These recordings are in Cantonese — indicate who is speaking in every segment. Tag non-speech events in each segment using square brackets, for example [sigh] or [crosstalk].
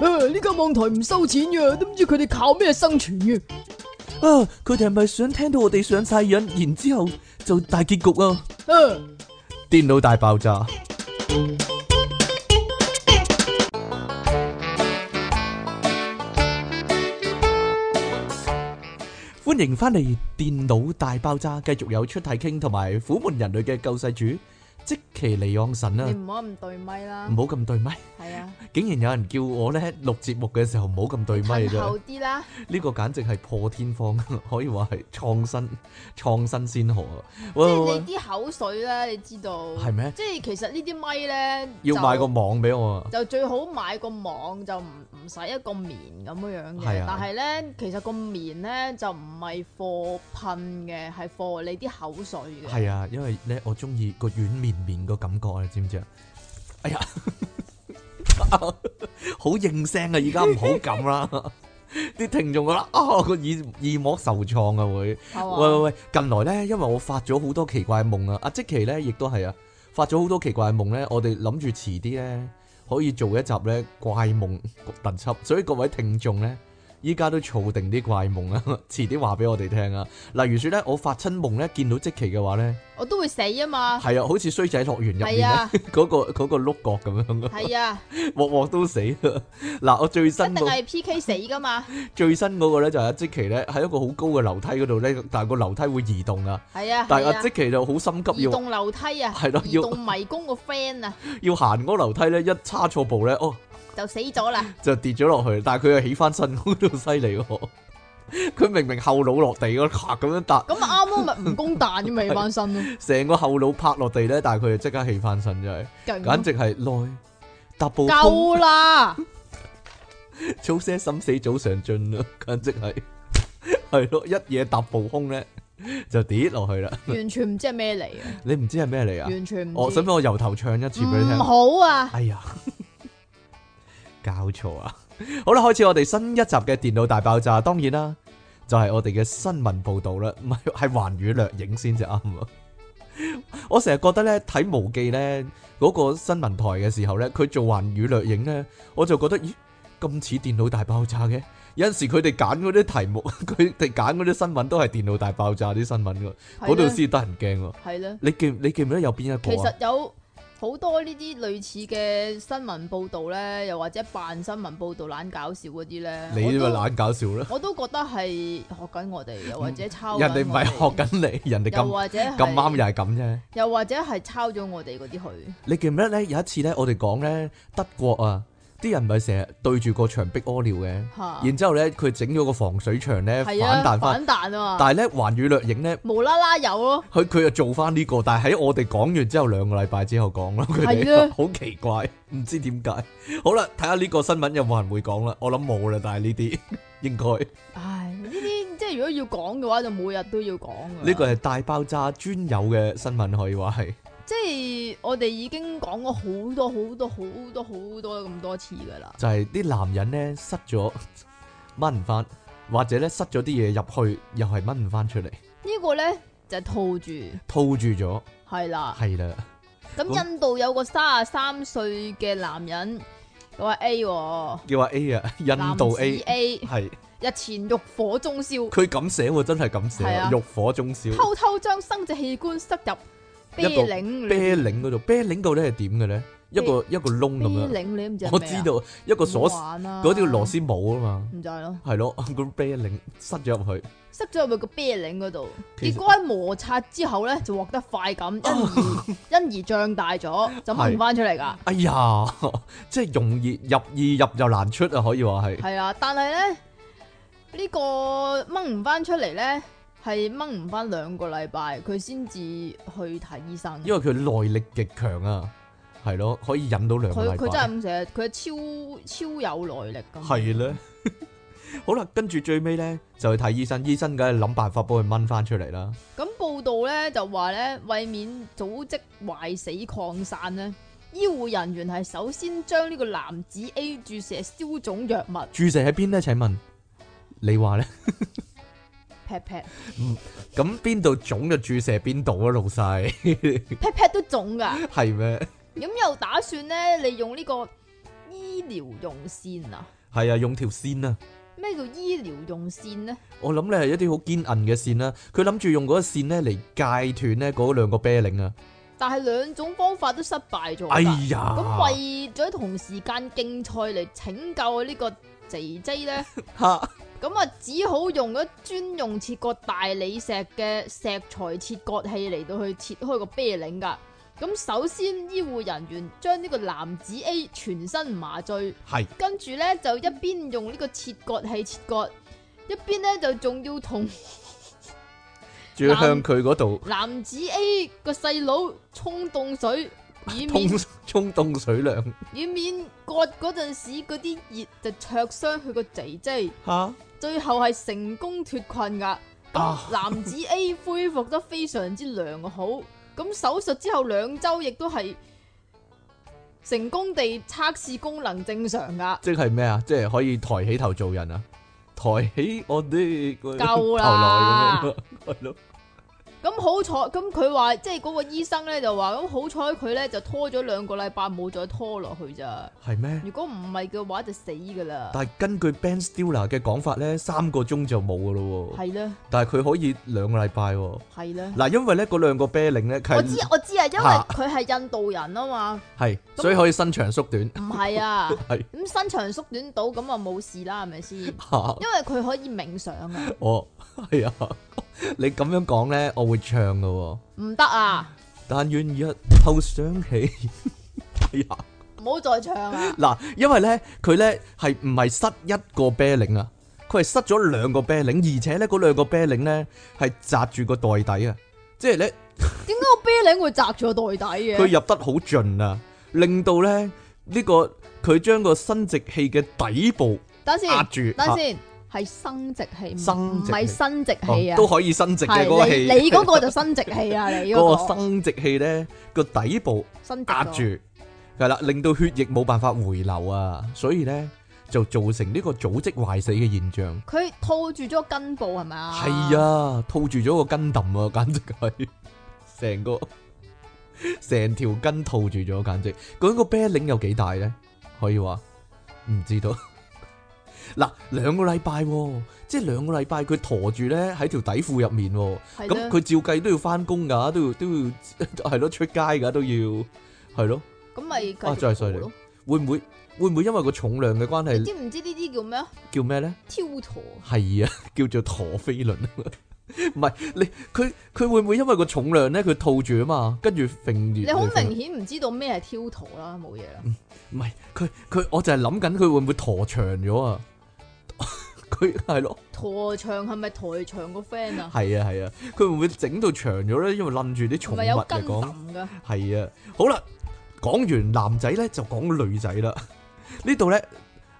Speaker 1: 呃台唔收錢嘅，都唔知佢哋靠咩生存嘅。
Speaker 2: 啊！佢哋係咪想聽到我哋上晒癮，然之後就大結局啊？
Speaker 1: 啊，
Speaker 2: 電腦大爆炸。歡迎翻嚟《電腦大爆炸》，繼續有出體傾同埋虎門人類嘅救世主即其尼昂神啦
Speaker 1: 你。唔好咁對咪啦
Speaker 2: 唔，好咁對咪，
Speaker 1: 係啊，
Speaker 2: 竟然有人叫我咧錄節目嘅時候唔好咁對咪
Speaker 1: 褪
Speaker 2: 啫
Speaker 1: 後。啲啦，
Speaker 2: 呢個簡直係破天荒， [laughs] 可以話係創新 [laughs] 創新先河啊！喂
Speaker 1: 即
Speaker 2: 喂
Speaker 1: 係
Speaker 2: 喂，
Speaker 1: 你啲口水咧，你知道
Speaker 2: 係咩？
Speaker 1: 即係其實呢啲咪咧，
Speaker 2: 要
Speaker 1: 就
Speaker 2: 買個網俾我啊！
Speaker 1: 就最好買個網，就唔唔使一個棉咁樣樣
Speaker 2: 係
Speaker 1: 嘅。
Speaker 2: 啊
Speaker 1: 但係咧，其實個棉咧就唔係貨噴嘅，係貨你啲口水嘅。
Speaker 2: 係啊，因為咧我中意個軟綿綿個感覺啊，你知唔知啊？哎呀， [laughs] 好應聲啊！而家唔好咁啦，啲聽眾覺得啊個耳耳膜受創啊會。
Speaker 1: 係嘛
Speaker 2: 喂喂喂，近來咧，因為我發咗好多奇怪夢啊，阿即奇咧亦都係啊，發咗好多奇怪夢咧，我哋諗住遲啲咧可以做一集咧怪夢 [laughs]
Speaker 1: 啊
Speaker 2: 特輯，所以各位聽眾咧，依家都儲定啲怪夢啊，遲啲話俾我哋聽啊。例如說咧，我發親夢咧見到即奇嘅話咧，
Speaker 1: 我都會死啊嘛。
Speaker 2: 係啊，好似衰仔樂園入面
Speaker 1: 係
Speaker 2: 咧
Speaker 1: 啊，
Speaker 2: [laughs] 嗰、個嗰、個碌角咁樣啊，
Speaker 1: 係啊，
Speaker 2: 鑊鑊都死啊嗱，我最
Speaker 1: [laughs] 一
Speaker 2: [laughs] 新
Speaker 1: 定
Speaker 2: 嗰
Speaker 1: 係 P K 死噶嘛。
Speaker 2: 最新嗰個咧就係阿即奇咧喺一個好高嘅樓梯嗰度咧，但係個樓梯會移動啊。
Speaker 1: 係啊，
Speaker 2: 但係
Speaker 1: 係
Speaker 2: 阿
Speaker 1: 啊
Speaker 2: 即。奇就好心急
Speaker 1: 移
Speaker 2: 要
Speaker 1: 動樓梯啊，
Speaker 2: 係咯
Speaker 1: 移
Speaker 2: 要
Speaker 1: 動迷宮個 friend 啊， [laughs]
Speaker 2: 要行嗰個樓梯咧，一差錯步咧，哦
Speaker 1: 就死咗啦。
Speaker 2: 就跌咗落去，但係佢又起翻身，好到犀利喎！ [laughs] 佢明明後腦落地嗰下咁樣搭，
Speaker 1: 咁啊啱啱咪蜈蚣彈咁咪起翻
Speaker 2: [laughs]
Speaker 1: 身咯，
Speaker 2: 成個後腦拍落地咧，但係佢就即刻起翻身，真係
Speaker 1: 勁啊
Speaker 2: 簡直係內踏步風，
Speaker 1: 夠啦，
Speaker 2: 早些心死早上進啦，簡直係 [laughs] 係咯，一嘢踏步空咧就跌落去啦！
Speaker 1: 完全唔知係咩嚟
Speaker 2: [laughs]
Speaker 1: 啊，
Speaker 2: 你唔知係咩嚟啊？
Speaker 1: 完全唔
Speaker 2: 我想
Speaker 1: 知
Speaker 2: 唔。想我由頭唱一次俾你聽
Speaker 1: 唔？好啊，
Speaker 2: 哎呀，搞錯啊！好啦，開始我哋新一集嘅電腦大爆炸，當然啦，就係、我哋嘅新聞報導啦，唔係係環宇掠影先至啱啊！我成日覺得咧睇無記咧嗰、個新聞台嘅時候咧，佢做環宇掠影咧，我就覺得咦咁似電腦大爆炸嘅。有陣時佢哋揀嗰啲題目， [laughs] 佢哋揀嗰啲新聞都係電腦大爆炸啲新聞㗎，嗰度先得人驚喎。
Speaker 1: 係啦。
Speaker 2: 你記你記唔記得有邊一
Speaker 1: 啊其
Speaker 2: 個啊
Speaker 1: 實？有好多呢啲類似嘅新聞報導咧，又或者扮新聞報導懶搞笑嗰啲咧，
Speaker 2: 你咪
Speaker 1: 我都
Speaker 2: 懶搞笑啦！
Speaker 1: 我都覺得係學緊我哋，又或者抄緊
Speaker 2: 人哋唔係
Speaker 1: 我哋，
Speaker 2: 學
Speaker 1: [laughs]
Speaker 2: 緊你，人哋
Speaker 1: 啊又
Speaker 2: 咁
Speaker 1: 或者係
Speaker 2: 咁啱又，係咁啫。
Speaker 1: 又或者係抄咗我哋嗰啲去，
Speaker 2: 你記唔記得咧？有一次咧，我哋講咧德國啊，啲人咪成日對住個牆壁屙尿嘅，
Speaker 1: 嚇
Speaker 2: 然之後咧佢整咗個防水牆咧
Speaker 1: 啊
Speaker 2: 反
Speaker 1: 係啊，
Speaker 2: 彈
Speaker 1: 反
Speaker 2: 翻，
Speaker 1: 彈啊嘛，
Speaker 2: 但係咧環宇掠影咧，
Speaker 1: 無啦啦有咯，
Speaker 2: 佢佢又做翻呢個，但係喺我哋講完之後兩個禮拜之後講咯，佢
Speaker 1: 係
Speaker 2: 哋
Speaker 1: 啊
Speaker 2: [laughs] 好奇怪，唔知點解。好啦，睇下呢個新聞有冇人會講啦，我諗冇啦，但係呢啲 [laughs] 應該。
Speaker 1: 啊唉，呢啲即係如果要講嘅話，就每日都要講㗎
Speaker 2: 呢個係大爆炸專有嘅新聞，可以話係。
Speaker 1: 即係我哋已經講過好多好多好多好多咁多次㗎啦，
Speaker 2: 就係啲男人咧塞咗 [laughs] 掹唔翻，或者咧塞咗啲嘢入去，又係掹唔翻出嚟，
Speaker 1: 呢個咧就係套住。
Speaker 2: 套住咗，
Speaker 1: 係啦，
Speaker 2: 係啦，
Speaker 1: 咁
Speaker 2: 咁
Speaker 1: 印度有個三十三歲嘅男人，佢話 A，喎
Speaker 2: 叫阿 A 啊，印
Speaker 1: 男
Speaker 2: 度
Speaker 1: 子
Speaker 2: A
Speaker 1: A
Speaker 2: 係
Speaker 1: 日前欲火中燒，
Speaker 2: 佢咁寫喎，真係咁寫
Speaker 1: 係啊
Speaker 2: 喎，欲火中燒，
Speaker 1: 偷偷將生殖器官塞入啤
Speaker 2: 一個
Speaker 1: 領裏
Speaker 2: 啤領嗰度，啤領到底係點嘅咧？一個一個窿
Speaker 1: 啤
Speaker 2: 咁
Speaker 1: 領你都唔知
Speaker 2: 樣，
Speaker 1: 係
Speaker 2: 我
Speaker 1: 咩啊
Speaker 2: 知道一個鎖
Speaker 1: 唔好玩啦
Speaker 2: 嗰條螺絲帽啊嘛，
Speaker 1: 唔就係咯，
Speaker 2: 係咯， [laughs] 個啤領塞咗入去，
Speaker 1: 塞咗入去個啤領嗰度，
Speaker 2: 其實哦
Speaker 1: 結果喺摩擦之後咧就獲得快感，因
Speaker 2: [laughs]
Speaker 1: 而因而脹大咗，就掹翻出嚟噶，
Speaker 2: 哎呀， [laughs] 即係容易入易入又難出啊，可以話係，
Speaker 1: 係啦，但係咧呢個掹唔翻出嚟咧。係掹唔翻兩個禮拜，佢先至去睇醫生。
Speaker 2: 因為佢耐力極強啊，係咯，可以忍到兩個
Speaker 1: 佢佢真
Speaker 2: 禮拜
Speaker 1: 係。咁寫，佢超超有耐力咁。
Speaker 2: 系
Speaker 1: [laughs]
Speaker 2: 咧，好啦，跟住最尾咧就去睇醫生，醫生梗係諗辦法幫佢掹翻出嚟啦。
Speaker 1: 咁報道咧就話咧，為免組織壞死擴散咧，醫護人員係首先將呢個男子 A 注射消腫藥物
Speaker 2: 注射喺邊咧？請問你
Speaker 1: [laughs]
Speaker 2: 話咧，
Speaker 1: 劈劈
Speaker 2: 咁邊度腫就注射邊度啊，老細
Speaker 1: 劈劈都腫
Speaker 2: [laughs]
Speaker 1: 㗎。
Speaker 2: 係咩？
Speaker 1: 咁又打算咧利用呢個醫療用線啊，
Speaker 2: 係啊，用條線啊。
Speaker 1: 咩叫醫療用線呢？
Speaker 2: 我諗咧係一啲好堅硬嘅線啦，佢諗住用嗰個線咧嚟戒斷咧嗰兩個啤領啊！
Speaker 1: 但係兩種方法都失敗咗㗎。
Speaker 2: 哎
Speaker 1: 咁
Speaker 2: 呀，
Speaker 1: 為咗同時間競賽嚟拯救呢個 J J
Speaker 2: [laughs]
Speaker 1: 呢，
Speaker 2: 吓
Speaker 1: 咁啊只好用咗專用切割大理石嘅石材切割器嚟到去切開個啤領㗎。咁首先，醫護人員將呢個男子 A 全身麻醉，
Speaker 2: 係
Speaker 1: 跟住呢就一邊用呢個切割器切割，一邊呢就仲要同
Speaker 2: 仲要向佢嗰度
Speaker 1: 男子 A 個細佬沖凍水，以
Speaker 2: 通
Speaker 1: 免
Speaker 2: 沖 [laughs] 凍水
Speaker 1: [laughs]
Speaker 2: 涼
Speaker 1: 以免割嗰陣時嗰啲熱就灼傷佢個仔仔，
Speaker 2: 吓
Speaker 1: 最後係成功脱困噶。
Speaker 2: 啊
Speaker 1: 咁男子 A 恢復得非常之良好，咁手術之後兩周亦都係成功地測試功能正常噶。
Speaker 2: 即係咩啊？即係可以抬起頭做人啊！抬起我啲個
Speaker 1: 夠啦
Speaker 2: 頭來咁樣， [laughs] 係咯，
Speaker 1: 咁好彩，咁佢話即係嗰個醫生咧就話，咁好彩佢咧就拖咗兩個禮拜冇再拖落去咋。
Speaker 2: 係咩？
Speaker 1: 如果唔係嘅話就死噶啦。
Speaker 2: 但係根據 Ben Stiller 嘅講法咧，三個鐘就冇噶咯喎，
Speaker 1: 係啦，
Speaker 2: 但係佢可以兩個禮拜喎。
Speaker 1: 係啦。
Speaker 2: 嗱，因為咧嗰兩個啤領咧，
Speaker 1: 我知
Speaker 2: 佢
Speaker 1: 我知啊，因為
Speaker 2: 嚇
Speaker 1: 佢係印度人啊嘛，
Speaker 2: 係所以可以伸長縮短，
Speaker 1: 唔係
Speaker 2: [laughs]
Speaker 1: 啊，
Speaker 2: 係
Speaker 1: 咁伸長縮短到咁啊冇事啦，係咪先？因
Speaker 2: 嚇。
Speaker 1: 為佢可以冥想啊，
Speaker 2: 哦，系啊，你咁樣講咧，我會唱噶、喎。
Speaker 1: 唔得啊，
Speaker 2: 但願日後想起，哎呀，
Speaker 1: 唔好再唱啊，
Speaker 2: 嗱，因為咧佢咧係唔係塞一個啤領啊？佢係塞咗兩個啤領，而且咧嗰兩個啤領咧係扎住個袋底啊，即係咧
Speaker 1: 點解個啤領會擲住個袋底嘅？
Speaker 2: 佢入得好盡啊，令到咧呢、呢個佢將個生殖器嘅底部
Speaker 1: 等先，
Speaker 2: 壓住，
Speaker 1: 等
Speaker 2: 啊
Speaker 1: 先，係生殖器，
Speaker 2: 生
Speaker 1: 唔
Speaker 2: 殖器
Speaker 1: 係生殖
Speaker 2: 哦
Speaker 1: 器啊
Speaker 2: 都，可以生殖嘅嗰個
Speaker 1: 係
Speaker 2: 器，
Speaker 1: 你你嗰個就生殖器啊，你
Speaker 2: [laughs] 嗰個
Speaker 1: 嗰個
Speaker 2: 生殖器咧個底部。
Speaker 1: 生殖
Speaker 2: 壓
Speaker 1: 嗰
Speaker 2: 住，係啦，令到血液冇辦法回流啊，所以咧就造成呢個組織壞死嘅現象。
Speaker 1: 個，佢套住咗個根部係咪啊？
Speaker 2: 係，啊，套住咗個根揼啊，簡直係 [laughs] 成個成條筋套住咗，簡直。究竟個啤領有幾大咧？可以話唔知道。 [laughs] 嗱，兩個禮拜喎，即係兩個禮拜佢陀住咧喺條底褲入面喎。
Speaker 1: 係
Speaker 2: 咁
Speaker 1: 咯，
Speaker 2: 佢照計都要翻工㗎，都要都要係咯，出街㗎都要係咯。
Speaker 1: 咁咪繼
Speaker 2: 啊
Speaker 1: 續
Speaker 2: 真係犀利
Speaker 1: 做咯
Speaker 2: 會唔會會唔會因為個重量嘅關
Speaker 1: 你
Speaker 2: 係
Speaker 1: 知唔知呢啲叫咩啊？
Speaker 2: 叫咩咧？
Speaker 1: 挑陀。
Speaker 2: 係啊， [laughs] 叫做陀飛輪。啊 [laughs] 唔係你佢佢會唔會因為個重量咧佢套住啊嘛，跟住揈住。
Speaker 1: 你好明顯唔知道咩係挑圖啦，冇嘢啦。
Speaker 2: 唔係佢佢，我就係諗緊佢會唔會陀長咗啊？ [laughs] 佢係咯，
Speaker 1: 台長係咪台長個 friend 啊？
Speaker 2: 係啊係啊，佢會唔會整到長咗咧？因為冧住啲
Speaker 1: 同
Speaker 2: 寵
Speaker 1: 埋有
Speaker 2: 物
Speaker 1: 跟
Speaker 2: 嚟講，
Speaker 1: 揼噶，
Speaker 2: 係啊。好啦，講完男仔咧就講女仔啦。 [laughs] 呢度咧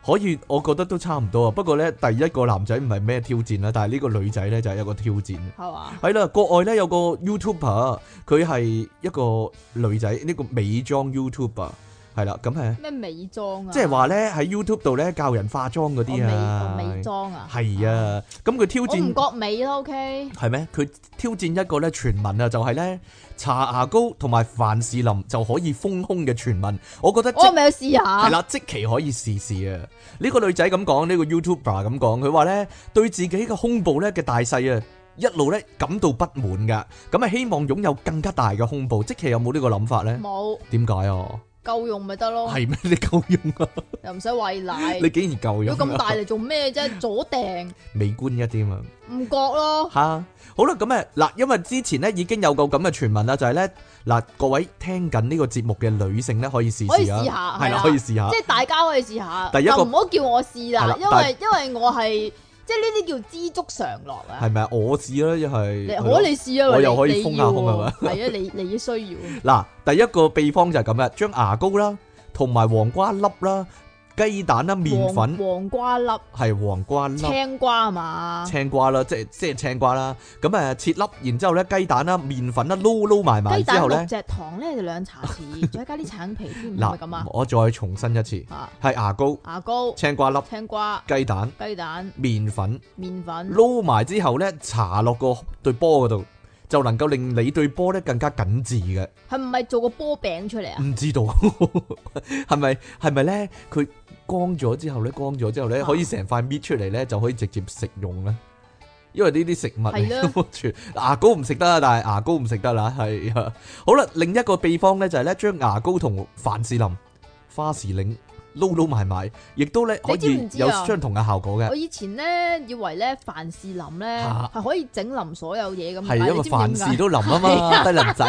Speaker 2: 可以，我覺得都差唔多啊。不過咧，第一個男仔唔係咩挑戰啦，但係呢個女仔咧就係一個挑戰。
Speaker 1: 係嘛？
Speaker 2: 係啦，國外咧有個 YouTuber，佢係一個女仔，呢、個美妝 YouTuber 係啦，咁係
Speaker 1: 咩美妝啊？
Speaker 2: 即係話咧喺 YouTube 度咧教人化妝嗰
Speaker 1: 我
Speaker 2: 啲
Speaker 1: 美我
Speaker 2: 啊，
Speaker 1: 美妝啊？
Speaker 2: 係，啊，咁佢挑
Speaker 1: 我唔
Speaker 2: 戰
Speaker 1: 覺美啦，OK。
Speaker 2: 係咩？佢挑戰一個咧傳聞啊，就係咧搽牙膏同埋凡士林就可以豐胸嘅傳聞，我覺得即
Speaker 1: 我咪去試
Speaker 2: 係
Speaker 1: 下，
Speaker 2: 啦，即期可以試試啊！呢、個女仔咁講，呢、個 YouTuber 咁講，佢話呢對自己嘅胸部呢嘅大細啊，一路呢感到不滿噶，咁啊希望擁有更加大嘅胸部。即期有冇呢個諗法呢？
Speaker 1: 冇
Speaker 2: 點解啊？
Speaker 1: 夠用咪得咯，
Speaker 2: 係咩？ [laughs] 你夠用
Speaker 1: [laughs]
Speaker 2: 啊？
Speaker 1: 又唔使餵奶
Speaker 2: 你。竟然夠
Speaker 1: 如
Speaker 2: 用、
Speaker 1: 果咁大
Speaker 2: 啊？
Speaker 1: 嚟做咩啫？左掟
Speaker 2: 美觀一啲嘛〜
Speaker 1: 唔覺咯，
Speaker 2: 吓、好啦，咁诶嗱，因為之前咧已經有個咁嘅傳聞啦，就係咧嗱，各位聽緊呢個節目嘅女性咧可以試
Speaker 1: 可以
Speaker 2: 試
Speaker 1: 試下
Speaker 2: 啊，
Speaker 1: 係
Speaker 2: 係啦，
Speaker 1: 啦
Speaker 2: 可以試下
Speaker 1: 即，係大家可以試下，
Speaker 2: 第一個
Speaker 1: 就唔好叫我試
Speaker 2: 係
Speaker 1: 啦
Speaker 2: 啦，
Speaker 1: 因為因為我係即係呢啲叫知足常樂啊。
Speaker 2: 係咪啊？我試啦，一
Speaker 1: 你
Speaker 2: 係係咯
Speaker 1: 可你試啊，
Speaker 2: 我
Speaker 1: 你
Speaker 2: 又可以
Speaker 1: 你
Speaker 2: 封下
Speaker 1: 要
Speaker 2: 胸係咪
Speaker 1: 喎 [laughs] 係啊，你你需要。
Speaker 2: 嗱，第一個秘方就係咁啦，將牙膏啦，同埋黃瓜粒啦、雞蛋啦、麵
Speaker 1: 黃
Speaker 2: 粉
Speaker 1: 黄瓜粒、
Speaker 2: 係黃瓜粒、
Speaker 1: 青瓜係嘛？
Speaker 2: 青瓜啦，即係即係青瓜啦，咁誒切粒，然之後咧雞蛋啦、麵粉啦撈撈埋埋
Speaker 1: 雞
Speaker 2: 之
Speaker 1: 蛋
Speaker 2: 後
Speaker 1: 六
Speaker 2: 咧，
Speaker 1: 隻，糖咧就兩茶匙，
Speaker 2: [laughs]
Speaker 1: 再加啲橙皮添，係咪咁
Speaker 2: 嗱
Speaker 1: 啊，？
Speaker 2: 我再重申一次，
Speaker 1: 啊，
Speaker 2: 係牙膏、
Speaker 1: 牙膏、
Speaker 2: 青瓜粒、
Speaker 1: 青瓜、
Speaker 2: 雞蛋、
Speaker 1: 雞蛋、
Speaker 2: 麵粉。
Speaker 1: 麵粉，
Speaker 2: 撈埋之後咧，搽落個對波嗰度，就能夠令你對波咧更加緊緻嘅。
Speaker 1: 系唔系做個波餅出嚟啊？
Speaker 2: 唔知道 [laughs] 係咪係咪咧？佢光咗之後咧，光咗之後咧，
Speaker 1: 啊
Speaker 2: 可以成塊搣出嚟咧，就可以直接食用咧。因為呢啲食物嚟
Speaker 1: 係啦
Speaker 2: 全 [laughs] 牙膏唔食得啊，但係牙膏唔食得啦，係啊。好啦，另一個秘方咧就係咧，將牙膏同凡士林、花時令撈撈埋埋，亦都咧可
Speaker 1: 你知
Speaker 2: 以
Speaker 1: 唔知啊
Speaker 2: 有相同嘅效果嘅
Speaker 1: 我。以前咧以為咧凡士林咧
Speaker 2: 嚇
Speaker 1: 係可以整淋所有嘢咁，
Speaker 2: 啊係
Speaker 1: 但係
Speaker 2: 因
Speaker 1: 你
Speaker 2: 為
Speaker 1: 知唔
Speaker 2: 凡
Speaker 1: 知
Speaker 2: 事
Speaker 1: 點解？
Speaker 2: 都淋啊嘛，
Speaker 1: [laughs]
Speaker 2: 低能仔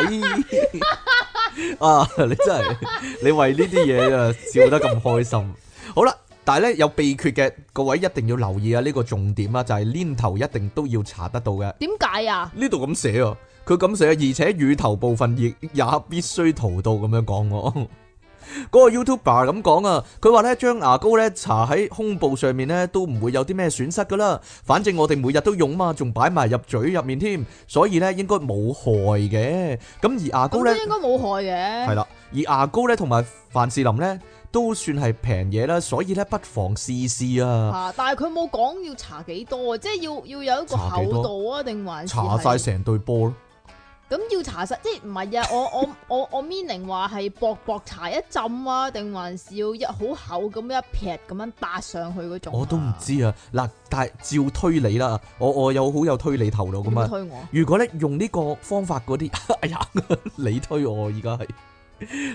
Speaker 2: 啊！你真係你為呢啲嘢啊笑得咁開心。好啦，但係咧有秘訣嘅，各位一定要留意啊！呢、個重點啊，就係黏頭一定都要查得到嘅。
Speaker 1: 點解啊？
Speaker 2: 呢度咁寫啊，佢咁寫，而且乳頭部分亦也必須塗到咁樣講喎。 [laughs] 嗰個 YouTuber 咁講啊，佢話咧將牙膏咧搽喺胸部上面咧都唔會有啲咩損失噶啦，反正我哋每日都用嘛，仲擺埋入嘴入面添，所以咧應該冇害嘅。咁而牙膏
Speaker 1: 咁
Speaker 2: 咧
Speaker 1: 都應該冇害嘅。
Speaker 2: 係啦，而牙膏咧同埋凡士林咧都算係平嘢啦，所以咧不妨試試啊，
Speaker 1: 啊！但係佢冇講要搽幾多啊，即係要要有一個
Speaker 2: 搽幾
Speaker 1: 厚
Speaker 2: 多
Speaker 1: 度啊，定還是
Speaker 2: 搽晒
Speaker 1: 係
Speaker 2: 成對波咯，
Speaker 1: 咁要搽實，即係唔係啊？我我我我 meaning 話係薄薄搽一浸啊，定還是要一好厚咁一撇咁樣搭上去嗰種啊？
Speaker 2: 我都唔知啊。嗱，但係照推理啦，我我有好有推理頭腦噶
Speaker 1: 點
Speaker 2: 嘛。
Speaker 1: 推我
Speaker 2: 如果咧用呢個方法嗰啲， [laughs] 哎呀，你推我而家係，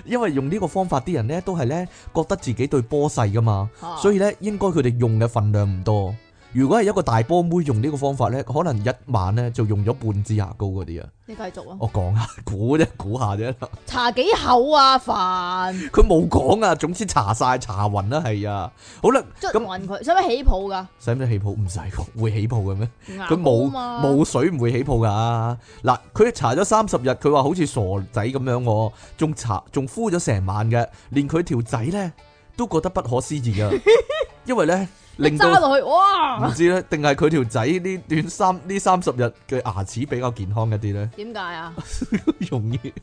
Speaker 2: 因為用呢個方法啲人咧都係咧覺得自己對波細噶嘛，
Speaker 1: 嚇
Speaker 2: 所以咧應該佢哋用嘅份量唔多。如果係一個大波妹用呢個方法咧，可能一晚咧就用咗半支牙膏嗰啲啊。
Speaker 1: 你繼續啊！
Speaker 2: 我講下， [laughs] 估啫，估下啫。 [laughs]
Speaker 1: 搽幾厚啊？煩，
Speaker 2: 佢冇講啊，總之搽晒搽暈啦，係啊。好啦，
Speaker 1: 捽
Speaker 2: 咁
Speaker 1: 暈佢，使唔使起泡㗎？
Speaker 2: 使唔使起泡？唔使喎，會起泡嘅咩？
Speaker 1: 牙
Speaker 2: 佢冇
Speaker 1: 膏啊嘛，
Speaker 2: 冇水唔會起泡噶。嗱，佢查咗三十日，佢話好似傻仔咁樣喎，仲查仲敷咗成晚嘅，連佢條仔呢都覺得不可思
Speaker 1: [laughs]
Speaker 2: 議啊！因為呢，令
Speaker 1: 揸
Speaker 2: 到
Speaker 1: 落去，啊
Speaker 2: 唔
Speaker 1: 哇！
Speaker 2: 知呢，定係佢條仔呢段三呢三十日嘅牙齒比較健康一啲
Speaker 1: [laughs]
Speaker 2: 呢，
Speaker 1: 點解啊？
Speaker 2: 容易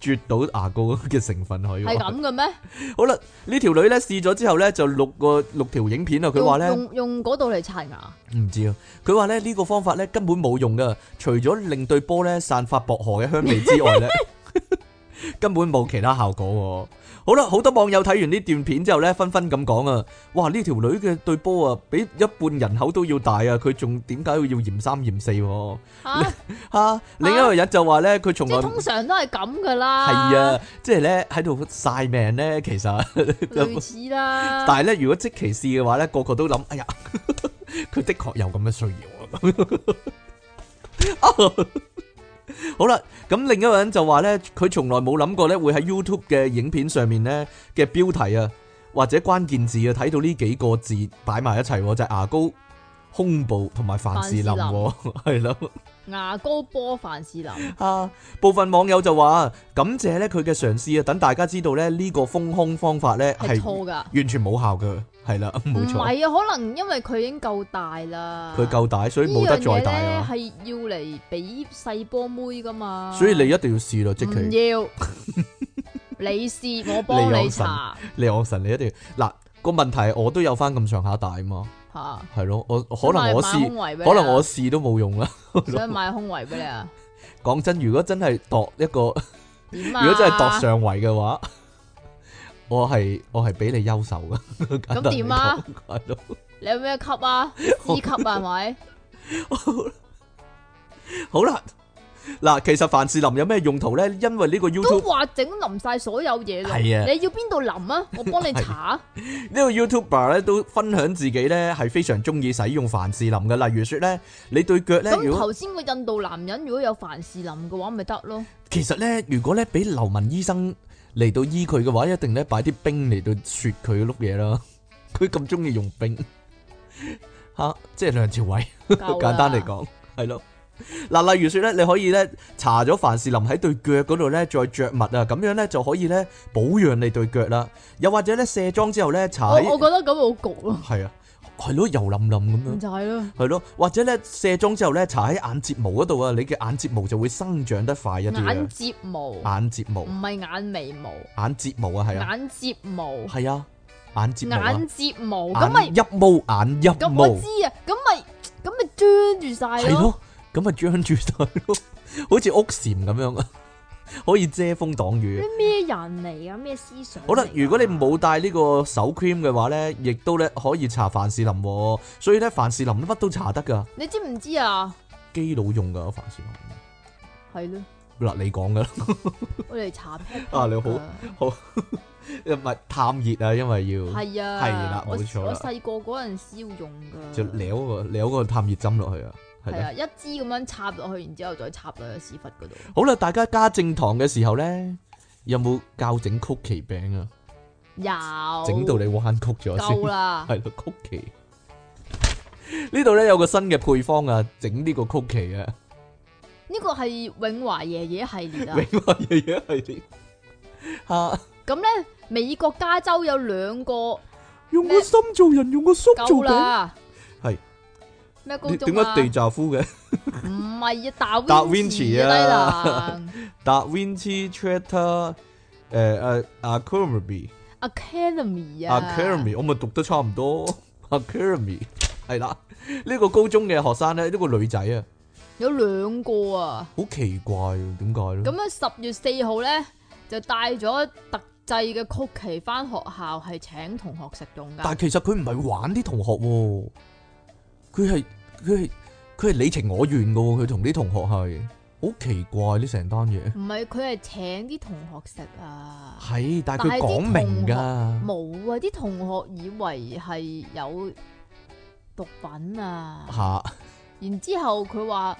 Speaker 2: 啜到牙膏嘅成分可以話。
Speaker 1: 係咁嘅咩？
Speaker 2: 好啦，呢條女呢試咗之後呢，就六個六條影片啊，佢話呢。
Speaker 1: 用用用嗰度嚟刷牙，
Speaker 2: [laughs] 唔知啊，佢話咧呢個方法咧根本冇用噶，除咗令對波咧散發薄荷嘅香味之外咧，根本冇其他效果喎。好啦，好多網友睇完呢段片之後咧，紛紛咁講啊，哇！呢條女嘅對波啊，比一半人口都要大啊，佢仲點解要嫌三嫌四喎？
Speaker 1: 嚇，
Speaker 2: 嚇、另一個人就話咧，佢從
Speaker 1: 即
Speaker 2: 來
Speaker 1: 係
Speaker 2: 唔
Speaker 1: 通常都係咁㗎啦。
Speaker 2: 係
Speaker 1: [laughs]
Speaker 2: 啊，即係咧喺度晒命咧，其實。
Speaker 1: 類似啦。
Speaker 2: 但係咧，如果即其試嘅話咧，個個都諗，哎呀， [laughs] 佢的確有咁嘅需要啊。 [laughs] 好啦，咁另一個人就話咧，佢從來冇諗過咧會喺 YouTube 嘅影片上面咧嘅標題啊，或者關鍵字啊，睇到呢幾個字擺埋一齊喎，就係牙膏、胸部同埋凡士林喎， [laughs] 係咯。
Speaker 1: 牙膏波凡士林，
Speaker 2: 啊！部分網友就話感謝咧佢嘅嘗試啊，等大家知道咧呢個豐胸方法咧
Speaker 1: 係
Speaker 2: 係
Speaker 1: 錯㗎。
Speaker 2: 完全冇效嘅，係啦，
Speaker 1: 唔
Speaker 2: 冇錯。
Speaker 1: 係啊，可能因為佢已經夠大啦。
Speaker 2: 佢夠大，所以冇得再大
Speaker 1: 呢
Speaker 2: 啊！
Speaker 1: 樣嘢咧係要嚟俾細波妹噶嘛。
Speaker 2: 所以你一定要試咯，即
Speaker 1: 唔
Speaker 2: 其
Speaker 1: 嗯要， [laughs] 你試我幫你
Speaker 2: 你有神
Speaker 1: 查
Speaker 2: 你我神，你一定要嗱個問題，我都有翻咁上下大嘛，
Speaker 1: 吓。
Speaker 2: 係咯，我可能我試，可
Speaker 1: 可
Speaker 2: 能我試都冇用啦。
Speaker 1: 啊
Speaker 2: [laughs]
Speaker 1: 想買胸圍俾你啊？
Speaker 2: 講真，如果真係度一個，
Speaker 1: 點啊？
Speaker 2: 如果真係度上圍嘅話， [laughs] 我係我係俾你優秀噶。 [laughs] 簡單
Speaker 1: 咁
Speaker 2: 嚟
Speaker 1: 點啊
Speaker 2: 講？係咯，
Speaker 1: 你有咩級啊？C 級啊係咪？
Speaker 2: 好啦，嗱，其實凡士林有咩用途咧？因為呢個
Speaker 1: 都
Speaker 2: YouTube
Speaker 1: 話整淋晒所有嘢啦。
Speaker 2: 係啊
Speaker 1: 你要邊度淋啊？我幫
Speaker 2: [laughs]
Speaker 1: 你查。
Speaker 2: 呢個 YouTuber 咧都分享自己咧係非常中意使用凡士林嘅，例如說咧，你對腳咧如
Speaker 1: 咁
Speaker 2: 果。
Speaker 1: 頭先個印度男人如果有凡士林嘅話，咪得咯。
Speaker 2: 其實咧，如果咧俾流民醫生嚟到醫佢嘅話，一定咧擺啲冰嚟到雪佢碌嘢啦。 [laughs] 佢咁中意用冰， [laughs] 吓、即係梁朝偉。
Speaker 1: 夠啦
Speaker 2: 簡單嚟，講，係咯。嗱，例如說咧，你可以咧搽咗凡士林喺對腳嗰度咧，再着襪啊，咁樣咧就可以咧保養你對腳啦。又或者咧卸妝之後咧
Speaker 1: 我
Speaker 2: 搽
Speaker 1: 我
Speaker 2: 喺
Speaker 1: 覺得咁嗯好焗咯，
Speaker 2: 係啊，係咯油淋淋咁樣
Speaker 1: 咁。就係咯。
Speaker 2: 係咯，或者咧卸妝之後咧，搽喺眼睫毛嗰度啊，你嘅眼睫毛就會生長得快一啲
Speaker 1: 眼
Speaker 2: 嘅。
Speaker 1: 睫毛唔
Speaker 2: 眼睫毛，
Speaker 1: 係眼眉毛，
Speaker 2: 眼睫毛啊，係啊，
Speaker 1: 眼睫毛，
Speaker 2: 係啊，眼睫毛啊
Speaker 1: 眼，睫毛，咁咪
Speaker 2: 眼一毛，眼一
Speaker 1: 咁
Speaker 2: 毛
Speaker 1: 我，知啊，咁咪咁咪張住晒
Speaker 2: 係
Speaker 1: 咯。
Speaker 2: [laughs] 咯，咁咪張住晒咯。好似屋檐咁樣啊， [laughs] 可以遮風擋雨。
Speaker 1: 啲咩人嚟啊噶？咩思想嚟㗎？
Speaker 2: 好啦，如果你冇帶呢個手 cream 嘅話咧，亦都咧可以搽凡士林喎，所以咧凡士林乜都搽得噶，
Speaker 1: 你知唔知啊？
Speaker 2: 基佬用噶凡士林。
Speaker 1: 系咯，
Speaker 2: 嗱，你講噶啦，
Speaker 1: 我哋查 pat
Speaker 2: 啊你好 [laughs] 唔係探熱啊，因為要
Speaker 1: 系啊，
Speaker 2: 係啦
Speaker 1: 我
Speaker 2: 冇錯啦
Speaker 1: 我细个嗰阵时要用噶，
Speaker 2: 就撩個撩個探熱針落去啊，係
Speaker 1: 係
Speaker 2: 啦。
Speaker 1: 啊，一支咁樣插落去，然之後再插落去屎忽 [laughs] 嗰度。
Speaker 2: 好啦，大家家政堂嘅時候咧，有冇教整曲奇餅啊？
Speaker 1: 有
Speaker 2: 整到你彎曲咗先
Speaker 1: 哦夠。啦，
Speaker 2: 系咯，曲奇。呢度咧有個新嘅配方啊，整呢個曲奇啊，
Speaker 1: 呢個係永華爺爺系列啊
Speaker 2: 永。華爺爺系列吓，
Speaker 1: 咁咧，美國加州有兩個
Speaker 2: 用個心做人，用個心做
Speaker 1: 夠
Speaker 2: 餅。
Speaker 1: 啦，
Speaker 2: 係
Speaker 1: 咩高
Speaker 2: 你
Speaker 1: 中
Speaker 2: 點解
Speaker 1: 啊？
Speaker 2: 地炸夫嘅？
Speaker 1: 唔係啊，達
Speaker 2: 達
Speaker 1: 芬
Speaker 2: Vinci
Speaker 1: 奇
Speaker 2: 啊
Speaker 1: 啊，低能
Speaker 2: Da Vinci Tretta 诶诶 a c a d e m y
Speaker 1: Academy 啊
Speaker 2: a c a d e m y 我咪讀得差唔多 [laughs] a c a d e m y 係啦。呢個高中嘅學生咧，呢個女仔啊，
Speaker 1: 有兩個啊。
Speaker 2: 好奇怪啊，點解咧？
Speaker 1: 咁啊，十月四號咧就帶咗特製嘅曲奇翻學校，係請同學食用
Speaker 2: 但
Speaker 1: 噶。
Speaker 2: 係其實佢唔係玩啲同學喎、佢係佢係佢係你情我願噶喎、佢同啲同學係好奇怪呢成單嘢。
Speaker 1: 唔係佢係請啲同學食啊。
Speaker 2: 係，
Speaker 1: 但
Speaker 2: 但係
Speaker 1: 係
Speaker 2: 佢
Speaker 1: 啲
Speaker 2: 講明㗎，
Speaker 1: 冇啊！啲同學以為係有毒品啊，
Speaker 2: 吓
Speaker 1: 然之後佢話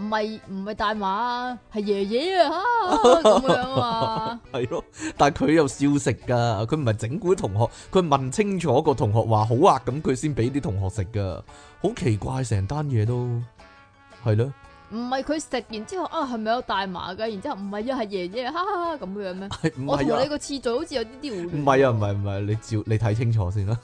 Speaker 1: 唔係唔係大麻啊，係爺爺
Speaker 2: [laughs]
Speaker 1: 啊嚇咁樣啊，
Speaker 2: 係咯。但係佢又笑食㗎，佢唔係整蠱同學，佢問清楚個同學話好啊，咁佢先俾啲同學食㗎。好奇怪成單嘢都係咯， [laughs]
Speaker 1: 唔係佢食，然之後啊係咪有大麻㗎？然之後唔係啊，係爺爺啊 [laughs] 哈哈咁樣咩？
Speaker 2: 係唔
Speaker 1: 我同
Speaker 2: 係啊
Speaker 1: 你？個次序好似有啲啲
Speaker 2: 唔係啊，唔係唔係，你照你睇清楚先啦。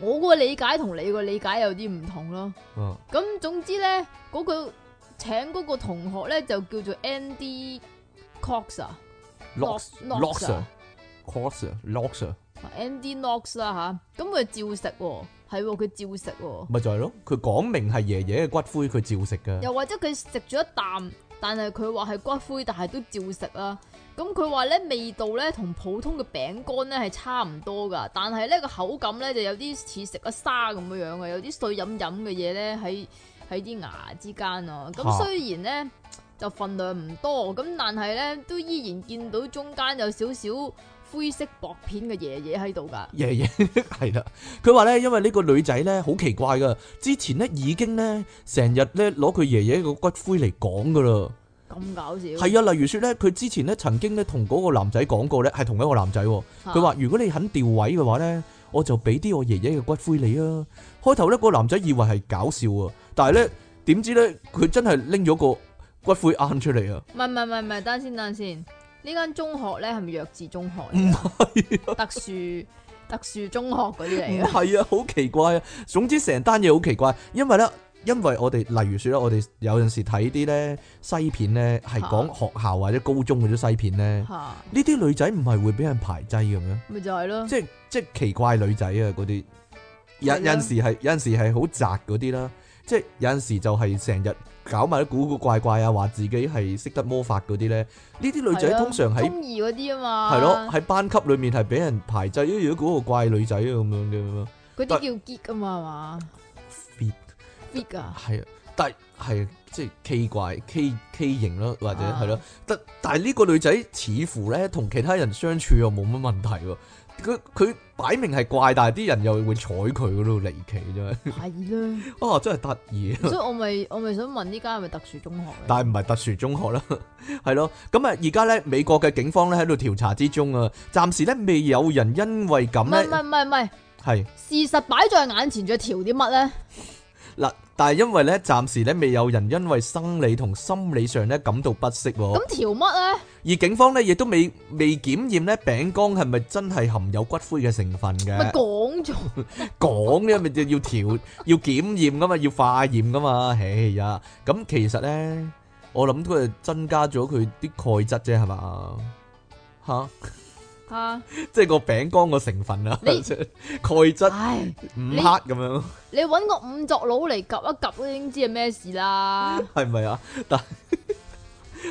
Speaker 1: 我個理解同你個理解有啲唔同咯。
Speaker 2: 嗯，
Speaker 1: 咁總之咧，嗰、個請嗰個同學咧就叫做 Andy Cox 啊
Speaker 2: Lox-
Speaker 1: Lox-
Speaker 2: Loxer，
Speaker 1: 啊
Speaker 2: Coxer，Loxer。
Speaker 1: ，Andy Knox 啦吓，咁佢照食喎，係喎佢照食喎，
Speaker 2: 咪就係咯，佢講明係爺爺嘅骨灰，佢照食噶。
Speaker 1: 又或者佢食咗一啖，但係佢話係骨灰，但係都照食啊。咁佢話咧味道咧同普通嘅餅乾咧係差唔多噶，但係咧個口感咧就有啲似食咗沙咁樣樣嘅，有啲碎飲飲嘅嘢咧喺喺啲牙之間啊。咁
Speaker 2: 嚇
Speaker 1: 雖然咧就份量唔多，咁但係咧都依然見到中間有少少灰色薄片嘅爺爺喺度噶。
Speaker 2: [laughs] 爺爺係啦，佢話咧，因為呢個女仔咧好奇怪噶，之前咧已經咧成日咧攞佢爺爺個骨灰嚟講噶啦。
Speaker 1: 咁搞笑。
Speaker 2: 係啊，例如說咧，佢之前咧曾經咧同嗰個男仔講過咧，係同一個男仔喎。
Speaker 1: 嚇
Speaker 2: 啊佢話：如果你肯調位嘅話咧，我就俾啲我爺爺嘅骨灰你啊。開頭咧，個男仔以為係搞笑啊，但係咧點知咧佢真係拎咗個骨灰罌出嚟啊！
Speaker 1: 唔係唔係唔係唔係，等陣先等陣先。呢間中學咧係咪弱智中學嚟
Speaker 2: 唔
Speaker 1: 㗎？特殊特殊中學嗰啲嚟
Speaker 2: 唔
Speaker 1: 嘅。
Speaker 2: 係啊，好奇怪啊！總之成單嘢好奇怪，因為咧，因為我哋例如説咧，我哋有陣時睇啲咧西片咧，係講學校或者高中嗰啲西片咧，呢
Speaker 1: 吓，
Speaker 2: 啲女仔唔係會俾人排擠嘅咩？
Speaker 1: 咪就係咯。
Speaker 2: 即係即係奇怪女仔啊嗰啲，有
Speaker 1: 係啊
Speaker 2: 有陣時係有陣時係好宅嗰啲啦，即係有陣時就係成日搞埋啲古古怪怪啊，話自己係識得魔法嗰啲咧，呢啲女仔
Speaker 1: 係啊
Speaker 2: 通常喺
Speaker 1: 中意嗰啲啊嘛。
Speaker 2: 係咯，喺班級裡面係俾人排擠，咦如果嗰個怪女仔啊咁樣嘅
Speaker 1: 嗰啲叫 geek 啊嘛，
Speaker 2: 咁樣。
Speaker 1: 係嘛？geek 啊，
Speaker 2: 係啊，但係係即係奇怪 K K 型咯，或者
Speaker 1: 啊
Speaker 2: 係咯，但但係呢個女仔似乎咧同其他人相處又冇乜問題喎。佢佢擺明係怪，但係啲人又會睬佢嗰度離奇真係，
Speaker 1: 係啦。
Speaker 2: [laughs] 啊真係得意啊！ [laughs]
Speaker 1: 所以我咪我咪想問呢間係咪特殊中學嚟？
Speaker 2: 但係唔係特殊中學啦， [laughs] 係咯。咁啊，而家咧美國嘅警方咧喺度調查之中啊，暫時咧未有人因為
Speaker 1: 唔
Speaker 2: 咁
Speaker 1: 係唔
Speaker 2: 咧
Speaker 1: 係唔係唔係，
Speaker 2: 係
Speaker 1: 事實擺在眼前，再調啲乜咧？
Speaker 2: 嗱，但係因為咧暫時咧未有人因為生理同心理上咧感到不適喎。
Speaker 1: 咁調乜咧？
Speaker 2: 而警方咧亦都未未檢驗咧餅乾係咪真係含有骨灰嘅成分
Speaker 1: 咪
Speaker 2: 嘅，
Speaker 1: 講咗
Speaker 2: 講嘅咪就要調要檢驗噶嘛，要化驗噶嘛，唉呀，咁其實咧，我諗佢係增加咗佢啲鈣質啫，係嘛嚇，
Speaker 1: 吓，
Speaker 2: 即係個餅乾個成分啊，
Speaker 1: 你
Speaker 2: [laughs] 鈣質
Speaker 1: 唉，
Speaker 2: 五克咁樣，
Speaker 1: 你搵個五作佬嚟夾一夾都已經知係咩事啦。
Speaker 2: 係咪啊？但 [laughs]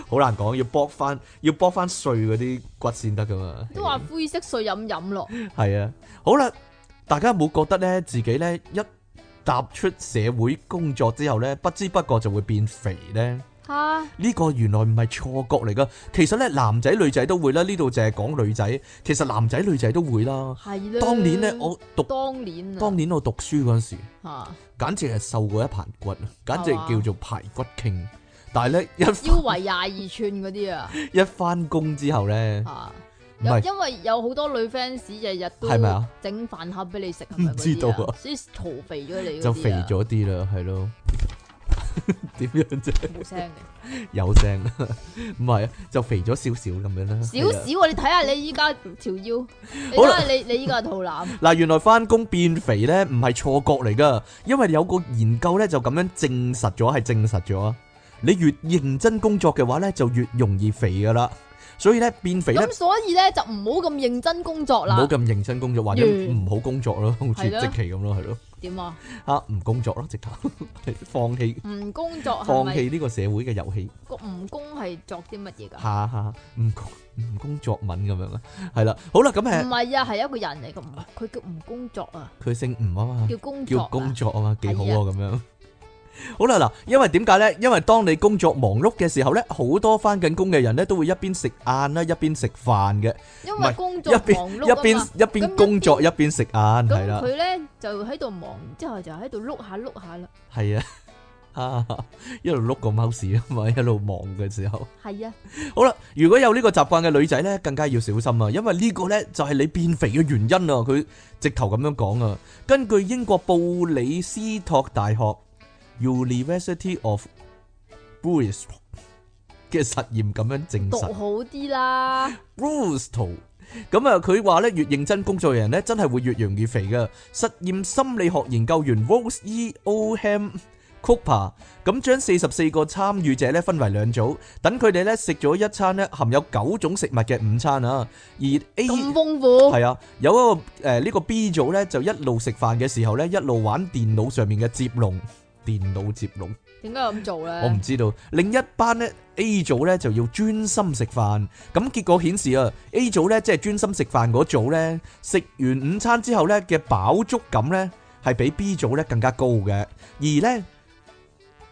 Speaker 2: 好難講，要剝翻要剝翻碎嗰啲骨先得噶嘛。
Speaker 1: 都話灰色水飲飲咯，
Speaker 2: 係啊，好啦，大家有冇覺得咧自己咧一踏出社會工作之後咧，不知不覺就會變肥咧？
Speaker 1: 吓
Speaker 2: 呢個原來唔係錯覺嚟噶，其實咧男仔女仔都會啦，呢度淨係講女仔，其實男仔女仔都會啦。
Speaker 1: 係啦。
Speaker 2: 當年咧，我讀
Speaker 1: 當年啊
Speaker 2: 當年我讀書嗰陣時，
Speaker 1: 吓
Speaker 2: 簡直係瘦過一排骨，啊簡直
Speaker 1: 係嘛
Speaker 2: 叫做排骨傾。但係咧一
Speaker 1: 腰圍廿二寸嗰啲
Speaker 2: [laughs]
Speaker 1: 啊
Speaker 2: 一翻工之後咧，
Speaker 1: 吓，
Speaker 2: 唔
Speaker 1: 有
Speaker 2: 係
Speaker 1: 因為有好多女 fans 日日都
Speaker 2: 係咪啊
Speaker 1: 整飯盒俾你
Speaker 2: [laughs]
Speaker 1: 食，係咪
Speaker 2: 唔知道啊
Speaker 1: 嗰啲所以嘈肥咗你嗰啲啊
Speaker 2: 就肥，咗啲啦，係咯。 [laughs] 點樣啫？
Speaker 1: 冇聲
Speaker 2: [laughs]
Speaker 1: 嘅，
Speaker 2: 有聲， [laughs] 唔係啊，就肥咗少少咁樣啦。
Speaker 1: 少
Speaker 2: 係啊
Speaker 1: 少啊！你睇下你依家條腰，你
Speaker 2: 好
Speaker 1: 睇
Speaker 2: 啦
Speaker 1: 下你你依家個肚腩，
Speaker 2: 嗱，原來翻工變肥咧唔係錯覺嚟噶，因為有個研究咧就咁樣證實咗，係證實咗啊！你越認真工作嘅話咧，就越容易肥噶啦。所以咧變肥咧
Speaker 1: 咁，所以咧就唔好咁認真工作
Speaker 2: 唔好
Speaker 1: 啦。
Speaker 2: 咁認真工作，或者
Speaker 1: 完
Speaker 2: 唔好工作咯，好似
Speaker 1: 係咯
Speaker 2: 即期咁咯，係咯，
Speaker 1: 點啊？
Speaker 2: 嚇唔工作咯，直頭 [laughs] 放棄
Speaker 1: 唔工作係
Speaker 2: 放
Speaker 1: 咪
Speaker 2: 棄呢個社會嘅遊戲，
Speaker 1: 個唔工係作啲乜嘢㗎？
Speaker 2: 下下唔工唔工作文咁樣啊，係啦，好啦，咁
Speaker 1: 唔
Speaker 2: 誒
Speaker 1: 係啊，係一個人嚟嘅，唔佢叫唔工作啊，
Speaker 2: 佢姓吳啊嘛。
Speaker 1: 叫工作
Speaker 2: 叫
Speaker 1: 啊。
Speaker 2: 工作啊嘛，幾好啊
Speaker 1: 係
Speaker 2: 咁樣。 [laughs] 好啦，嗱，因為點解呢？因為當你工作忙碌嘅時候呢，好多翻緊工嘅人呢都會一邊食晏啦，一邊食飯嘅，
Speaker 1: 因
Speaker 2: 唔
Speaker 1: 為
Speaker 2: 係
Speaker 1: 工
Speaker 2: 一
Speaker 1: 作忙
Speaker 2: 邊一
Speaker 1: 碌啊
Speaker 2: 邊
Speaker 1: 嘛。
Speaker 2: 一邊工作一邊食晏，係
Speaker 1: 咁
Speaker 2: 啦，
Speaker 1: 佢咧就喺度忙，之後就喺度碌下碌下啦。
Speaker 2: 係啊。 [laughs] 啊！一路碌個 mouse 啊嘛，一路忙嘅時候，
Speaker 1: 係啊，
Speaker 2: 好啦，如果有呢個習慣嘅女仔呢，更加要小心啊，因為呢個呢就係你變肥嘅原因啊！佢直頭咁樣講啊，根據英國布里斯托大學 University of Bristol 嘅實驗咁樣證
Speaker 1: 讀
Speaker 2: 實
Speaker 1: 好啲啦。
Speaker 2: ，Bristol 咁啊，佢話呢，越認真工作嘅人呢，真係會越容易肥噶。實驗心理學研究員 Rose E. Ohem Cooper 咁將四十四個參與者咧分為兩組，等佢哋咧食咗一餐咧含有九種食物嘅午餐啊，而 A
Speaker 1: 咁豐富，
Speaker 2: 係啊，有一個誒呢、個 B 組咧就一路食飯嘅時候咧，一路玩電腦上面嘅接龍，電腦接龍，
Speaker 1: 點解要咁做
Speaker 2: 我唔
Speaker 1: 咧？
Speaker 2: 知道。另一班咧 A 組咧就要專心食飯，咁結果顯示啊，A 組咧即係專心食飯嗰組咧，食完午餐之後咧嘅飽足感咧係比 B 組咧更加高嘅，而咧。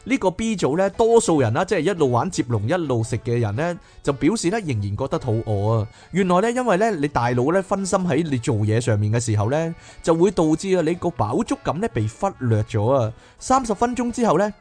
Speaker 2: 呢個 B 組咧，多數人啦，即係一路玩接龍一路食嘅人咧，就表示咧仍然覺得肚餓啊。原來咧，因為咧你大腦咧分心喺你做嘢上面嘅時候咧，就會導致啊你個飽足感咧被忽略咗啊。三十分鐘之後咧，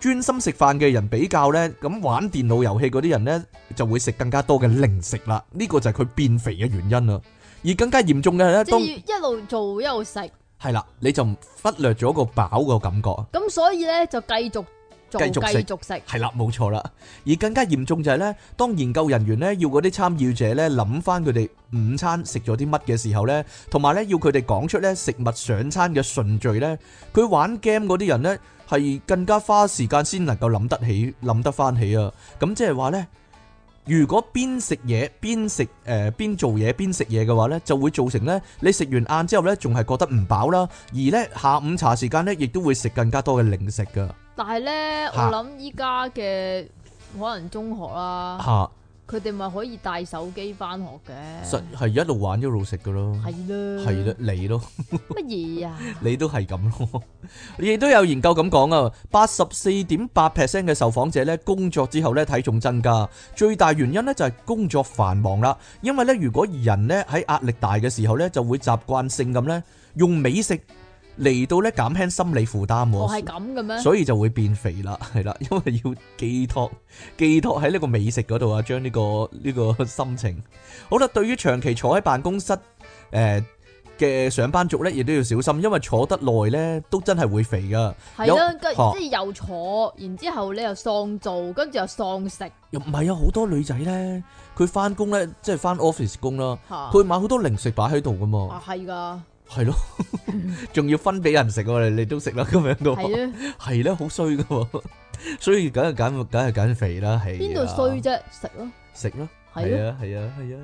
Speaker 2: 專心食飯嘅人比較咧，咁玩電腦遊戲嗰啲人咧就會食更加多嘅零食啦。呢個就係佢變肥嘅原因啦。而更加嚴重嘅係咧，
Speaker 1: 即
Speaker 2: 當
Speaker 1: 係一路做一路食，
Speaker 2: 係啦，你就忽略咗個飽個感覺啊。
Speaker 1: 咁所以咧就繼續做，
Speaker 2: 繼
Speaker 1: 繼
Speaker 2: 續食
Speaker 1: 續食。
Speaker 2: 係啦，冇錯啦。而更加嚴重就係呢，當研究人員呢要嗰啲參與者呢諗翻佢哋午餐食咗啲乜嘅時候呢，同埋呢要佢哋講出呢食物上餐嘅順序呢，佢玩 game 嗰啲人呢係更加花時間先能夠諗得起、諗得翻起啊。咁即係話呢，如果邊食嘢邊食誒邊做嘢邊食嘢嘅話呢，就會造成呢你食完晏之後呢仲係覺得唔飽啦，而呢下午茶時間呢亦都會食更加多嘅零食噶
Speaker 1: 但係咧，我
Speaker 2: 嚇
Speaker 1: 諗依家嘅可能中學啦，
Speaker 2: 嚇。
Speaker 1: 佢哋咪可以帶手機翻學嘅。
Speaker 2: 實係一路玩一路食噶咯，
Speaker 1: 係啦，
Speaker 2: 係啦，，你咯， [laughs]
Speaker 1: 乜嘢啊？
Speaker 2: 你都係咁咯。 [laughs] 亦都有研究咁講啊，八十四點八 percent 嘅受訪者咧，工作之後咧體重增加，最大原因咧就係工作繁忙啦。因為咧，如果人咧喺壓力大嘅時候咧，就會習慣性咁咧用美食嚟到咧減輕心理負擔喎。
Speaker 1: 我係咁嘅咩？
Speaker 2: 所以就會變肥啦， [laughs] 係啦，因為要寄託寄託喺呢個美食嗰度啊，將呢、個呢、個心情。好啦，對於長期坐喺辦公室誒嘅、上班族呢，亦都要小心，因為坐得耐呢，都真係會肥噶。
Speaker 1: 係啦，跟
Speaker 2: 嚇
Speaker 1: 即係又坐，然之後你又喪做，跟住又喪食
Speaker 2: 又唔係啊，好多女仔呢，佢翻工呢，即係翻 office 工啦，
Speaker 1: 嚇。
Speaker 2: 佢會買好多零食擺喺度噶嘛，
Speaker 1: 啊，係㗎，[laughs]
Speaker 2: 係咯，仲要分俾人食喎，你你都食啦咁樣噶，
Speaker 1: 係啊，
Speaker 2: 係咧，好衰噶喎，所以梗係揀梗係揀肥啦，係
Speaker 1: 邊度
Speaker 2: 啊
Speaker 1: 衰啫？食咯，
Speaker 2: 食啦。
Speaker 1: 係咯，
Speaker 2: 啊，系啊，系啊，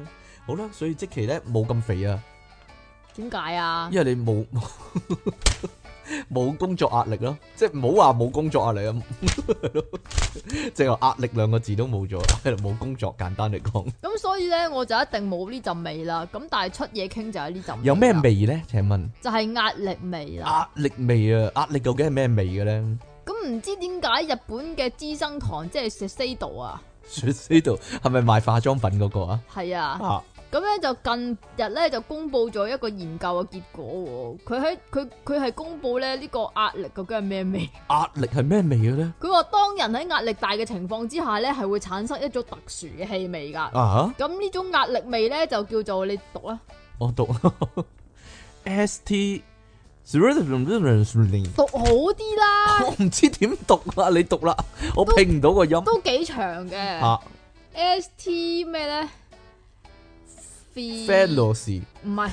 Speaker 2: 好啦，所以即期咧冇咁肥啊，
Speaker 1: 點解啊？
Speaker 2: 因為你 [laughs] 冇冇工作壓力咯，即係唔好話冇工作壓力 [laughs] 啊，即係話壓力兩個字都冇咗，係啦冇工作簡單嚟講，
Speaker 1: 咁所以咧，我就一定冇呢陣味啦。咁但係出嘢傾就係呢陣啦。
Speaker 2: 有咩味咧？請問
Speaker 1: 就係壓力味啦。
Speaker 2: 壓力味啊，壓力究竟係咩味嘅 [laughs] 咧？
Speaker 1: 咁唔知點解日本嘅資生堂即係 s e s e i d o 啊，
Speaker 2: 雪呢度係咪賣化妝品嗰個啊？
Speaker 1: 係啊，
Speaker 2: 啊，
Speaker 1: 咁咧就近日咧就公布咗一個研究嘅結果喎。佢喺佢佢係公布咧呢個壓力究竟係咩味？ [laughs]
Speaker 2: 壓力係咩味嘅咧？
Speaker 1: 佢話當人喺壓力大嘅情況之下咧，係會產生一種特殊嘅氣味㗎。
Speaker 2: 啊，
Speaker 1: 咁呢種壓力味咧就叫做你讀啊，
Speaker 2: 我讀 [laughs] S T，我
Speaker 1: 讀好啲 [laughs] 啦，
Speaker 2: 唔知點讀啊，你讀啦，我
Speaker 1: 都
Speaker 2: 拼唔到個音
Speaker 1: 都幾長嘅。
Speaker 2: 啊
Speaker 1: S T 咩咧 Fe
Speaker 2: ，Fellows
Speaker 1: 唔係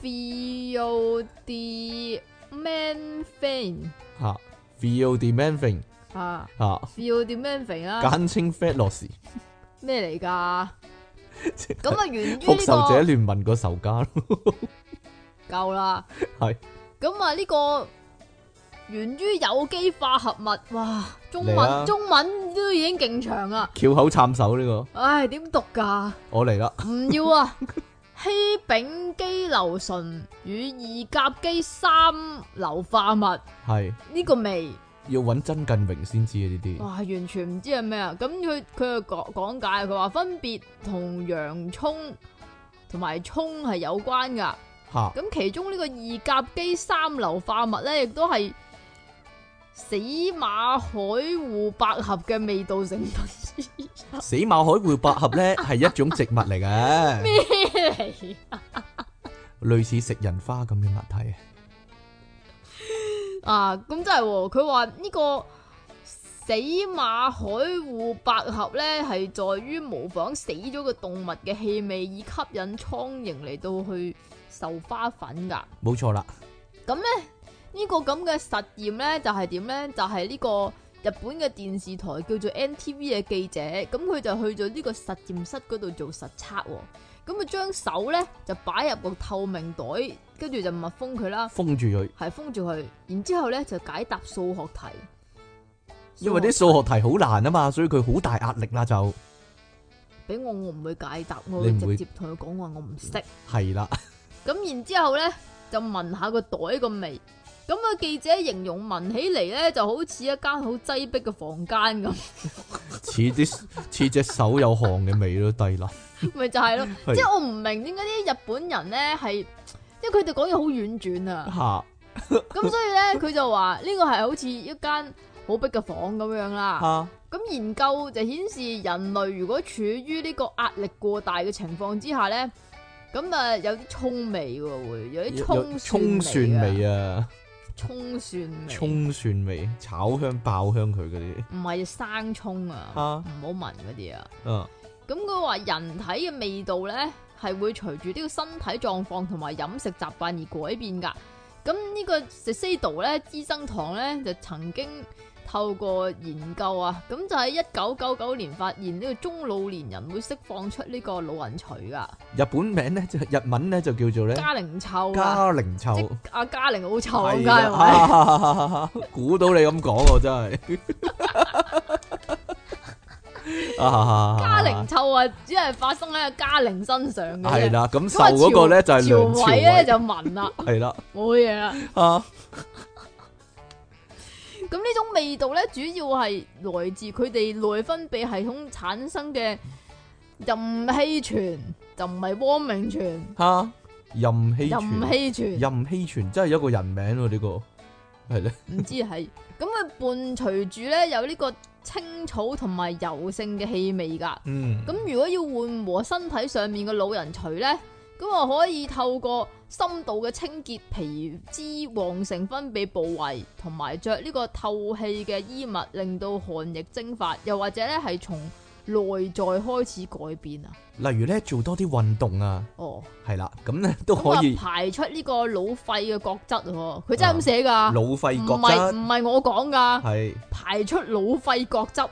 Speaker 1: Feel D Man Thing
Speaker 2: 嚇，Feel the man thing
Speaker 1: 啊
Speaker 2: 嚇，
Speaker 1: ，Feel D Man Thing 啦，
Speaker 2: 簡稱 Fellows，
Speaker 1: 咩嚟
Speaker 2: [laughs]
Speaker 1: 㗎？咁
Speaker 2: 咁
Speaker 1: 啊，源於呢
Speaker 2: 復仇者
Speaker 1: 個
Speaker 2: 聯盟個仇家咯， [laughs]
Speaker 1: 夠啦。
Speaker 2: 係
Speaker 1: 咁啊，呢個源於有機化合物，哇！中
Speaker 2: 嚟啊啦
Speaker 1: 文中文都已經勁長啦，
Speaker 2: 翹口插手呢個，
Speaker 1: 唉，點讀㗎？
Speaker 2: 我嚟啦，
Speaker 1: 唔要啊！ [laughs] 希丙基硫醇與二甲基三硫化物呢、
Speaker 2: 係
Speaker 1: 個味，
Speaker 2: 要揾曾近榮先知啊呢啲，
Speaker 1: 哇，完全唔知係咩啊！咁佢佢又講講解，佢話分別同洋葱同埋葱係有關噶。
Speaker 2: 嚇
Speaker 1: 咁其中呢個二甲基三硫化物咧，亦都係死馬海湖百合嘅味道成分
Speaker 2: 死馬海湖百合咧係一種植物嚟嘅。
Speaker 1: 嚟。
Speaker 2: 類似食人花咁嘅物體，
Speaker 1: 啊，咁真係喎，佢話呢個死馬海湖百合咧，係在於模仿死咗嘅動物嘅氣味，以吸引蒼蠅嚟到去受花粉噶。
Speaker 2: 冇錯啦。
Speaker 1: 呢、個咁嘅實驗咧，就係點咧？就係、呢個日本嘅電視台叫做 NTV 嘅記者，咁佢就去咗呢個實驗室嗰度做實測喎。咁佢將手咧就擺入個透明袋，跟住就密封佢啦。
Speaker 2: 封住佢，
Speaker 1: 系封住佢，然之后咧就解答數學題。
Speaker 2: 因為啲數學題好難啊嘛，所以佢好大壓力啦，就
Speaker 1: 俾我，我唔會解答，我會
Speaker 2: 你唔會
Speaker 1: 直接同佢講話我唔識。
Speaker 2: 係啦，
Speaker 1: 咁然之後咧就聞下個袋個味。咁啊，記者形容聞起嚟咧就好似一間好擠迫嘅房間咁， [laughs]
Speaker 2: 似啲似隻手有汗嘅味咯，低啦，
Speaker 1: 咪就係咯。
Speaker 2: 係
Speaker 1: 即係我唔明點解啲日本人咧係，因為佢哋講嘢好婉轉啊。
Speaker 2: 吓
Speaker 1: 咁所以咧佢就話呢個係好似一間好逼嘅房咁樣啦。
Speaker 2: 吓
Speaker 1: 咁研究就顯示，人類如果處於呢個壓力過大嘅情況之下咧，咁啊有啲葱味喎，會有啲葱
Speaker 2: 葱蒜
Speaker 1: 啊，
Speaker 2: 味啊，
Speaker 1: 葱蒜味，
Speaker 2: 葱蒜味，炒香爆香佢嗰啲，
Speaker 1: 唔係生葱啊，
Speaker 2: 啊
Speaker 1: 唔好聞嗰啲啊。
Speaker 2: 啊
Speaker 1: 咁佢話人體嘅味道咧係會隨住呢個身體狀況同埋飲食習慣而改變㗎。咁呢個 s e s i d o 咧，資生堂咧就曾經透過研究啊，咁就喺一九九九年發現呢個中老年人會釋放出呢個老人除㗎，
Speaker 2: 日本名咧就日文咧就叫做咧
Speaker 1: 加齡臭啊，
Speaker 2: 加齡
Speaker 1: 即
Speaker 2: 臭，
Speaker 1: 阿加齡好臭咁
Speaker 2: 係啊
Speaker 1: 梗係咪？
Speaker 2: 啦， [laughs] 估到你咁講我真係， [laughs] 啊
Speaker 1: 加
Speaker 2: 加
Speaker 1: 齡臭啊，只係發生喺阿加齡身上嘅啫。
Speaker 2: 系啦，咁
Speaker 1: 咁啊，
Speaker 2: 瘦嗰個咧就係
Speaker 1: 朝
Speaker 2: 梁朝
Speaker 1: 偉咧就
Speaker 2: 偉，
Speaker 1: 聞啦，
Speaker 2: 係啦，
Speaker 1: 冇嘢啦。
Speaker 2: 啊，
Speaker 1: 咁呢種味道咧，主要係來自佢哋內分泌系統產生嘅任氣泉，就唔係汪明泉。
Speaker 2: 吓，啊任希
Speaker 1: 任
Speaker 2: 全，
Speaker 1: 氣泉
Speaker 2: 任希全真係一個人名喎，呢個係咧，
Speaker 1: 唔知係咁佢伴隨住咧有呢個青草同埋油性嘅氣味㗎。
Speaker 2: 嗯，
Speaker 1: 咁如果要緩和身體上面嘅老人除咧，咁啊可以透過深度嘅清潔皮脂旺盛分泌部位，同埋着呢個透氣嘅衣物，令到汗液蒸發，又或者咧係從內在開始改變啊。
Speaker 2: 例如咧做多啲運動啊，
Speaker 1: 哦，
Speaker 2: 係啦，咁咧都
Speaker 1: 咁
Speaker 2: 可以
Speaker 1: 啊排出呢個老肺嘅角質喎，佢真係咁寫噶，唔
Speaker 2: 腦肺角
Speaker 1: 係
Speaker 2: 質，
Speaker 1: 唔係我講噶，
Speaker 2: 係
Speaker 1: 排出老肺角質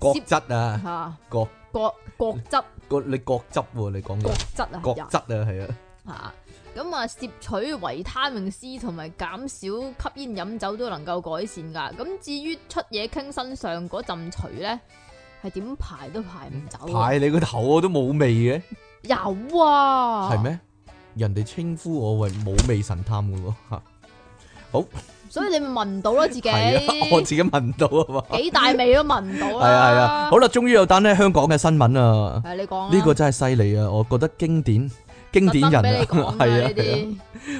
Speaker 2: 角質啊，
Speaker 1: 吓
Speaker 2: 角
Speaker 1: 角角質
Speaker 2: 個你角質喎，你講
Speaker 1: 角
Speaker 2: 嘅
Speaker 1: 質啊，
Speaker 2: 角質啊，係啊，
Speaker 1: 吓咁啊，攝取維他命 C 同埋減少吸煙飲酒都能夠改善噶。咁至於出嘢傾身上嗰陣除咧，係點排都排唔走啊。
Speaker 2: 排你個頭我都冇味嘅，
Speaker 1: 有啊，
Speaker 2: 係？咩？人哋稱呼我為冇味神探嘅喎，嚇
Speaker 1: 所以你咪聞到咯，自己
Speaker 2: [laughs] 係啊，我自己聞到啊嘛，
Speaker 1: 幾大味都聞到
Speaker 2: [laughs] 係
Speaker 1: 啦。
Speaker 2: 啊係啊，好啦，終於有單咧香港嘅新聞啊！
Speaker 1: 係你講
Speaker 2: 呢個真係犀利啊！我覺得經典經
Speaker 1: 特
Speaker 2: 典
Speaker 1: 登俾
Speaker 2: 人啊，
Speaker 1: 你
Speaker 2: [laughs] 係
Speaker 1: 講
Speaker 2: 啊
Speaker 1: 啊呢
Speaker 2: 係啊，
Speaker 1: 啲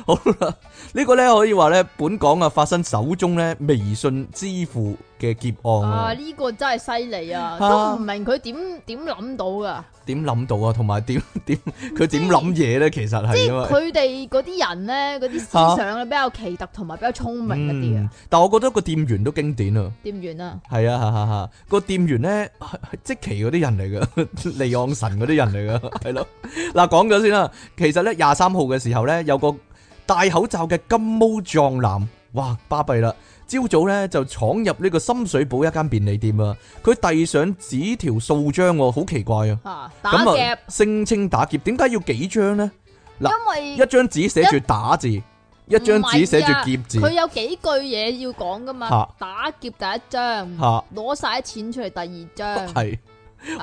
Speaker 2: 好啦，呢個咧可以話咧，本港啊發生首宗咧微信支付嘅劫案
Speaker 1: 啊
Speaker 2: 啊，
Speaker 1: 呢個真係犀利啊，
Speaker 2: 啊
Speaker 1: 都唔明佢點點諗到噶。
Speaker 2: 點諗到啊？同埋點 [laughs] 點佢點諗嘢咧？其實係啊
Speaker 1: 即係
Speaker 2: 因為
Speaker 1: 佢哋嗰啲人咧，嗰啲思想咧比較奇特同埋比較聰明一啲
Speaker 2: 嗯
Speaker 1: 啊。，
Speaker 2: 但我覺得個店員都經典啊，
Speaker 1: 店員啊，
Speaker 2: 係啊，哈哈哈！個店員咧係係 [laughs] 即奇嗰啲人嚟 [laughs] 噶，利昂神嗰啲人嚟噶， [laughs] 係咯。嗱，講咗先啦，其實咧廿三號嘅時候咧，有個戴口罩嘅金毛壯男，哇，巴閉啦！朝早咧就闖入呢個深水埗一間便利店啊，佢遞上紙條數張喎，好奇怪啊！
Speaker 1: 吓打
Speaker 2: 咁
Speaker 1: 夾
Speaker 2: 啊，，聲稱打劫，點解要幾張呢？
Speaker 1: 因
Speaker 2: 一
Speaker 1: 為
Speaker 2: 張紙寫住打字，一張紙寫住劫字，
Speaker 1: 啊佢有幾句嘢要講噶嘛
Speaker 2: 嚇。
Speaker 1: 打劫第一張，
Speaker 2: 嚇
Speaker 1: 攞晒啲錢出嚟第二張，
Speaker 2: 係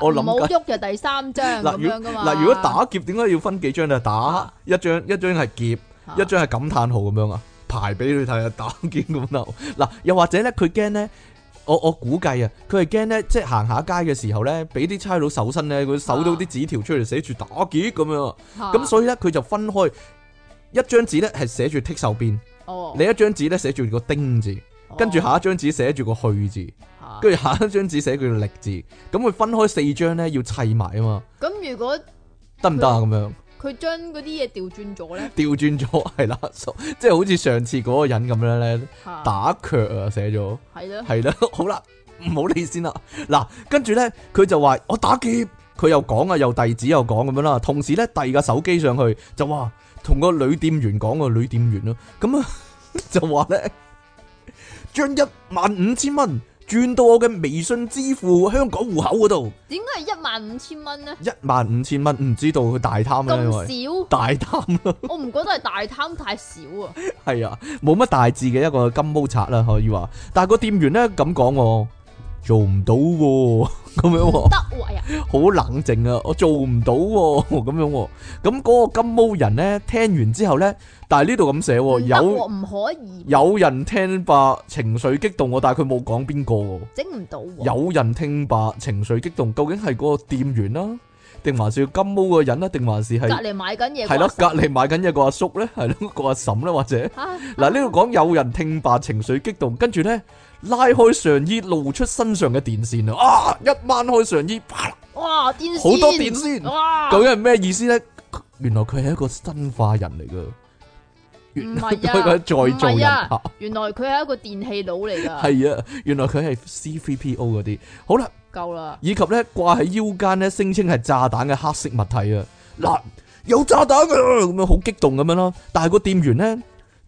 Speaker 2: [laughs] 我諗
Speaker 1: 唔好
Speaker 2: 緊。
Speaker 1: 喐就第三張
Speaker 2: 嗱
Speaker 1: 咁
Speaker 2: 如
Speaker 1: 樣噶嘛。
Speaker 2: 嗱，如果打劫點解要分幾張啊？打
Speaker 1: 啊
Speaker 2: 一張，一張係劫，
Speaker 1: 嚇
Speaker 2: 一張係感嘆號咁樣啊，排俾你睇啊，打劫咁就嗱，又或者咧，佢驚咧，我我估計啊，佢係驚咧，即係行下街嘅時候咧，俾啲差佬搜身咧，
Speaker 1: 啊
Speaker 2: 佢搜到啲紙條出嚟寫住打劫咁樣啊，
Speaker 1: 嚇
Speaker 2: 咁所以咧佢就分開一張紙咧係寫住剔手邊，
Speaker 1: 哦
Speaker 2: 另一張紙咧寫住個丁字，跟住下一張紙寫住個去字，
Speaker 1: 哦
Speaker 2: 跟住下一張紙寫住力字，咁佢分開四張咧要砌埋啊嘛，
Speaker 1: 咁如果
Speaker 2: 得唔得啊咁樣？
Speaker 1: 佢將嗰啲嘢調轉咗咧，
Speaker 2: 調轉咗係啦， [laughs] 所即係好似上次嗰個人咁樣咧，
Speaker 1: 嚇
Speaker 2: 打卻啊寫咗
Speaker 1: 係咯，
Speaker 2: 係啦， [laughs] 好啦，唔好理先啦。嗱，跟住咧佢就話我打劫，佢又講啊，又遞紙又講咁樣啦，同時咧遞架手機上去就話同個女店員講個女店員咯，咁啊 [laughs] 就話咧將一萬五千蚊轉到我嘅微信支付香港戶口嗰度，
Speaker 1: 點解係一萬五千蚊咧？
Speaker 2: 一萬五千蚊唔知道佢大貪啦，因為
Speaker 1: 咁少？
Speaker 2: 大貪啦。
Speaker 1: 我唔覺得係大貪太少
Speaker 2: [laughs]
Speaker 1: 啊！
Speaker 2: 係啊，冇乜大志嘅一個金毛賊啦，可以話。但係個店員咧咁講喎，做唔到喎， [laughs] 咁樣喎，
Speaker 1: 得喎，哎呀，
Speaker 2: 好冷靜啊，我做唔到喎， [laughs] 咁樣喎。咁嗰個金毛人咧聽完之後咧，但係呢度咁寫喎，
Speaker 1: 唔得
Speaker 2: 有
Speaker 1: 喎唔可以，
Speaker 2: 有人聽罷情緒激動喎，但係佢冇講邊個喎。
Speaker 1: 整唔到喎。
Speaker 2: 有人聽罷情緒激動，究竟係嗰個店員啦，定還是金毛個人啦，定還是
Speaker 1: 隔
Speaker 2: 係
Speaker 1: 離買緊嘢嗰個嬸，
Speaker 2: 係咯隔離買緊嘢個阿叔咧，係咯個阿嬸咧，或者？
Speaker 1: 嚇
Speaker 2: 嗱，呢度講有人聽罷情緒激動，跟住咧拉開上衣，露出身上嘅電線啊！啊，一掹開上衣，啪
Speaker 1: 哇電線，
Speaker 2: 好多電線
Speaker 1: 哇，
Speaker 2: 究竟係咩意思咧？原來佢係一個生化人嚟噶，原
Speaker 1: 唔
Speaker 2: 來 [laughs]
Speaker 1: 係啊
Speaker 2: 佢係再造
Speaker 1: 唔
Speaker 2: 人
Speaker 1: 係啊
Speaker 2: 嚇，
Speaker 1: 原來佢係一個電器佬嚟㗎，
Speaker 2: 係啊，原來佢係 C3PO 嗰啲。好啦，
Speaker 1: 夠啦，
Speaker 2: 以及咧掛喺腰間咧，聲稱係炸彈嘅黑色物體啊！嗱，有炸彈啊！咁樣好激動咁樣啦，但係個店員咧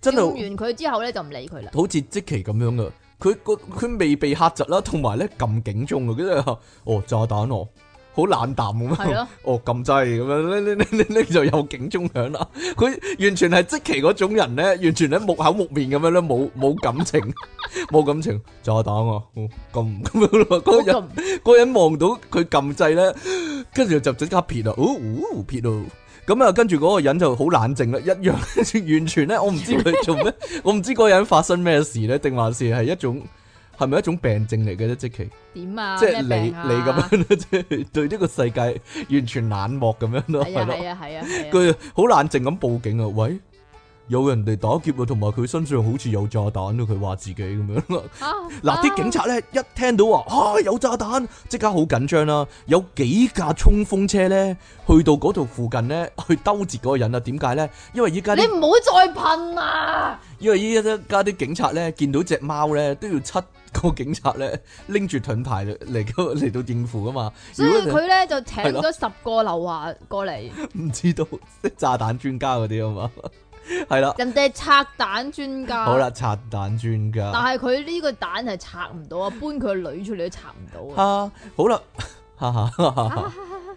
Speaker 2: 真
Speaker 1: 用
Speaker 2: 係
Speaker 1: 完。佢之後咧就唔理
Speaker 2: [laughs]
Speaker 1: 佢啦。
Speaker 2: 好似即期咁樣噶，佢個佢未被嚇窒啦，同埋咧撳警鐘啊，跟住話哦炸彈哦，好冷淡咁
Speaker 1: 係
Speaker 2: 樣
Speaker 1: 咯，
Speaker 2: 哦撳掣咁樣，呢呢呢呢呢就有警鐘響啦。佢完全係即期嗰種人咧，完全咧木口木面咁樣咧，冇冇感情，冇感情，炸彈啊，哦撳咁樣咯，嗰個人。
Speaker 1: 好咁
Speaker 2: 個人望到佢撳掣咧，跟住就即刻撇啦，哦，哦撇咯。咁啊，跟住嗰個人就好冷靜啦，一樣 [laughs] 完全咧，我唔知佢做
Speaker 1: [laughs]
Speaker 2: 咩，我唔知嗰個人發生咩事咧，定還是係一種係咪一種病症嚟嘅咧？即其
Speaker 1: 點啊？
Speaker 2: 即係你
Speaker 1: 咩
Speaker 2: 你
Speaker 1: 病啊
Speaker 2: 咁樣咧， [laughs] 即係對呢個世界完全冷漠咁樣咯，
Speaker 1: 係
Speaker 2: [laughs] 係
Speaker 1: 啊
Speaker 2: 咯。
Speaker 1: 係啊係啊係啊，
Speaker 2: 佢好冷靜咁報警啊！喂，有人哋打劫啊，同埋佢身上好似有炸彈啊！佢話自己咁樣咯。嗱，啲警
Speaker 1: 察
Speaker 2: 察咧一聽到話啊有炸彈，即刻好緊張啦！有幾架衝鋒車咧去到嗰度附近咧去兜截嗰個人啊？點解咧？因為依家
Speaker 1: 你
Speaker 2: 啲
Speaker 1: 唔好再噴啊啦，
Speaker 2: 因為依家啲警察咧見到只貓咧都要七個警察咧拎住盾牌嚟 [laughs] 嚟嚟到應付噶嘛。
Speaker 1: 所
Speaker 2: 如
Speaker 1: 以
Speaker 2: 果
Speaker 1: 佢咧就請
Speaker 2: 係咯
Speaker 1: 咗十個劉華過嚟，
Speaker 2: 你 [laughs] 唔知道即係炸彈專家嗰啲啊嘛， [laughs] 係啦，
Speaker 1: 人哋係拆彈專家。
Speaker 2: 好啦，拆彈專家。
Speaker 1: 但係佢呢個蛋係拆唔到啊，搬佢個女出嚟都拆唔到啊！
Speaker 2: 啊，好啦， [laughs] 哈哈哈哈
Speaker 1: [laughs]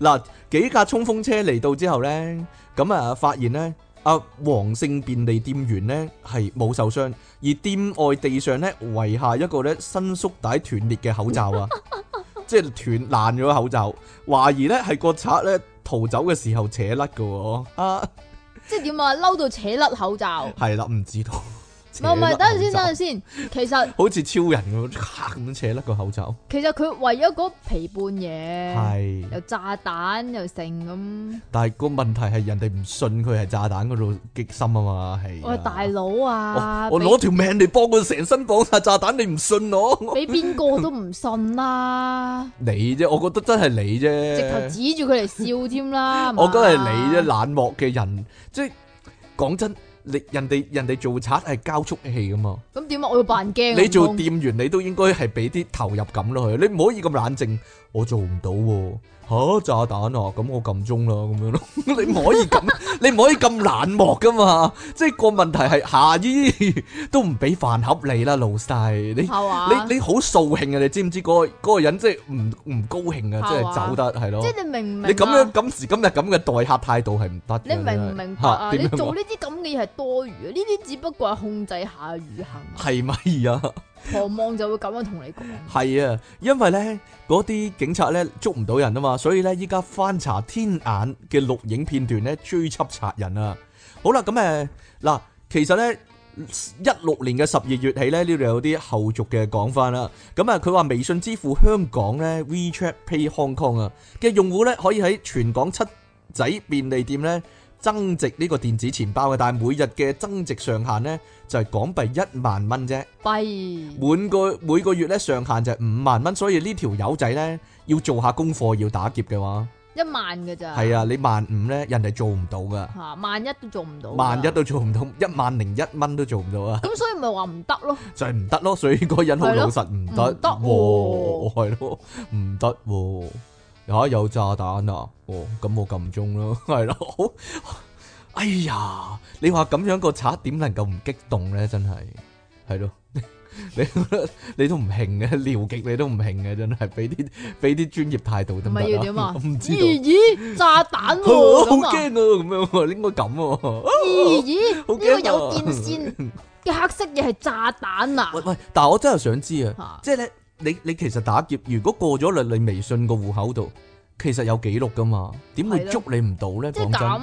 Speaker 2: 嗱，幾架衝鋒車嚟到之後呢，咁啊發現呢，阿黃姓便利店員呢係冇受傷，而店外地上呢遺下一個呢伸縮帶斷裂嘅口罩
Speaker 1: [laughs]
Speaker 2: 啊，即係斷爛咗嘅口罩，懷疑呢係個賊呢逃走嘅時候扯甩嘅喎，啊
Speaker 1: 即係點啊？嬲到扯甩口罩，唔
Speaker 2: 係啦，唔知道，
Speaker 1: 係唔係，等陣先，等
Speaker 2: 扯甩口罩
Speaker 1: 陣先。其實
Speaker 2: 好似超人咁咔咁扯甩個口罩，
Speaker 1: 其實佢為咗嗰皮半嘢，
Speaker 2: 係。
Speaker 1: 又炸彈又剩咁，
Speaker 2: 但係個問題係人哋唔信佢係炸彈嗰度激心啊嘛，係啊。
Speaker 1: 我話大佬啊，
Speaker 2: 哦我我攞條命嚟幫佢成身綁晒炸彈，你唔信我？
Speaker 1: 俾俾邊個都唔信啦，
Speaker 2: [laughs] 你啫，我覺得真係你
Speaker 1: 直頭
Speaker 2: 啫。
Speaker 1: 指住佢嚟笑添啦。係嘛
Speaker 2: 我覺得係你啫，冷漠嘅人，即係講真，你人哋人哋做賊係交速器噶嘛，
Speaker 1: 咁點啊？我要扮驚啊。
Speaker 2: 你做
Speaker 1: 唔通
Speaker 2: 店員你都應該係俾啲投入感落去，你唔可以咁冷靜。我做唔到喎，嚇炸彈啊！咁我撳鐘啦，咁樣咯， [laughs] 你唔可以咁，
Speaker 1: [laughs]
Speaker 2: 你唔可以咁冷漠噶嘛。即係個問題係下衣 [laughs] 都唔俾飯盒你啦，老細你。
Speaker 1: 係嘛？
Speaker 2: 你你好掃興啊！你知唔知嗰、個嗰個人即係唔唔高興啊！即
Speaker 1: 係
Speaker 2: 係
Speaker 1: 嘛
Speaker 2: 走得係
Speaker 1: 即
Speaker 2: 咯。
Speaker 1: 係你明唔明啊？
Speaker 2: 你咁樣今時今日咁嘅待客態度係唔得嘅。
Speaker 1: 你明唔
Speaker 2: 真係
Speaker 1: 明白啊？
Speaker 2: 嚇
Speaker 1: 你
Speaker 2: 點樣
Speaker 1: 做
Speaker 2: 啊
Speaker 1: 呢啲咁嘅嘢係多餘嘅，呢啲只不過係控制下餘行。
Speaker 2: [laughs] 係咪啊？
Speaker 1: 狂妄就會咁樣同你講。
Speaker 2: 係啊，因為咧嗰啲警察咧捉唔到人啊嘛，所以咧依家翻查天眼嘅錄影片段咧追緝賊人啊。好啦，咁誒嗱，其實咧。一六年嘅十二月起咧，呢度有啲後續嘅講翻啦。咁啊，佢話微信支付香港咧 WeChat Pay Hong Kong 啊嘅用戶咧，可以喺全港七仔便利店咧增值呢個電子錢包嘅，但係每日嘅增值上限咧就係港幣一萬蚊啫。
Speaker 1: 弊，
Speaker 2: 每個每個月咧上限就係五萬蚊，所以呢條友仔咧要做下功課，要打劫嘅話，
Speaker 1: 一萬嘅咋？
Speaker 2: 係啊，你萬五咧人哋做唔到噶，
Speaker 1: 嚇萬一都做唔到。
Speaker 2: 萬一。都做唔到，一萬零一蚊都做唔到啊，
Speaker 1: 咁所以咪話唔得咯，
Speaker 2: 就係唔得咯，所以嗰個人好
Speaker 1: 係咯
Speaker 2: 老實，唔
Speaker 1: 唔
Speaker 2: 得
Speaker 1: 得
Speaker 2: 喎，
Speaker 1: 喎
Speaker 2: 係咯，唔得喎，嚇有炸彈啊，哦，咁我撳鐘咯，係咯， [laughs] 好，哎呀，你話咁樣個賊點能夠唔激動咧？真係，係咯。 [laughs] 你你都唔興嘅，撩極你都唔興嘅，真係俾啲俾啲專業態度得
Speaker 1: 唔
Speaker 2: 唔得
Speaker 1: 係要點啊？
Speaker 2: 我 [laughs] 唔知道，
Speaker 1: 咦咦，炸彈喎
Speaker 2: 好
Speaker 1: 咁啊！
Speaker 2: 驚啊，咁樣喎應該咁喎。
Speaker 1: 咦咦，呢
Speaker 2: 好
Speaker 1: 個
Speaker 2: 驚啊
Speaker 1: 有電線嘅黑色嘢係炸彈啊
Speaker 2: 喂！喂，但係我真係想知啊，
Speaker 1: 嚇
Speaker 2: 即係咧，你你其實打劫，如果過咗你你微信個戶口度，其實有記錄噶嘛，點會
Speaker 1: 係咯
Speaker 2: 捉你唔到咧？
Speaker 1: 即係
Speaker 2: 講真，
Speaker 1: 咁，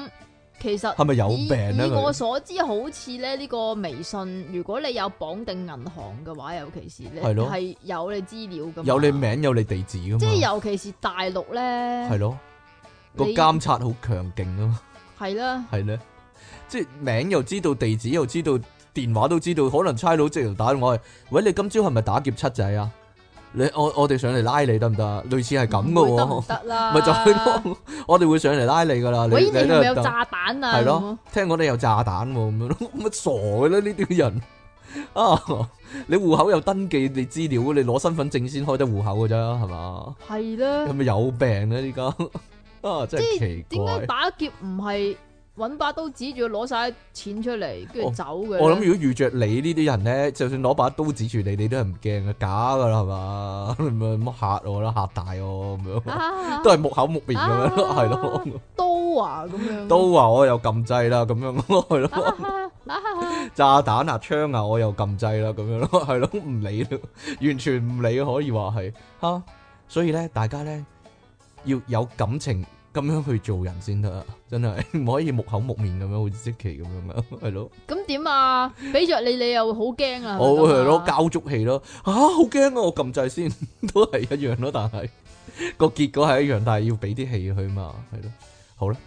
Speaker 1: 其實
Speaker 2: 係咪有
Speaker 1: 以
Speaker 2: 病咧？
Speaker 1: 以我
Speaker 2: 佢
Speaker 1: 所知，好似咧呢個微信，如果你有綁定銀行嘅話，尤其是你
Speaker 2: 係咯
Speaker 1: 係有你資料噶嘛，
Speaker 2: 有你，名有你地址噶嘛
Speaker 1: 即，係尤其是大陸
Speaker 2: 係
Speaker 1: 咧，
Speaker 2: 咯，個
Speaker 1: 你
Speaker 2: 監察好強勁啊嘛。 [laughs]
Speaker 1: 係啦，
Speaker 2: 系咧，即系名又知道，地址又知道，電話都知道，可能差佬直頭打我去，喂，你今朝係咪打劫七仔啊？你我我哋上嚟拉你得唔得啊？類似係咁噶
Speaker 1: 唔會得啊唔
Speaker 2: 喎，
Speaker 1: 得啦，
Speaker 2: [laughs] 咪就係咯，我哋會上嚟拉你噶啦，你
Speaker 1: 喂，你
Speaker 2: 你
Speaker 1: 係
Speaker 2: 都
Speaker 1: 咪有
Speaker 2: 係得
Speaker 1: 炸彈啊？
Speaker 2: 係
Speaker 1: 咁
Speaker 2: 咯
Speaker 1: 啊，
Speaker 2: 聽講你有炸彈喎，咁樣咯， [laughs] 乜傻嘅咧呢啲人 [laughs] 啊？你戶口有登記你資料，你攞身份證先開得戶口噶咋，係嘛？
Speaker 1: 係啦
Speaker 2: 係，咪有病咧？依家 [laughs] 啊，
Speaker 1: 嗯
Speaker 2: 真係
Speaker 1: 即
Speaker 2: 奇
Speaker 1: 點
Speaker 2: 怪
Speaker 1: 解。打劫唔係揾把刀指住佢攞晒錢出嚟，跟住
Speaker 2: 我
Speaker 1: 走嘅？
Speaker 2: 哦我諗如果遇着你呢啲人咧，就算攞把刀指住你，你都係唔驚嘅，假噶啦係嘛？ [laughs] 你咪乜嚇我啦，嚇大我咁樣，
Speaker 1: 啊
Speaker 2: 都係木口木面咁樣咯，
Speaker 1: 啊
Speaker 2: 係咯，
Speaker 1: 刀啊咁樣，
Speaker 2: 都話我又撳掣啦，咁樣咯，係
Speaker 1: 啊
Speaker 2: 咯，
Speaker 1: 啊啊啊
Speaker 2: 炸彈啊槍啊我又撳掣啦，咁樣咯， [laughs] 係咯，唔理咯， [laughs] 完全唔理可以話係吓，所以咧大家咧要有感情咁樣去做人先得啊，真係 [laughs] 唔可以木口木面咁樣，好似積淇咁樣啊， [laughs] 係咯。
Speaker 1: 咁點啊？俾着你，你又會好驚啊！
Speaker 2: 我會
Speaker 1: 係咪
Speaker 2: 係
Speaker 1: 咁
Speaker 2: 咯
Speaker 1: 啊，
Speaker 2: 交足氣咯，啊好驚啊！我撳掣先 [laughs] 都係一樣咯，但係個結果係一樣，但係要俾啲氣佢嘛，係咯，好啦，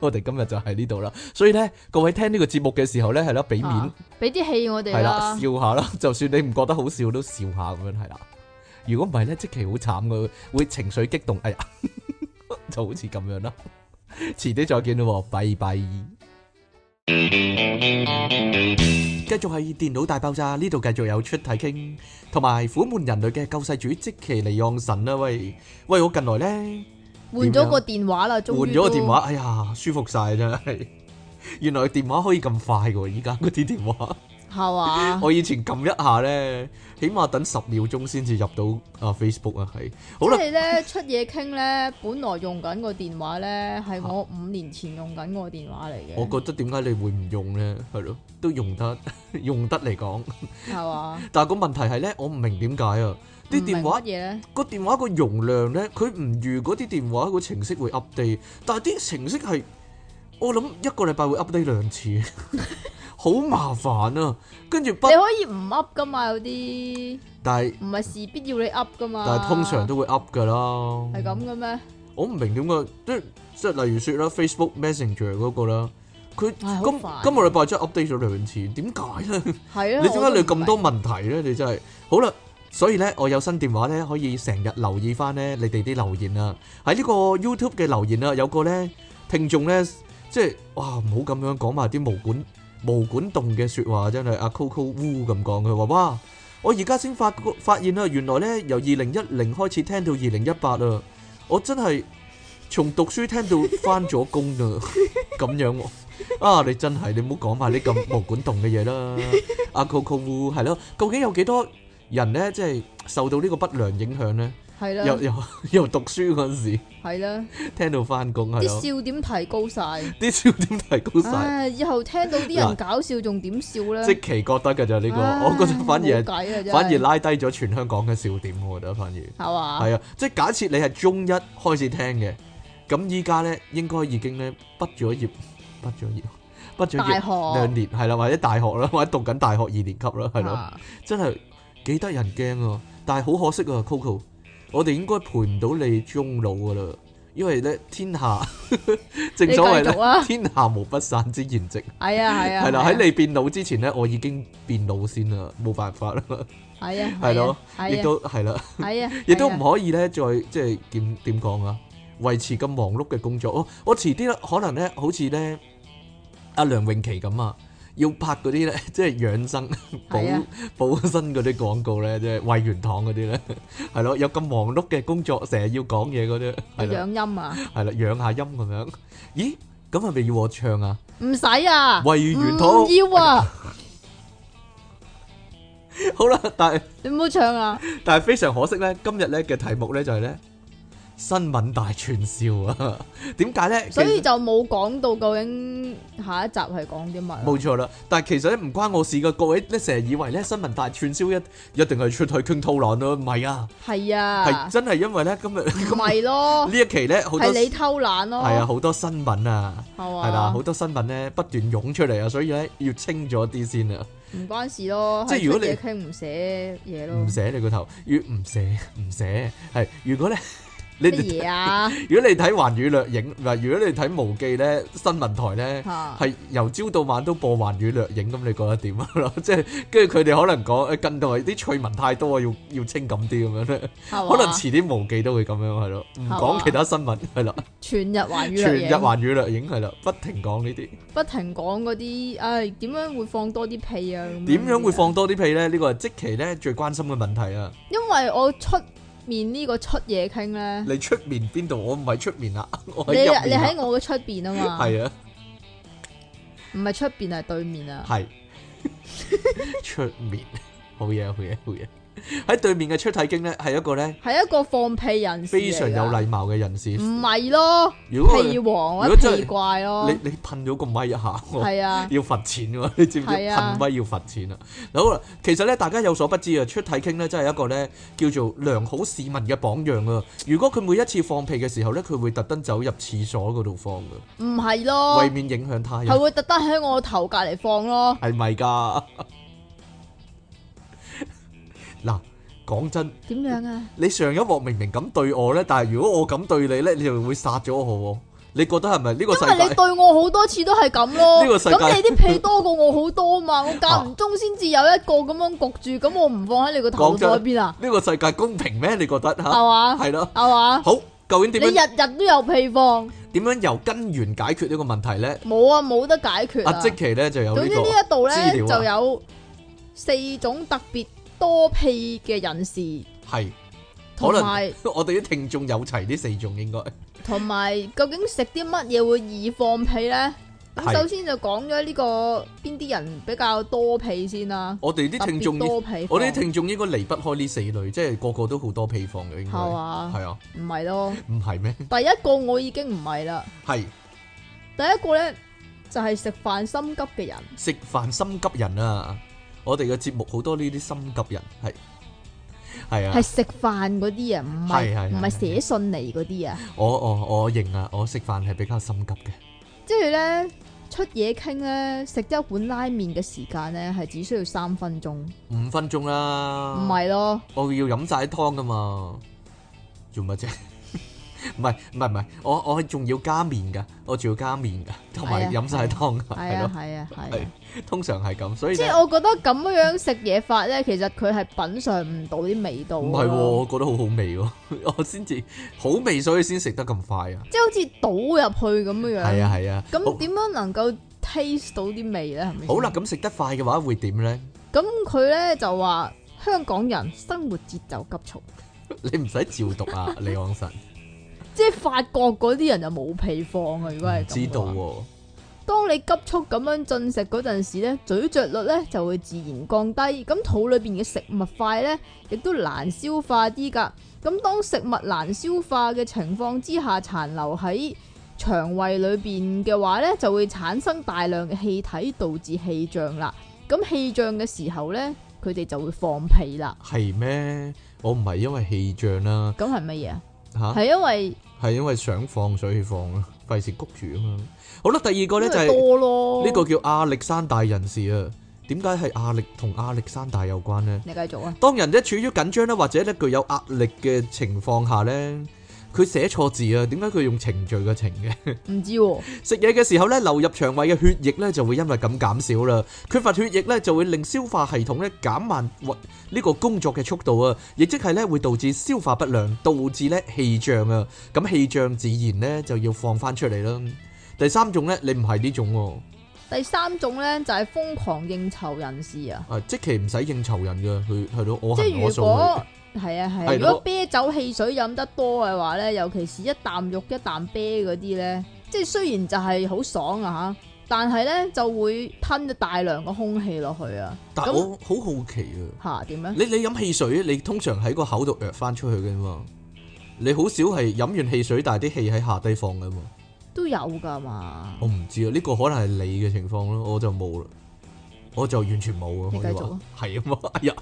Speaker 2: 我哋今日就喺呢度啦，所以咧各位聽呢個節目嘅時候咧，係啦，俾面
Speaker 1: 啊俾啲氣我哋
Speaker 2: 係啦，
Speaker 1: 啦，
Speaker 2: 笑下啦， [laughs] 就算你唔覺得好笑都笑下咁樣係啦，如果唔係咧，即期好慘嘅，會情緒激動，哎呀， [laughs] 就好似咁樣啦， [laughs] 遲啲再見咯，拜拜。繼續係電腦大爆炸，呢度繼續有出體傾，同埋苦悶人類嘅救世主即其尼昂神啦，喂喂，我近來咧
Speaker 1: 換咗個電話啦，終
Speaker 2: 換
Speaker 1: 於
Speaker 2: 咗個
Speaker 1: 都
Speaker 2: 電話，哎呀，舒服晒真係，原來電話可以咁快嘅喎，依家嗰啲電話
Speaker 1: 系嘛？
Speaker 2: 我以前撳一下咧，起碼等十秒鐘先至入到啊 Facebook 啊，係好
Speaker 1: 即
Speaker 2: 啦，
Speaker 1: 系咧出嘢傾咧，本來用緊個電話咧，係我
Speaker 2: 啊
Speaker 1: 五年前用緊個電話嚟
Speaker 2: 我
Speaker 1: 嘅，
Speaker 2: 覺得點解你會唔用咧？係咯，都用得 [laughs] 用得嚟講，
Speaker 1: 係嘛？
Speaker 2: 但係個問題係咧，我唔明點解啊！啲
Speaker 1: 唔明
Speaker 2: 電話
Speaker 1: 乜嘢咧？
Speaker 2: 個電話個容量咧，佢唔預嗰啲電話個程式會 update，但係啲程式係我諗一個禮拜會 update
Speaker 1: [laughs]
Speaker 2: 兩次，好麻煩啊！跟住不
Speaker 1: 你，可以唔 up 噶嘛？有啲
Speaker 2: 但係
Speaker 1: 唔係事必要你 up 噶嘛？
Speaker 2: 但係通常都會 up 噶啦。
Speaker 1: 啊係咁嘅咩？
Speaker 2: 我唔明點解，即係即係例如説啦，Facebook Messenger 嗰個啦，佢
Speaker 1: 唉好
Speaker 2: 今
Speaker 1: 煩啊
Speaker 2: 今個禮拜真係 update 咗兩次，點解咧？
Speaker 1: 係啊，
Speaker 2: 你點解
Speaker 1: 我都
Speaker 2: 你
Speaker 1: 唔
Speaker 2: 咁多問題咧？你真係好啦，所以咧，我有新電話咧，可以成日留意翻咧你哋啲留言啊。喺呢個 YouTube 嘅留言啊，有個咧聽眾咧，即係哇，唔好咁樣講埋啲無管無管動嘅説話，真係阿 Coco Wu 咁講，佢話哇，我而家先發覺發現啊，原來咧由二零一零開始聽到二零一八啊，我真係從讀書聽到翻咗工啊，咁樣喎。啊！你真係你唔好講埋啲咁無管動嘅嘢啦〜阿 Coco Wu 係咯，究竟有幾多人咧，即係受到呢個不良影響咧？
Speaker 1: 係
Speaker 2: 又
Speaker 1: 啦，
Speaker 2: 又又讀書嗰陣時，
Speaker 1: 係啦，
Speaker 2: 聽到翻工係咯，
Speaker 1: 啲笑點提高晒。
Speaker 2: 啲笑點提高
Speaker 1: À.
Speaker 2: 晒，
Speaker 1: 唉，以後聽到啲
Speaker 2: 嗱
Speaker 1: 人搞笑仲點笑咧？
Speaker 2: 即其覺得㗎咋呢個，
Speaker 1: 唉
Speaker 2: 我覺得反而
Speaker 1: 冇
Speaker 2: 係
Speaker 1: 計啊真係
Speaker 2: 反而拉低咗全香港嘅笑點，我覺得反而
Speaker 1: 係嘛？
Speaker 2: 係啊，即係假設你係中一開始聽嘅，咁依家咧應該已經咧畢咗業，畢咗業，畢咗
Speaker 1: 大
Speaker 2: 業
Speaker 1: 學
Speaker 2: 兩年係啦，或者大學啦，或者讀緊大學二年級啦，係咯。
Speaker 1: 啊
Speaker 2: 真係幾得人驚啊！但係好可惜啊，Coco，我哋應該陪唔到你終老噶啦，因為咧天下 [laughs] 正所謂
Speaker 1: 你繼續啊
Speaker 2: 咧天下無不散之筵席，
Speaker 1: 係啊係啊，
Speaker 2: [laughs] 係啦
Speaker 1: 係啊
Speaker 2: 喺你變老之前咧，我已經變老先啦，冇辦法啦，
Speaker 1: 係啊
Speaker 2: 係咯
Speaker 1: 係啊
Speaker 2: 亦都係啦，
Speaker 1: 係啊，
Speaker 2: [laughs] 亦都
Speaker 1: 係啊
Speaker 2: 唔可以咧再即係點點講啊，維持咁忙碌嘅工作，我我遲啲咧可能咧好似咧阿梁詠琪咁啊。要拍嗰啲咧， [laughs] 即係養生保
Speaker 1: 係啊
Speaker 2: 保身嗰啲廣告咧，即係喂元堂嗰啲咧， [laughs] 係咯，有咁忙碌嘅工作，成日要講嘢嗰啲，係啦，
Speaker 1: 養音啊，
Speaker 2: 係啦，養下音咁樣。咦，咁係咪要我唱啊？ [laughs]
Speaker 1: 唔使啊，
Speaker 2: 喂元堂
Speaker 1: 唔，要啊，
Speaker 2: 好啦，但係
Speaker 1: 你唔好
Speaker 2: [laughs]
Speaker 1: 唱啊，
Speaker 2: 但係非常可惜咧，今日咧嘅題目咧就係咧新聞大串燒啊！ [laughs] 點解咧？
Speaker 1: 所
Speaker 2: 其
Speaker 1: 以
Speaker 2: 實
Speaker 1: 就冇講到究竟下一集係講啲乜啊。
Speaker 2: 冇錯啦，但係其實咧唔關我事噶，各位咧成日以為咧新聞大串燒一一定係出去傾討論咯，唔係啊，
Speaker 1: 係
Speaker 2: 係
Speaker 1: 啊，
Speaker 2: 真係因為咧今日
Speaker 1: 唔
Speaker 2: 今
Speaker 1: 係咯
Speaker 2: 啊呢，一期咧好多
Speaker 1: 係你
Speaker 2: 係
Speaker 1: 偷懶咯，
Speaker 2: 啊，好多新聞啊。
Speaker 1: 係嘛，
Speaker 2: 係啦，好多新聞咧不斷湧出嚟啊，所以咧要清咗啲先啊，
Speaker 1: 唔關事咯，
Speaker 2: 即係
Speaker 1: 係
Speaker 2: 如果
Speaker 1: 出
Speaker 2: 你
Speaker 1: 嘢傾唔寫嘢咯
Speaker 2: 唔，寫你個頭，越唔寫唔寫，係如果咧你
Speaker 1: 乜
Speaker 2: 哋
Speaker 1: 嘢啊？
Speaker 2: 如果你睇《環宇掠影》，唔係如果你睇《無記》咧新聞台咧。
Speaker 1: 嚇
Speaker 2: 係由朝到晚都播環宇掠影，咁你覺得點啊？ [laughs] 即係跟住佢哋可能講誒近代啲趣聞太多啊，要要清咁啲咁樣咧，
Speaker 1: 係
Speaker 2: 可能
Speaker 1: 嘛？
Speaker 2: 遲啲無記都會咁樣係咯，唔講其他新聞係啦，
Speaker 1: 全日環宇
Speaker 2: 全
Speaker 1: 嚟
Speaker 2: 日
Speaker 1: 嘅。
Speaker 2: 環宇掠影係啦，不停講呢啲。
Speaker 1: 不停講嗰啲，唉，點樣會放多啲屁啊？咁
Speaker 2: 點樣會
Speaker 1: 嗰啲啊？
Speaker 2: 放多啲屁咧？呢個係即期咧最關心嘅問題啊！
Speaker 1: 因為我出面呢個出嘢傾咧，
Speaker 2: 你出面邊度？我唔係出面啦， [laughs] 我
Speaker 1: 你
Speaker 2: 喺入
Speaker 1: 你
Speaker 2: 面
Speaker 1: 喺
Speaker 2: 啊。
Speaker 1: 我嘅出邊啊嘛，
Speaker 2: 係啊，
Speaker 1: 唔係出邊係對面啊，
Speaker 2: 係出面，好嘢，好嘢，好嘢！喺對面嘅出體經咧，係一個咧
Speaker 1: 係一個放屁人士嚟㗎
Speaker 2: 非常有，禮貌嘅人士。
Speaker 1: 唔係咯，
Speaker 2: 如果
Speaker 1: 屁
Speaker 2: 我
Speaker 1: 王或
Speaker 2: 如果真
Speaker 1: 者
Speaker 2: 係
Speaker 1: 屁怪咯
Speaker 2: 你，你噴咗個咪一下， [laughs] 我
Speaker 1: 係啊，
Speaker 2: 要罰錢 [laughs] 喎！你知唔知
Speaker 1: 係啊
Speaker 2: 噴咪要罰錢啊？好啦，其實咧，大家有所不知啊，出體傾咧真係一個咧叫做良好市民嘅榜樣啊！如果佢每一次放屁嘅時候咧，佢會特登走入廁所嗰度放嘅，
Speaker 1: 唔係咯
Speaker 2: 為，免影響他
Speaker 1: 係
Speaker 2: 人，
Speaker 1: 會特登喺我頭隔離放咯，
Speaker 2: [laughs] 係咪㗎？ [laughs] 嗱，講真，
Speaker 1: 點樣啊？
Speaker 2: 你上一鑊明明咁對我咧，但係如果我咁對你咧，你就會殺咗我喎。你覺得係咪呢個世
Speaker 1: 因為你
Speaker 2: 界？
Speaker 1: 對我好多次都係咁咯，
Speaker 2: 呢個世界啊
Speaker 1: 咁你啲屁多過我好多嘛，我間唔中先至有一個咁樣焗住，咁我唔放喺你個頭
Speaker 2: 講
Speaker 1: 度
Speaker 2: 真
Speaker 1: 放喺邊啊？
Speaker 2: [laughs] 呢個世界公平咩？你覺得
Speaker 1: 係
Speaker 2: 嚇？
Speaker 1: 嘛
Speaker 2: 係咯。
Speaker 1: 係嘛？
Speaker 2: 好，究竟
Speaker 1: 啊你
Speaker 2: 點
Speaker 1: 日
Speaker 2: 樣
Speaker 1: 日都有屁放，
Speaker 2: 點樣由根源解決呢個問題咧？
Speaker 1: 冇啊，冇得解決
Speaker 2: 阿
Speaker 1: 啊！
Speaker 2: 積奇咧就有
Speaker 1: 總
Speaker 2: 呢
Speaker 1: 之呢
Speaker 2: 個
Speaker 1: 一度咧
Speaker 2: 資料啊
Speaker 1: 就有四種特別多屁嘅人士，
Speaker 2: 係，可
Speaker 1: 同
Speaker 2: 能
Speaker 1: 埋
Speaker 2: [laughs] 我哋啲聽眾有齊呢四種應該
Speaker 1: 同埋究竟食啲乜嘢會易放屁咧？咁
Speaker 2: 係
Speaker 1: 首先就講咗呢個邊啲人比較多屁先啦，
Speaker 2: 我哋啲
Speaker 1: 特
Speaker 2: 聽眾
Speaker 1: 別，多屁，
Speaker 2: 我哋啲聽眾應該離不開呢四類，即係個個都好多屁放嘅，應該
Speaker 1: 係嘛
Speaker 2: 係啊，
Speaker 1: 唔係咯，
Speaker 2: 唔係咩？
Speaker 1: 第一個我已經唔係啦，
Speaker 2: 係
Speaker 1: 第一個咧就係食飯心急嘅人，
Speaker 2: 食飯心急人啊！我哋嘅節目好多呢啲心急人，係係啊
Speaker 1: 係，食飯嗰啲啊，唔
Speaker 2: 係
Speaker 1: 係
Speaker 2: 係係
Speaker 1: 唔係寫信嚟嗰啲啊，
Speaker 2: 我我我認啊，我食飯係比較心急嘅，
Speaker 1: 即係咧出嘢傾咧食一碗拉麵嘅時間咧係只需要三分鐘，唔
Speaker 2: 五分鐘啦，
Speaker 1: 係啊咯，
Speaker 2: 我要飲晒湯噶嘛，做乜啫？ [laughs] 唔係唔係唔係，我我仲要加麵噶，我仲要加麵噶，同埋
Speaker 1: 係啊
Speaker 2: 飲晒湯噶，
Speaker 1: 係
Speaker 2: 係
Speaker 1: 啊
Speaker 2: 咯，
Speaker 1: 係啊係
Speaker 2: 係
Speaker 1: 啊，
Speaker 2: 通常係咁，所以
Speaker 1: 即
Speaker 2: 咧
Speaker 1: 係我覺得咁樣食嘢法咧，其實佢係品嚐唔到啲味道，啊
Speaker 2: 唔係喎，，我覺得好好味喎，我 [laughs] 先至好味，所以先食得咁快啊，
Speaker 1: 即係好似倒入去咁樣樣，
Speaker 2: 係啊係啊，
Speaker 1: 咁
Speaker 2: 好
Speaker 1: 點樣能夠 taste 到啲味咧？係咪先？
Speaker 2: 好啦，咁食得快嘅話會點咧？
Speaker 1: 咁佢咧就話香港人生活節奏急促，
Speaker 2: [laughs] 你唔使照讀啊，李昂臣，
Speaker 1: 即係法國嗰啲人就冇屁放啊！如果係咁嘅話
Speaker 2: 知道喎，
Speaker 1: 當你急速咁樣進食嗰陣時咧，咀嚼率咧就會自然降低，咁肚裏邊嘅食物塊咧亦都難消化啲㗎。咁當食物難消化嘅情況之下，殘留喺腸胃裏邊嘅話咧，就會產生大量嘅氣體，導致氣脹啦。咁氣脹嘅時候咧，佢哋就會放屁啦。
Speaker 2: 係咩？我唔係因為氣脹啦，
Speaker 1: 咁係乜嘢啊？
Speaker 2: 嚇
Speaker 1: 係因為
Speaker 2: 係因為想放水去放咯，費事谷住啊嘛。好啦，第二個咧就
Speaker 1: 因為
Speaker 2: 係、
Speaker 1: 多咯。
Speaker 2: 呢個叫亞歷山大人士啊。點解係亞歷同亞歷山大有關呢？
Speaker 1: 你繼續啊。
Speaker 2: 當人咧處於緊張啦，或者咧具有壓力嘅情況下呢，佢寫錯字啊，點解佢用程序嘅程嘅？
Speaker 1: 唔知喎、
Speaker 2: 食嘢嘅時候呢，流入腸胃嘅血液呢就會因為咁減少啦。缺乏血液呢就會令消化系統呢減慢或呢個工作嘅速度啊，亦即係呢會導致消化不良，導致呢氣脹啊。咁氣脹自然呢就要放翻出嚟啦。第三種呢，你唔係呢種喎。
Speaker 1: 第三種咧就係、瘋狂應酬人士啊。
Speaker 2: 啊，即其唔使應酬人嘅，佢係咯，我
Speaker 1: 即
Speaker 2: 行
Speaker 1: 係
Speaker 2: 我
Speaker 1: 如
Speaker 2: 素佢
Speaker 1: 果係啊係啊，
Speaker 2: 係咯
Speaker 1: 如果啤酒汽水飲得多嘅話咧，尤其是一啖肉一啖啤嗰啲咧，即係雖然就係好爽啊吓，但係咧就會吞咗大量嘅空氣落去啊
Speaker 2: 但
Speaker 1: 咁
Speaker 2: 我好好奇啊，
Speaker 1: 吓點咧？
Speaker 2: 你你飲汽水，你通常喺個口度藥翻出去嘅嘛，你好少係飲完汽水，但係啲氣喺下低放嘅嘛，
Speaker 1: 都有㗎嘛
Speaker 2: 我？唔知啊，呢、個可能係你嘅情況咯，我就冇啦，我就完全冇啊，
Speaker 1: 你
Speaker 2: 可以
Speaker 1: 繼續
Speaker 2: 話
Speaker 1: 啊
Speaker 2: 係啊嘛， [laughs] 哎呀，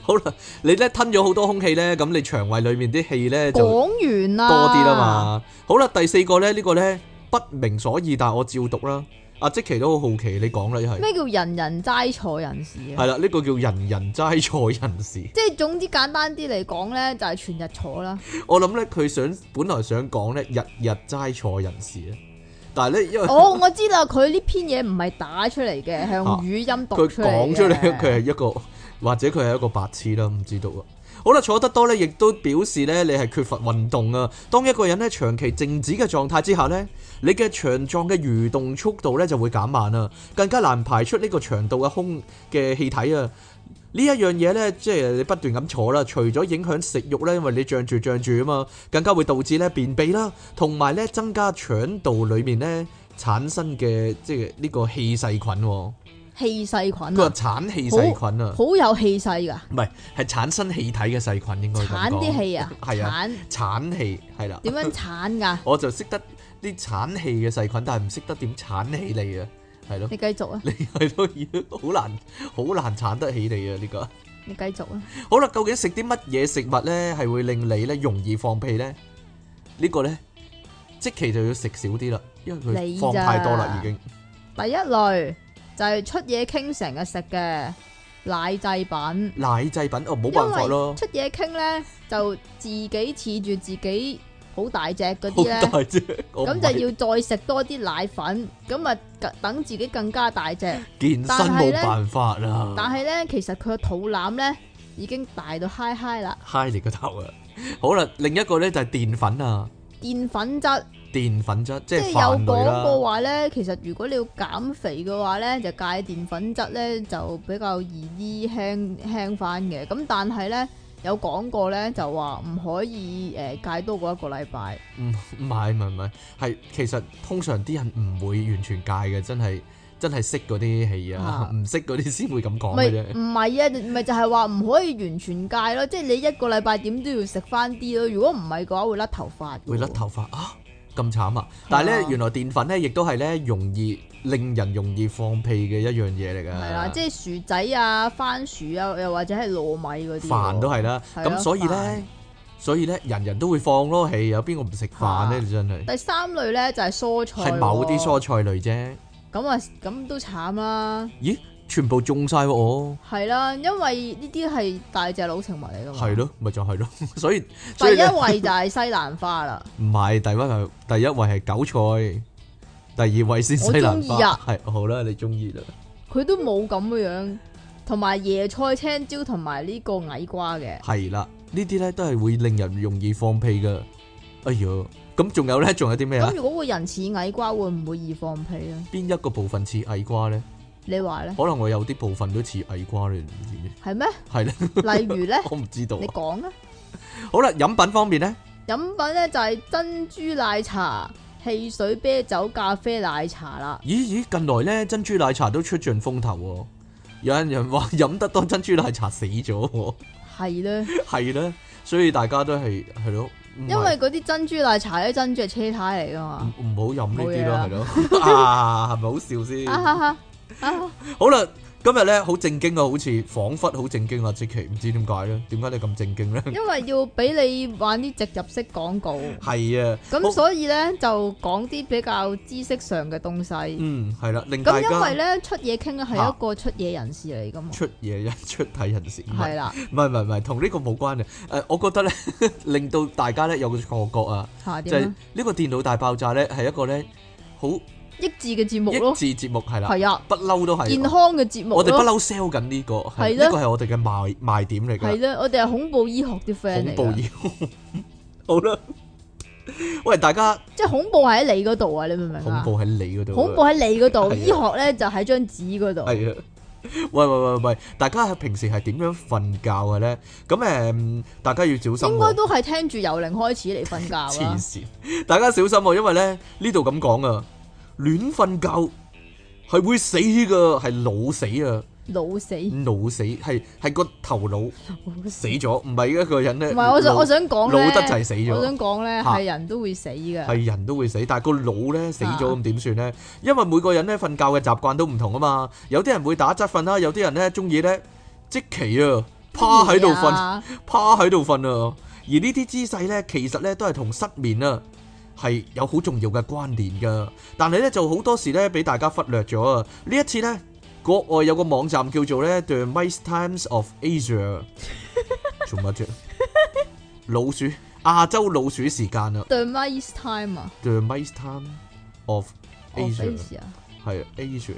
Speaker 2: 好啦，你咧吞咗好多空氣咧，咁你腸胃裏面啲氣咧就。
Speaker 1: 講完啦，
Speaker 2: 多啲啦。嘛。好啦，第四個咧，呢、個咧不明所以，但我照讀啦。阿即奇都好好奇，你講啦，一係
Speaker 1: 咩叫人人齋坐人士啊？
Speaker 2: 係啦，呢、個叫人人齋坐人士。
Speaker 1: 即係總之簡單啲嚟講咧，就係、全日坐啦。
Speaker 2: 我諗咧，佢想本來想講咧，日日齋坐人士咧，但係咧，因為 [laughs]
Speaker 1: 哦，我知啦，佢呢篇嘢唔係打出嚟嘅，係用
Speaker 2: 啊
Speaker 1: 語音讀
Speaker 2: 佢
Speaker 1: 出嚟嘅。
Speaker 2: 講出嚟， [laughs] 佢係一個或者佢係一個白痴啦，唔知道啊。好啦，坐得多咧，亦都表示咧你係缺乏運動啊。當一個人咧長期靜止嘅狀態之下咧，你嘅腸臟嘅蠕動速度咧就會減慢啊，更加難排出呢個腸道嘅空嘅氣體啊。呢一樣嘢咧，即係你不斷咁坐啦，除咗影響食慾咧，因為你脹住脹住啊嘛，更加會導致咧便秘啦，同埋咧增加腸道裡面咧產生嘅即係呢個氣細菌喎。
Speaker 1: 氣細菌
Speaker 2: 佢話
Speaker 1: 啊，
Speaker 2: 產氣細菌啊，
Speaker 1: 好有氣勢㗎。
Speaker 2: 唔係係產生氣體嘅細菌應該咁講，
Speaker 1: 產啲氣啊
Speaker 2: [laughs] 係啊，
Speaker 1: 產
Speaker 2: 產氣係啦。
Speaker 1: 點樣產㗎？
Speaker 2: [laughs] 我就識得啲產氣嘅細菌，但係唔識得點產起你啊，係咯，
Speaker 1: 你繼續啊，
Speaker 2: 你 [laughs] 係咯，好難好難產得起你啊呢個。
Speaker 1: 你繼續啊。
Speaker 2: 好啦，究竟食啲乜嘢食物咧係會令你咧容易放屁咧？呢個咧即期就要食少啲啦，因為佢
Speaker 1: 你
Speaker 2: 放太多啦
Speaker 1: 咋
Speaker 2: 已經。
Speaker 1: 第一類就係出嘢傾成日食嘅奶製品，
Speaker 2: 奶製品哦，冇辦法
Speaker 1: 因
Speaker 2: 咯
Speaker 1: 為，出嘢傾咧就自己恃住自己好大隻嗰
Speaker 2: 好
Speaker 1: 啲咧，
Speaker 2: 大隻，我唔
Speaker 1: 啊咁
Speaker 2: 係
Speaker 1: 就要再食多啲奶粉，咁啊等自己更加大隻。
Speaker 2: 健身
Speaker 1: 但係
Speaker 2: 冇
Speaker 1: 呢
Speaker 2: 辦法啦。
Speaker 1: 但係咧，其實佢個肚腩咧已經大到嗨嗨啦，
Speaker 2: 嗨你個頭啊！ [laughs] 好啦，另一個咧就係澱粉啊，
Speaker 1: 澱粉質。
Speaker 2: 澱粉質
Speaker 1: 即
Speaker 2: 即
Speaker 1: 係
Speaker 2: 係飯
Speaker 1: 有講
Speaker 2: 類
Speaker 1: 過
Speaker 2: 啦，
Speaker 1: 話咧，其實如果你要減肥嘅話咧，就戒澱粉質咧就比較易啲輕輕翻嘅。咁但係咧，有講過咧，就話唔可以誒、戒多過一個禮拜。
Speaker 2: 唔嗯唔係唔係唔係，係其實通常啲人唔會完全戒嘅，真係真係識嗰啲戲啊，
Speaker 1: 啊
Speaker 2: [laughs] 唔識嗰啲先會咁講
Speaker 1: 咪
Speaker 2: 嘅啫。
Speaker 1: 唔係啊，咪就係話唔可以完全戒咯，即係你一個禮拜點都要食翻啲咯。如果唔係嘅話，會甩頭髮。
Speaker 2: 會甩。頭髮啊，咁慘啊！但係咧，
Speaker 1: 嗯啊
Speaker 2: 原來澱粉咧亦都係咧容易令人容易放屁嘅一樣嘢嚟㗎。
Speaker 1: 係啦，即係薯仔啊、番薯啊，又或者係糯米嗰啲喎。
Speaker 2: 飯都係啦，
Speaker 1: 係咯
Speaker 2: 咁所以咧
Speaker 1: 飯，
Speaker 2: 所以咧，人人都會放咯，係有邊個唔食飯咧？
Speaker 1: 嚇
Speaker 2: 你真係
Speaker 1: 第三類咧就係蔬菜喎，
Speaker 2: 係某啲蔬菜類啫，
Speaker 1: 咁啊，咁都慘啦，
Speaker 2: 全部中晒喎我，
Speaker 1: 係啦，因為呢啲係大隻佬食物嚟噶嘛。
Speaker 2: 係。咯，咪
Speaker 1: [laughs]
Speaker 2: 就係咯，所以所
Speaker 1: 第
Speaker 2: 以
Speaker 1: 一
Speaker 2: 呢
Speaker 1: 位就係西蘭花啦， [laughs]
Speaker 2: 唔係第一位，第一位係韭菜，第二位先西
Speaker 1: 我
Speaker 2: 蘭
Speaker 1: 中意
Speaker 2: 花
Speaker 1: 啊，
Speaker 2: 係好啦，你中意啦，
Speaker 1: 佢都冇咁嘅樣，同埋椰菜、青椒同埋呢個矮瓜嘅。
Speaker 2: 係啦，呢啲咧都係會令人容易放屁噶，哎呀，咁仲有咧，仲有啲咩啊
Speaker 1: 咁？如果個人似矮瓜，會唔會易放屁咧？
Speaker 2: 邊一個部分似矮瓜咧？
Speaker 1: 你話咧
Speaker 2: 可能我有啲部分都似矮瓜，你唔知嘅，
Speaker 1: 係咩？[laughs]
Speaker 2: 係咧，，
Speaker 1: 例如咧
Speaker 2: [laughs] 我唔知道啊
Speaker 1: 你。講啦。
Speaker 2: 好啦，飲品方面咧。
Speaker 1: 飲品咧就係珍珠奶茶、汽水、啤酒、咖啡、奶茶啦。
Speaker 2: 咦咦，近來咧珍珠奶茶都出盡風頭喎、有人人話飲得多珍珠奶茶死咗喎、
Speaker 1: 係咧，
Speaker 2: 係啦，所以大家都係係咯，唔係
Speaker 1: 因為嗰啲珍珠奶茶咧，珍珠係車胎嚟噶嘛。
Speaker 2: 唔唔好飲呢啲
Speaker 1: 冇嘢 [laughs]
Speaker 2: 咯，係咯，啊係咪好笑先？
Speaker 1: 啊哈哈啊！
Speaker 2: 好啦，今日咧好正經啊，好似彷彿好正經啊，即奇唔知點解咧？點解你咁正經咧？
Speaker 1: 因為要俾你玩啲植入式廣告，
Speaker 2: 係啊，好
Speaker 1: 咁所以咧就講啲比較知識上嘅東西。
Speaker 2: 嗯係啦，令大
Speaker 1: 咁因為
Speaker 2: 家
Speaker 1: 咧出嘢傾係一個出嘢人士嚟噶嘛，
Speaker 2: 出嘢一出體人士唔係
Speaker 1: 係啦，
Speaker 2: 唔係唔係唔係，同呢個冇關嘅。誒、我覺得咧 [laughs] 令到大家咧有個錯覺啊。
Speaker 1: 嚇
Speaker 2: 就
Speaker 1: 點
Speaker 2: 係
Speaker 1: 啊
Speaker 2: 呢個電腦大爆炸咧，係一個咧好益
Speaker 1: 益智嘅節目咯，
Speaker 2: 智節目係啦，
Speaker 1: 係啊，
Speaker 2: 不嬲都係。
Speaker 1: 健康嘅節目
Speaker 2: 我哋不
Speaker 1: 咯，
Speaker 2: 嬲 sell 緊呢個，係
Speaker 1: 係啦
Speaker 2: 呢個係我哋嘅賣賣點
Speaker 1: 係
Speaker 2: 嚟㗎，
Speaker 1: 咧，我哋係恐怖醫學啲 friend 嚟
Speaker 2: 恐怖
Speaker 1: 㗎，
Speaker 2: 嘢。 [laughs] 好啦，喂，大家
Speaker 1: 即係恐怖係喺你嗰度啊，你明唔明
Speaker 2: 恐
Speaker 1: 啊？
Speaker 2: 怖喺你嗰度啊，
Speaker 1: 恐怖喺你嗰
Speaker 2: 係
Speaker 1: 度，
Speaker 2: 啊
Speaker 1: 醫學咧就喺張紙嗰度，
Speaker 2: 係啊！喂喂喂喂，大家係平時係點樣瞓覺嘅咧？咁誒、大家要小心
Speaker 1: 應該
Speaker 2: 喎。
Speaker 1: 都係聽住由零開始嚟瞓覺啊
Speaker 2: 黐
Speaker 1: 啦。
Speaker 2: 線，大家小心喎，因為咧呢度咁講啊，亂瞓覺係會死㗎，係腦死啊！
Speaker 1: 老死，
Speaker 2: 腦死係係個頭腦
Speaker 1: 老死
Speaker 2: 死咗，唔係一個人咧。
Speaker 1: 唔係，我想
Speaker 2: 腦
Speaker 1: 我想講咧，
Speaker 2: 老得滯死咗
Speaker 1: 我想講咧，
Speaker 2: 嚇
Speaker 1: 係人都會死嘅，
Speaker 2: 係人都會死，但係個腦咧死咗
Speaker 1: 啊
Speaker 2: 咁點算咧？因為每個人咧瞓覺嘅習慣都唔同啊嘛，有啲人會打側瞓啦，有啲人咧中意咧即期啊趴喺度瞓，
Speaker 1: 啊
Speaker 2: 趴喺度瞓啊。而呢啲姿勢咧，其實咧都係同失眠啊係有好重要嘅關聯噶。但係咧就好多時咧俾大家忽略咗啊。呢一次咧，國外有個網站叫做咧 The Mice Times of
Speaker 1: [laughs]
Speaker 2: Asia，做乜啫？老鼠亞洲老鼠時間啊
Speaker 1: 對 mice time 啊
Speaker 2: ，The Mice Time of
Speaker 1: ，of
Speaker 2: Asia
Speaker 1: Asia
Speaker 2: 係啊 Asia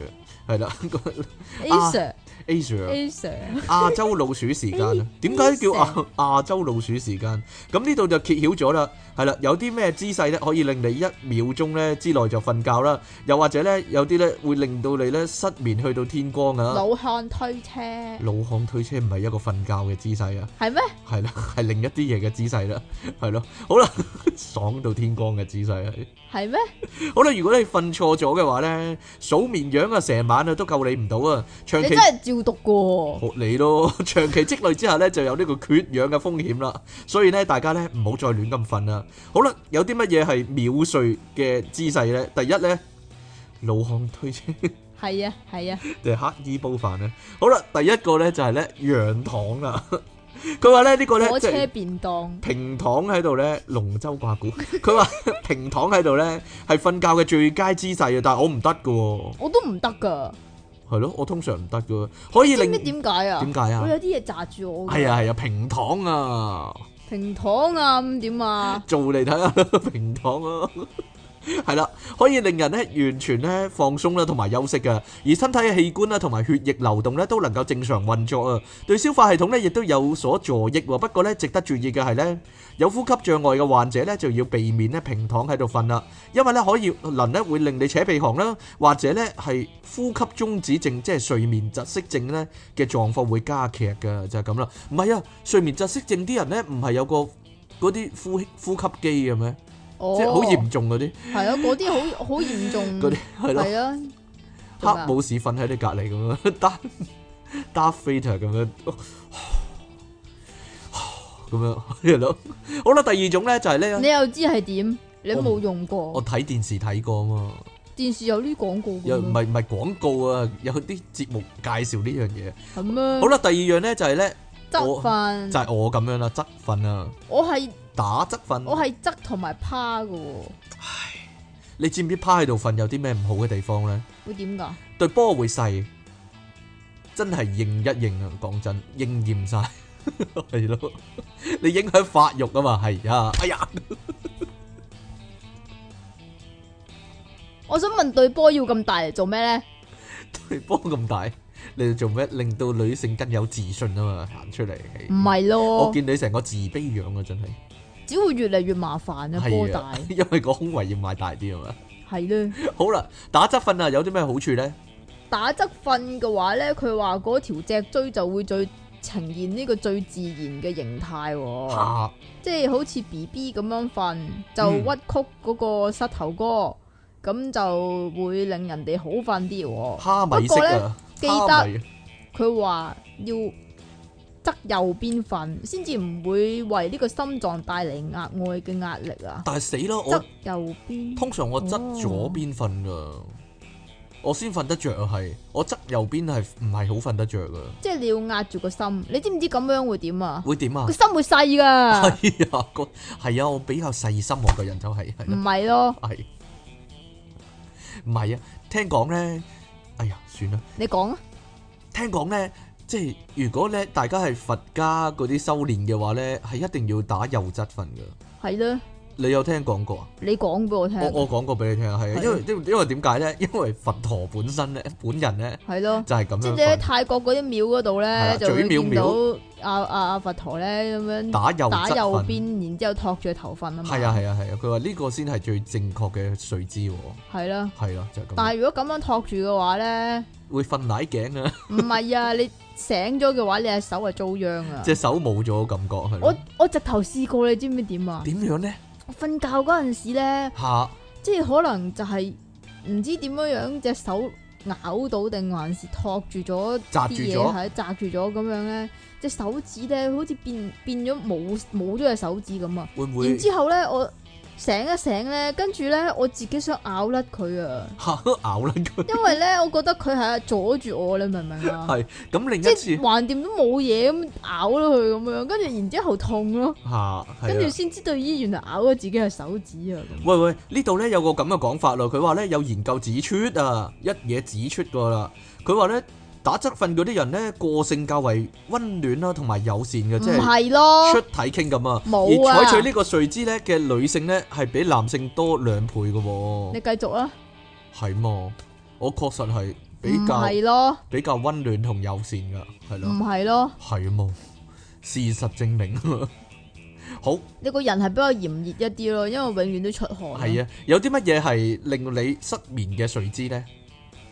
Speaker 2: 係啦 [laughs]
Speaker 1: Asia
Speaker 2: ，Asia。
Speaker 1: Asia，
Speaker 2: 亞洲老鼠時間啊？點解叫亞亞洲老鼠時間？咁呢度就揭曉咗啦，係啦，有啲咩姿勢咧可以令你一秒鐘咧之內就瞓覺啦？又或者咧有啲咧會令到你咧失眠去到天光啊？
Speaker 1: 老漢推車
Speaker 2: 老漢推車唔係一個瞓覺嘅姿勢啊，
Speaker 1: 係咩？
Speaker 2: 係啦，係另一啲嘢嘅姿勢啦，係咯，好啦， [laughs] 爽到天光嘅姿勢啊！
Speaker 1: 係咩？
Speaker 2: 好啦，如果你瞓錯咗嘅話咧，數綿羊啊，成晚啊都救你唔到啊，長
Speaker 1: 你
Speaker 2: 期
Speaker 1: 真。係照讀噶，
Speaker 2: 學你咯， [laughs] 長期積累之下咧，就有呢個缺氧嘅風險啦。所以咧，大家咧唔好再亂咁瞓啦。好啦，有啲乜嘢係秒睡嘅姿勢咧？第一咧，老漢推車 [laughs]
Speaker 1: 係啊係啊，
Speaker 2: 定係乞衣煲飯咧。好啦，第一個咧就係咧羊糖啦。 [laughs] 佢話咧呢個咧
Speaker 1: 火
Speaker 2: 即係
Speaker 1: 車便當
Speaker 2: 平躺喺度咧，龍舟掛鼓。佢話 [laughs] 平躺喺度咧係瞓覺嘅最佳姿勢啊，但係我唔得嘅喎，
Speaker 1: 我都唔得噶，
Speaker 2: 係咯，我通常唔得嘅喎，可以
Speaker 1: 知唔知
Speaker 2: 令
Speaker 1: 點解啊？
Speaker 2: 點解啊
Speaker 1: 我有啲嘢扎住我㗎，
Speaker 2: 係啊係啊平躺啊。
Speaker 1: [laughs] 平躺啊咁點啊？
Speaker 2: 做嚟睇下啦，平躺啊，系啦，可以令人咧完全咧放鬆啦，同埋休息噶，而身體嘅器官啦，同埋血液流動咧都能夠正常運作啊，對消化系統咧亦都有所助益喎。不過咧，值得注意嘅係咧，有呼吸障礙嘅患者咧就要避免咧平躺喺度瞓啦，因為咧可以能咧會令你扯鼻鼾啦，或者咧係呼吸中止症，即係睡眠窒息症咧嘅狀況會加劇噶，就係咁啦。唔係啊，睡眠窒息症啲人咧唔係有個嗰啲呼呼吸機嘅咩？
Speaker 1: 哦，
Speaker 2: [laughs] 即係好嚴重嗰啲。
Speaker 1: 系啊，嗰啲好好嚴重，
Speaker 2: [laughs] 嗰啲係咯，
Speaker 1: 係啊，
Speaker 2: 黑武士瞓喺你隔離咁樣， [laughs] 打打 fater 咁樣，咁樣係咯。好啦，第二種咧就係咧，
Speaker 1: 你又知係點？你
Speaker 2: 我唔
Speaker 1: 冇用過
Speaker 2: 哦我睇電視睇過啊嘛，
Speaker 1: 電視有呢廣告
Speaker 2: 又
Speaker 1: 㗎
Speaker 2: 唔
Speaker 1: 嘛，
Speaker 2: 係唔係廣告啊，有啲節目介紹呢樣嘢。
Speaker 1: 係咩？
Speaker 2: 好啦，第二樣咧就係咧，
Speaker 1: 側
Speaker 2: 我就
Speaker 1: 瞓，
Speaker 2: 係我咁樣啦，側瞓啊，
Speaker 1: 我係
Speaker 2: 打側
Speaker 1: 我
Speaker 2: 瞓。
Speaker 1: 係側同埋趴嘅喎，
Speaker 2: 你知唔知趴喺度瞓有啲咩唔好嘅地方咧？
Speaker 1: 會點㗎？
Speaker 2: 對波會細，真係應一應啊！講真，應驗晒 [laughs] 係咯，你影響發育啊嘛，係啊，哎呀，
Speaker 1: 我想問對波要咁大嚟做咩咧？
Speaker 2: 對波咁大，你哋做咩？令到女性更有自信啊嘛，行出嚟。
Speaker 1: 唔係
Speaker 2: 我
Speaker 1: 咯，
Speaker 2: 見你成個自卑樣啊，真係
Speaker 1: 只會越嚟越麻煩啊！波
Speaker 2: 係 [laughs] 啊
Speaker 1: 大，
Speaker 2: 因為個胸圍要買大啲啊嘛。
Speaker 1: 係咧。
Speaker 2: 好啦，打側瞓啊，有啲咩好處咧？
Speaker 1: 打側瞓嘅話咧，佢話嗰條脊椎就會最呈現呢個最自然嘅形態喎，
Speaker 2: 嚇
Speaker 1: 即係好似 B B 咁樣瞓，
Speaker 2: 嗯
Speaker 1: 就屈曲嗰個膝頭哥，咁、就會令人哋好瞓啲喎。
Speaker 2: 蝦米色啊，
Speaker 1: 不過呢
Speaker 2: 蝦米
Speaker 1: 佢話要側右邊瞓，先至唔會為呢個心臟帶嚟額外嘅壓力啊！
Speaker 2: 但係死啦，我
Speaker 1: 側。右邊，
Speaker 2: 通常我側左邊瞓噶，我先瞓得着啊，係我側右邊係唔係好瞓得着噶？
Speaker 1: 即係你要壓住個心，你知唔知咁樣會點啊？
Speaker 2: 會點啊
Speaker 1: 個？心會細
Speaker 2: [laughs]
Speaker 1: 噶，
Speaker 2: 係啊，個係啊，我比較細心我個人就係係
Speaker 1: 唔
Speaker 2: 啦，
Speaker 1: 係咯？
Speaker 2: 係唔係啊？聽講咧，哎呀，算啦，
Speaker 1: 你講啊，
Speaker 2: 聽講咧。即係如果咧，大家係佛家嗰啲修練嘅話咧，係一定要打右側瞓噶。
Speaker 1: 係啦，
Speaker 2: 你有聽講過啊？
Speaker 1: 你講俾我聽，
Speaker 2: 我我講過俾你聽啊，係啊，
Speaker 1: 係
Speaker 2: 因為因為因為點解咧？因為佛陀本身咧，本人咧
Speaker 1: 係咯。
Speaker 2: 就係咁
Speaker 1: 即係
Speaker 2: 樣
Speaker 1: 你喺
Speaker 2: 瞓。
Speaker 1: 泰國嗰啲廟嗰度
Speaker 2: 係啦
Speaker 1: 咧，就會
Speaker 2: 嘴廟
Speaker 1: 見到阿阿阿佛陀咧咁樣
Speaker 2: 打右
Speaker 1: 嗯打
Speaker 2: 側
Speaker 1: 右
Speaker 2: 瞓
Speaker 1: 邊，然之後托住個頭瞓啊嘛。
Speaker 2: 係啊係啊係啊，佢話呢個先係最正確嘅睡姿喎，
Speaker 1: 係啦。
Speaker 2: 係啦就係
Speaker 1: 但
Speaker 2: 咁，
Speaker 1: 係如果咁樣托住嘅話咧，
Speaker 2: 會瞓奶頸啊， [laughs]
Speaker 1: 唔係啊，你醒咗嘅話，你隻手係遭殃啊！
Speaker 2: 隻手冇咗感覺係
Speaker 1: 我
Speaker 2: 咯。
Speaker 1: 我直頭試過，你知唔知點啊？
Speaker 2: 點樣咧？
Speaker 1: 我瞓覺嗰陣時咧，
Speaker 2: 嚇
Speaker 1: 即係可能就係唔知點樣樣隻手咬到定還是托住咗
Speaker 2: 擲
Speaker 1: 啲
Speaker 2: 住
Speaker 1: 嘢，啊
Speaker 2: 咗，
Speaker 1: 係擲住咗咁樣咧，隻手指咧好似變變咗冇冇咗隻手指咁啊！
Speaker 2: 會唔
Speaker 1: 然
Speaker 2: [laughs] 會
Speaker 1: 之後咧，我醒一醒咧，跟住咧我自己想咬甩佢啊，
Speaker 2: 嚇咬撚
Speaker 1: [laughs]
Speaker 2: 佢？
Speaker 1: 因為咧我覺得佢係阻住我，你明唔明啊？
Speaker 2: 係咁另
Speaker 1: 即
Speaker 2: 一
Speaker 1: 係
Speaker 2: 次
Speaker 1: 橫掂都冇嘢咁咬咗佢咁樣，跟住然之後痛咯，
Speaker 2: 嚇係
Speaker 1: 跟住
Speaker 2: 啊。
Speaker 1: 先知道咦原來咬咗自己嘅手指啊！咁
Speaker 2: 喂喂，呢度咧有個咁嘅講法咯，佢話咧有研究指出啊，一嘢指出過啦。佢話咧打側瞓嗰啲人咧個性較為温暖啦，同埋友善嘅，即
Speaker 1: 唔
Speaker 2: 係。
Speaker 1: 係咯
Speaker 2: 出，體傾咁啊，
Speaker 1: 哦冇啊
Speaker 2: 而採取呢個睡姿咧嘅女性咧係比男性多兩倍嘅
Speaker 1: 你
Speaker 2: 喎，
Speaker 1: 繼續啊，
Speaker 2: 係嘛？我確實係
Speaker 1: 唔
Speaker 2: 比較
Speaker 1: 係嗯咯，
Speaker 2: 比較温暖同友善噶，係
Speaker 1: 唔
Speaker 2: 咯，
Speaker 1: 係咯，
Speaker 2: 係嘛？事實證明， [laughs] 好
Speaker 1: 你個人係比較炎熱一啲咯，因為永遠都出汗。
Speaker 2: 係啊！有啲乜嘢係令你失眠嘅睡姿咧？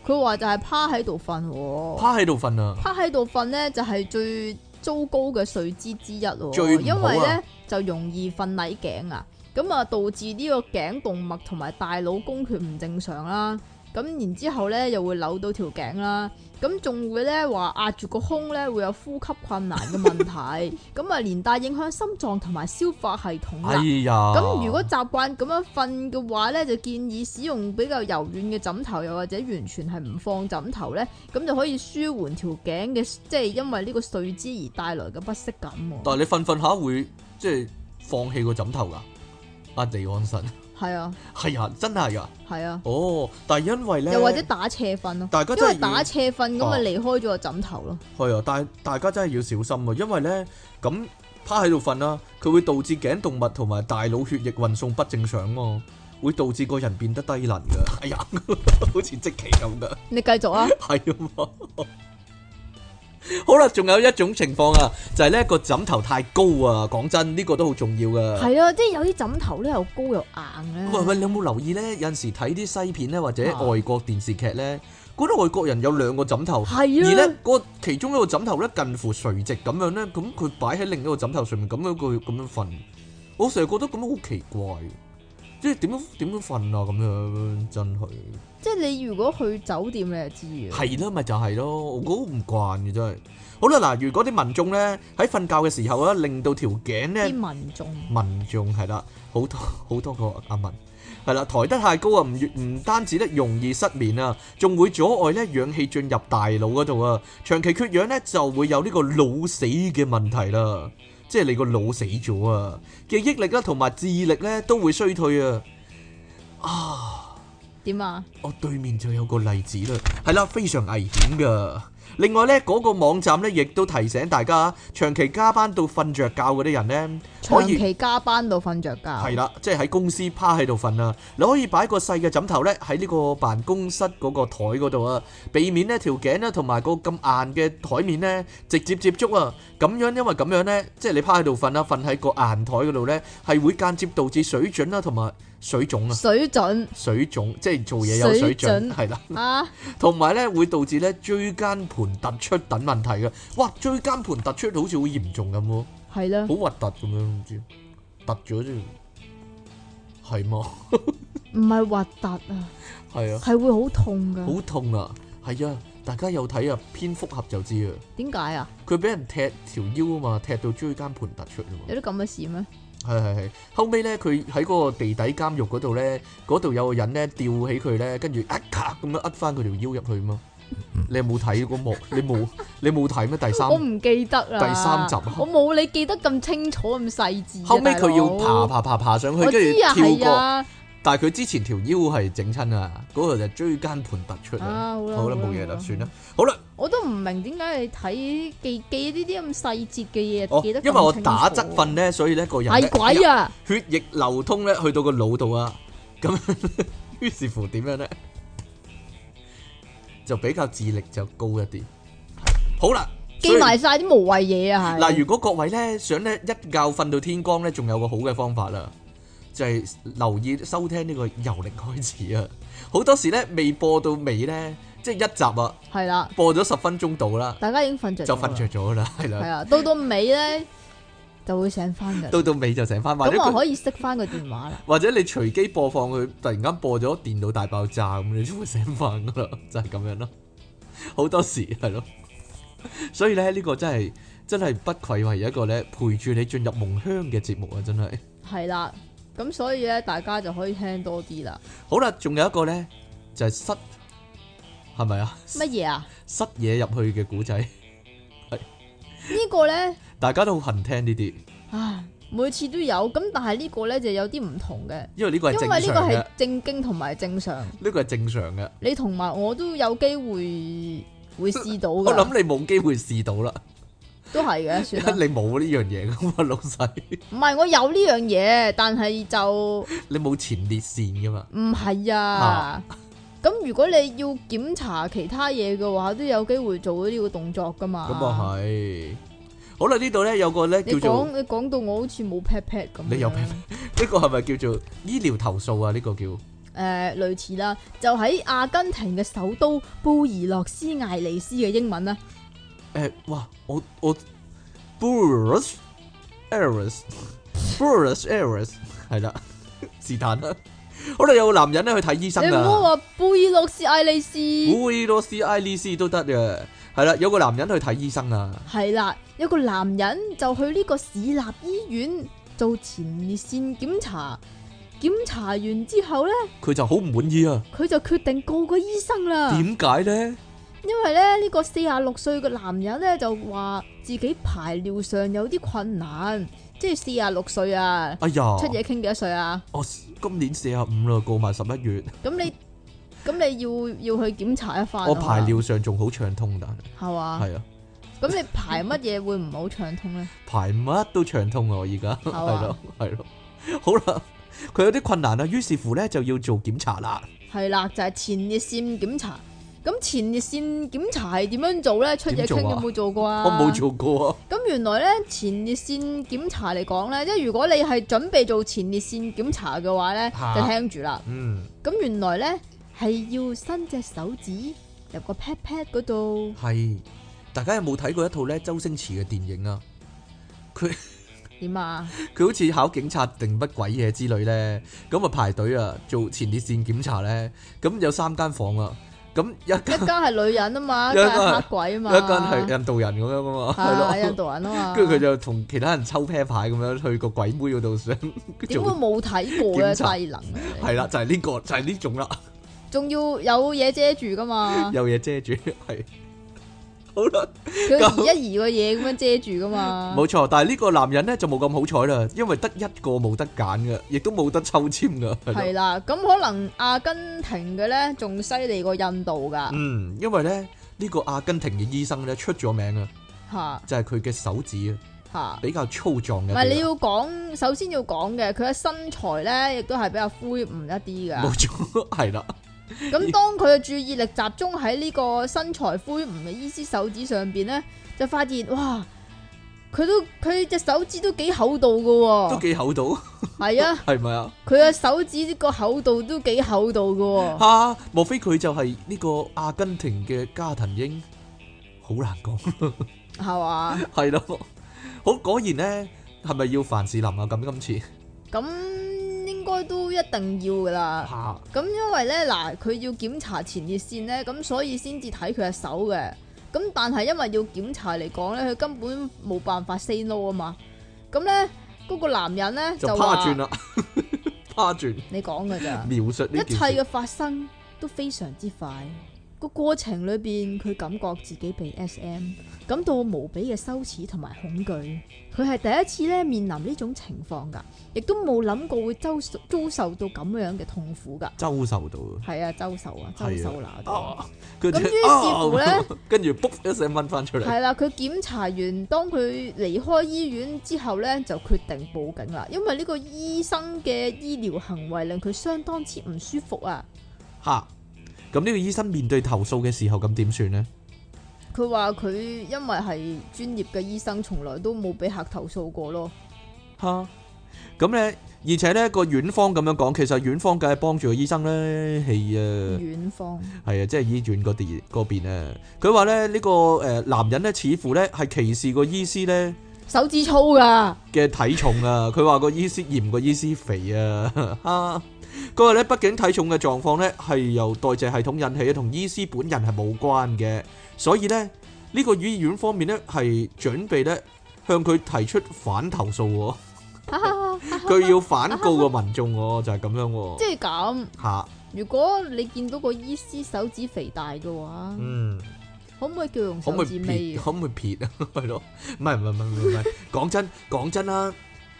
Speaker 1: 佢話就係趴喺度瞓喎，
Speaker 2: 趴喺度瞓啊，
Speaker 1: 趴喺度瞓咧就係最糟糕嘅睡姿之一喎，
Speaker 2: 最唔好啊
Speaker 1: 因為咧就容易瞓捩頸啊，咁啊導致呢個頸動脈同埋大腦供血唔正常啦，咁然之後咧又會扭到條頸啦，咁仲會咧話壓住個胸咧會有呼吸困難嘅問題，
Speaker 2: [laughs]
Speaker 1: 咁啊連帶影響心臟同埋消化系統啊
Speaker 2: 哎
Speaker 1: 啦。
Speaker 2: 呀！
Speaker 1: 咁如果習慣咁樣瞓嘅話呢，就建議使用比較柔軟嘅枕頭，又或者完全係唔放枕頭呢，咁就可以舒緩條頸嘅，即係因為呢個睡姿而帶來嘅不適感喎。
Speaker 2: 但係你瞓瞓下會即係放棄個枕頭㗎，阿地安神
Speaker 1: 係啊，
Speaker 2: 係啊，真係㗎。
Speaker 1: 係啊，
Speaker 2: 哦，但係因為咧，
Speaker 1: 又或者打斜瞓咯，
Speaker 2: 大家
Speaker 1: 因
Speaker 2: 真
Speaker 1: 為
Speaker 2: 係要
Speaker 1: 打斜瞓咁
Speaker 2: 啊
Speaker 1: 咪離開咗個枕頭咯。
Speaker 2: 係啊，但係大家真係要小心啊，因為咧咁趴喺度瞓啦，佢會導致頸動脈同埋大腦血液運送不正常喎、會導致個人變得低能噶。係 [laughs] 啊，好似即期咁噶。
Speaker 1: 你繼續
Speaker 2: [laughs]
Speaker 1: 啊，
Speaker 2: 係啊嘛。好啦，仲有一種情況啊，就係呢個枕頭太高啊。講真，呢、個都好重要噶。
Speaker 1: 係啊，即係有啲枕頭咧又高又硬
Speaker 2: 喂
Speaker 1: 咧，
Speaker 2: 啊喂，你有冇留意咧？有陣時睇啲西片咧，或者外國電視劇咧，嗰啲外國人有兩個枕頭，
Speaker 1: 係
Speaker 2: 而咧
Speaker 1: 啊，
Speaker 2: 個其中一個枕頭咧近乎垂直咁樣咧，咁佢擺喺另一個枕頭上面，咁樣佢咁樣瞓。我成日覺得咁樣好奇怪，即係點樣點樣瞓啊？咁樣真係
Speaker 1: 即係你如果去酒店你就知嘅，
Speaker 2: 係啦，咪就係咯，我覺得唔慣嘅真係。好啦，嗱，如果啲民眾咧喺瞓覺嘅時候咧，令到條頸咧。
Speaker 1: 啲民眾
Speaker 2: 民眾係啦，好多好多個阿文係啦，抬得太高啊，唔越唔單止咧容易失眠啊，仲會阻礙咧氧氣進入大腦嗰度啊，長期缺氧咧就會有呢個腦死嘅問題啦，即係你個腦死咗啊，記憶力啦同埋智力咧都會衰退啊，啊！
Speaker 1: 點啊？
Speaker 2: 我對面就有個例子啦，係啦，非常危險噶。另外呢，嗰、個網站呢，亦都提醒大家，長期加班到瞓着覺嗰啲人呢，可
Speaker 1: 長
Speaker 2: 以
Speaker 1: 期加班到瞓着覺，
Speaker 2: 係啦，即係喺公司趴喺度瞓啦。你可以擺個細嘅枕頭咧喺呢個辦公室嗰個台嗰度啊，避免呢條頸咧同埋個咁硬嘅台面咧直接接觸啊。咁樣因為咁樣咧，即係你趴喺度瞓啦，瞓喺個硬台嗰度咧，係會間接導致水準啦同埋水腫啊，
Speaker 1: 水準
Speaker 2: 水腫即係做嘢有水
Speaker 1: 水
Speaker 2: 準
Speaker 1: 腫
Speaker 2: 係啦，
Speaker 1: 啊，
Speaker 2: 同埋咧會導致咧椎間盤突出等問題嘅。哇，椎間盤突出好似好嚴重咁喎。
Speaker 1: 係 [laughs] 啦，
Speaker 2: 好核突咁樣，唔知突咗啫，係嘛？
Speaker 1: 唔係核突啊，
Speaker 2: 係啊，
Speaker 1: 係會好痛噶，
Speaker 2: 好痛啊！係啊，大家有睇啊，蝙蝠俠就知啊，
Speaker 1: 點解啊？
Speaker 2: 佢俾人踢條腰啊嘛，踢到椎間盤突出啊嘛，
Speaker 1: 有啲咁嘅事咩？
Speaker 2: 係係係。後尾咧，佢喺嗰個地底監獄嗰度咧，嗰度有個人咧吊起佢咧，跟住一卡咁樣扼翻佢條腰入去嘛。你有冇睇嗰幕？你冇你冇睇咩？第三
Speaker 1: 我唔記得啦。
Speaker 2: 第三集啊
Speaker 1: 我冇你記得咁清楚咁細緻啊。
Speaker 2: 後尾佢要
Speaker 1: 大佬
Speaker 2: 爬，爬爬爬上去，
Speaker 1: 我
Speaker 2: 跟住
Speaker 1: 知啊，
Speaker 2: 跳
Speaker 1: 係
Speaker 2: 過。
Speaker 1: 啊，
Speaker 2: 但係佢之前條腰係整親啊，嗰、個就椎間盤突出啊。
Speaker 1: 啊好啦好
Speaker 2: 好啦，
Speaker 1: 啦
Speaker 2: 冇嘢
Speaker 1: 好
Speaker 2: 啦，
Speaker 1: 啦
Speaker 2: 算啦。好啦，
Speaker 1: 我都唔明點解你睇記記呢啲咁細節嘅
Speaker 2: 哦，
Speaker 1: 嘢記得咁
Speaker 2: 因為我打側
Speaker 1: 清楚
Speaker 2: 瞓咧，所以咧個人哎呢
Speaker 1: 係鬼，啊！
Speaker 2: 血液流通咧去到個腦度啊，咁 [laughs] 樣於是乎點樣咧，就比較智力就高一啲。好啦，所
Speaker 1: 記
Speaker 2: 以
Speaker 1: 埋晒啲無謂嘢啊，係。
Speaker 2: 嗱，如果各位咧想咧一覺瞓到天光咧，仲有個好嘅方法啦，就係、留意收聽呢個由零開始啊。好多時咧未播到尾咧，即係一集啊。
Speaker 1: 係啦，
Speaker 2: 播咗十分鐘到啦，
Speaker 1: 大家已經瞓着咗
Speaker 2: 就
Speaker 1: 啦
Speaker 2: 瞓着咗啦，係
Speaker 1: 係
Speaker 2: 啦，
Speaker 1: 啊，到到尾咧就會醒翻㗎啦。
Speaker 2: 到到尾就醒翻，或者
Speaker 1: 咁我
Speaker 2: 佢
Speaker 1: 可以熄翻個電話啦。
Speaker 2: 或者你隨機播放佢，突然間播咗電腦大爆炸咁，你就會醒翻噶啦，就係、咁樣咯。好多時 [laughs] 係咯，所以咧呢、呢個真係真係不愧為一個咧陪住你進入夢鄉嘅節目啊，真係。
Speaker 1: 係啦，咁所以咧大家就可以聽多啲
Speaker 2: [laughs]
Speaker 1: 啦。
Speaker 2: 好啦，仲有一個咧就係、塞，係咪啊？
Speaker 1: 乜嘢啊？
Speaker 2: 塞嘢入去嘅古仔，
Speaker 1: 呢個咧。
Speaker 2: 大家都好恨聽呢啲，
Speaker 1: 唉，每次都有，咁但係呢個呢就有啲唔同嘅，
Speaker 2: 因為呢個係
Speaker 1: 因
Speaker 2: 正
Speaker 1: 為呢個
Speaker 2: 常
Speaker 1: 係
Speaker 2: 嘅，
Speaker 1: 正經同埋正常，
Speaker 2: 呢個係正常嘅。
Speaker 1: 你同埋我都有機會會試到
Speaker 2: 我諗
Speaker 1: 噶，
Speaker 2: 你冇機會試到啦。
Speaker 1: 都係嘅，
Speaker 2: 因
Speaker 1: 算
Speaker 2: [laughs]
Speaker 1: 啦。
Speaker 2: 為你冇呢樣嘢噶嘛，老細，
Speaker 1: 唔係我有呢樣嘢，但係就唔
Speaker 2: 你冇前列腺噶嘛，
Speaker 1: 係啊。咁如果你要檢查其他嘢嘅話，都有機會做呢個動作噶嘛。
Speaker 2: 咁啊係。好啦，呢度咧有個咧
Speaker 1: 你
Speaker 2: 叫做
Speaker 1: 講
Speaker 2: 呢
Speaker 1: 你講到我好似冇 pat pat 咁樣。
Speaker 2: 你有 pat 個係咪叫做醫療投訴啊？呢個叫
Speaker 1: 誒、呃類似啦，就喺阿根廷嘅首都布宜諾斯艾利斯嘅英文啦。
Speaker 2: 誒，哎哇！我我 Burris Aires Burris Aires 係啦， [laughs] 是但啦。好啦，有個男人咧去睇醫
Speaker 1: 你
Speaker 2: 生
Speaker 1: 唔好
Speaker 2: 啊，
Speaker 1: 話貝洛斯艾利斯
Speaker 2: 烏多斯艾利斯都得嘅。係啦，有個男人去睇醫生啊，
Speaker 1: 係啦，有個男人就去呢個市立醫院做前列腺檢查，檢查完之後呢，
Speaker 2: 佢就好唔滿意啊。
Speaker 1: 佢就決定告個醫生啦。
Speaker 2: 點解咧？
Speaker 1: 因為咧呢、呢個四廿六歲嘅男人呢，就話自己排尿上有啲困難，即係四廿六歲啊，
Speaker 2: 哎呀，
Speaker 1: 出嘢傾幾多歲啊？
Speaker 2: 我今年四十五啦，過埋十一月，
Speaker 1: 咁你咁你要要去檢查一番。啊
Speaker 2: 我排尿上仲好暢通，但係
Speaker 1: 係嘛？
Speaker 2: 係啊，
Speaker 1: 咁你排乜嘢會唔好暢通呢？
Speaker 2: 排乜都暢通啊！我而家
Speaker 1: 嘛
Speaker 2: 係咯係咯，好啦，佢有啲困難啦，啊於是乎咧就要做檢查啦。
Speaker 1: 係啦，就係前列腺檢查。咁前列腺檢查係點樣做咧？出嘢
Speaker 2: 點做
Speaker 1: 傾
Speaker 2: 啊
Speaker 1: 有冇做過啊？
Speaker 2: 我冇。做過啊，
Speaker 1: 咁原來咧前列腺檢查嚟講咧，即係如果你係準備做前列腺檢查嘅話咧，
Speaker 2: 嚇
Speaker 1: 就聽住啦。
Speaker 2: 嗯，
Speaker 1: 咁原來咧係要伸隻手指入個 pat pat 嗰度。
Speaker 2: 係。大家有冇睇過一套咧周星馳嘅電影啊？佢
Speaker 1: 點
Speaker 2: [laughs]
Speaker 1: 啊？
Speaker 2: 佢好似考警察定乜鬼嘢之類呢，咁啊排隊啊做前列腺檢查呢，咁有三間房啊，咁一
Speaker 1: 一
Speaker 2: 間
Speaker 1: 間係女人啊嘛，一
Speaker 2: 一間
Speaker 1: 間係黑鬼啊
Speaker 2: 一間
Speaker 1: 嘛，
Speaker 2: 係印度人咁樣啊嘛，
Speaker 1: 啊
Speaker 2: 係
Speaker 1: 印
Speaker 2: 咯，
Speaker 1: 度人啊嘛，
Speaker 2: 跟住佢就同其他人抽 pair 牌咁樣去個鬼妹嗰度想
Speaker 1: 點會
Speaker 2: [laughs] 做，
Speaker 1: 冇睇過
Speaker 2: 檢查
Speaker 1: 嘅低能啊？你
Speaker 2: 係啦，就係呢個就係呢種啦，
Speaker 1: 啊仲要有嘢遮住噶嘛，
Speaker 2: 有嘢遮住係。好啦， [laughs]
Speaker 1: 佢移一移個嘢咁樣遮住噶嘛，
Speaker 2: 冇錯，但係呢個男人呢就冇咁好彩啦，因為得一個冇得揀嘅，亦都冇得抽籤嘅，係咯
Speaker 1: 係啊啦，咁可能阿根廷嘅咧仲犀利過印度噶
Speaker 2: 嗯，因為咧呢個阿根廷嘅醫生呢出咗名啊，
Speaker 1: 吓
Speaker 2: 就係佢嘅手指啊。
Speaker 1: 吓，
Speaker 2: 比較粗壯嘅。啊
Speaker 1: 唔係你要講，首先要講嘅佢嘅身材咧，亦都係比較灰梧一啲
Speaker 2: 冇
Speaker 1: 噶。
Speaker 2: 錯， [laughs] 係啦，
Speaker 1: 咁當佢嘅注意力集中喺呢個身材灰梧嘅醫師手指上邊咧，就發現哇，佢都佢隻手指都幾厚度噶
Speaker 2: 都
Speaker 1: 喎，
Speaker 2: 幾厚
Speaker 1: [laughs]
Speaker 2: 道，
Speaker 1: 係啊，
Speaker 2: 係咪啊？
Speaker 1: 佢嘅手指個厚度都幾厚度噶喎。
Speaker 2: [laughs] 吓，莫非佢就係呢個阿根廷嘅加藤英？好難講， [laughs]
Speaker 1: 系嘛？
Speaker 2: 係咯。好果然呢，係咪要凡士林啊？咁今次
Speaker 1: 咁應該都一定要噶啦。
Speaker 2: 吓，
Speaker 1: 咁因為咧嗱，佢要檢查前列腺咧，咁所以先至睇佢隻手嘅。咁但係因為要檢查嚟講咧，佢根本冇辦法 say no 啊嘛。咁咧嗰個男人咧
Speaker 2: 就
Speaker 1: 就
Speaker 2: 趴
Speaker 1: 話
Speaker 2: 轉：啦， [laughs] 趴轉
Speaker 1: 你講噶咋？
Speaker 2: 描述呢
Speaker 1: 一切
Speaker 2: 件事。
Speaker 1: 嘅發生都非常之快。個過程裏邊，佢感覺自己被 S.M. 感到無比嘅羞恥同埋恐懼。佢係第一次咧面臨呢種情況㗎，亦都冇諗過會遭受遭受到咁樣嘅痛苦㗎。
Speaker 2: 周受到
Speaker 1: 係啊，周受啊，周受拿到。
Speaker 2: 啊，跟住
Speaker 1: 哦咁於是乎呢
Speaker 2: 啊 [laughs] 跟住卜一聲掹翻出嚟，
Speaker 1: 係啦，佢檢查完，當佢離開醫院之後呢，就決定報警啦。因為呢個醫生嘅醫療行為令佢相當之唔舒服啊。
Speaker 2: 吓。咁呢個醫生面對投訴嘅時候，咁點算呢？
Speaker 1: 佢話佢因為係專業嘅醫生，從來都冇俾客投訴過
Speaker 2: [laughs]
Speaker 1: 咯。
Speaker 2: 吓，咁咧，而且咧個院方咁樣講，其實院方梗係幫住個醫生咧，係啊，
Speaker 1: 遠方
Speaker 2: 係啊，即係醫院嗰啲嗰邊啊。佢話咧呢個誒男人咧，似乎咧係歧視個醫師咧
Speaker 1: 手指粗噶，
Speaker 2: 嘅體重啊。佢話個醫師嫌個醫師肥啊， [laughs] 哈佢話咧，畢竟體重嘅狀況咧係由代謝系統引起嘅，同醫師本人係冇關嘅，所以咧呢個醫院方面咧係準備咧向佢提出反投訴
Speaker 1: [laughs]
Speaker 2: 喎。
Speaker 1: 哈哈哈哈
Speaker 2: [laughs] 佢要反告個民眾喎，就係咁樣
Speaker 1: [laughs]
Speaker 2: 喎
Speaker 1: 即。係咁。
Speaker 2: 嚇，
Speaker 1: 如果你見到個醫師手指肥大嘅話，
Speaker 2: 嗯，
Speaker 1: 可唔可以叫用
Speaker 2: 可唔可
Speaker 1: 手
Speaker 2: 以 [laughs]
Speaker 1: 指
Speaker 2: 撇？
Speaker 1: 尾啊？
Speaker 2: 可唔可以撇啊？係咯，唔係唔係唔係
Speaker 1: [laughs]
Speaker 2: 唔係，講真講真啦，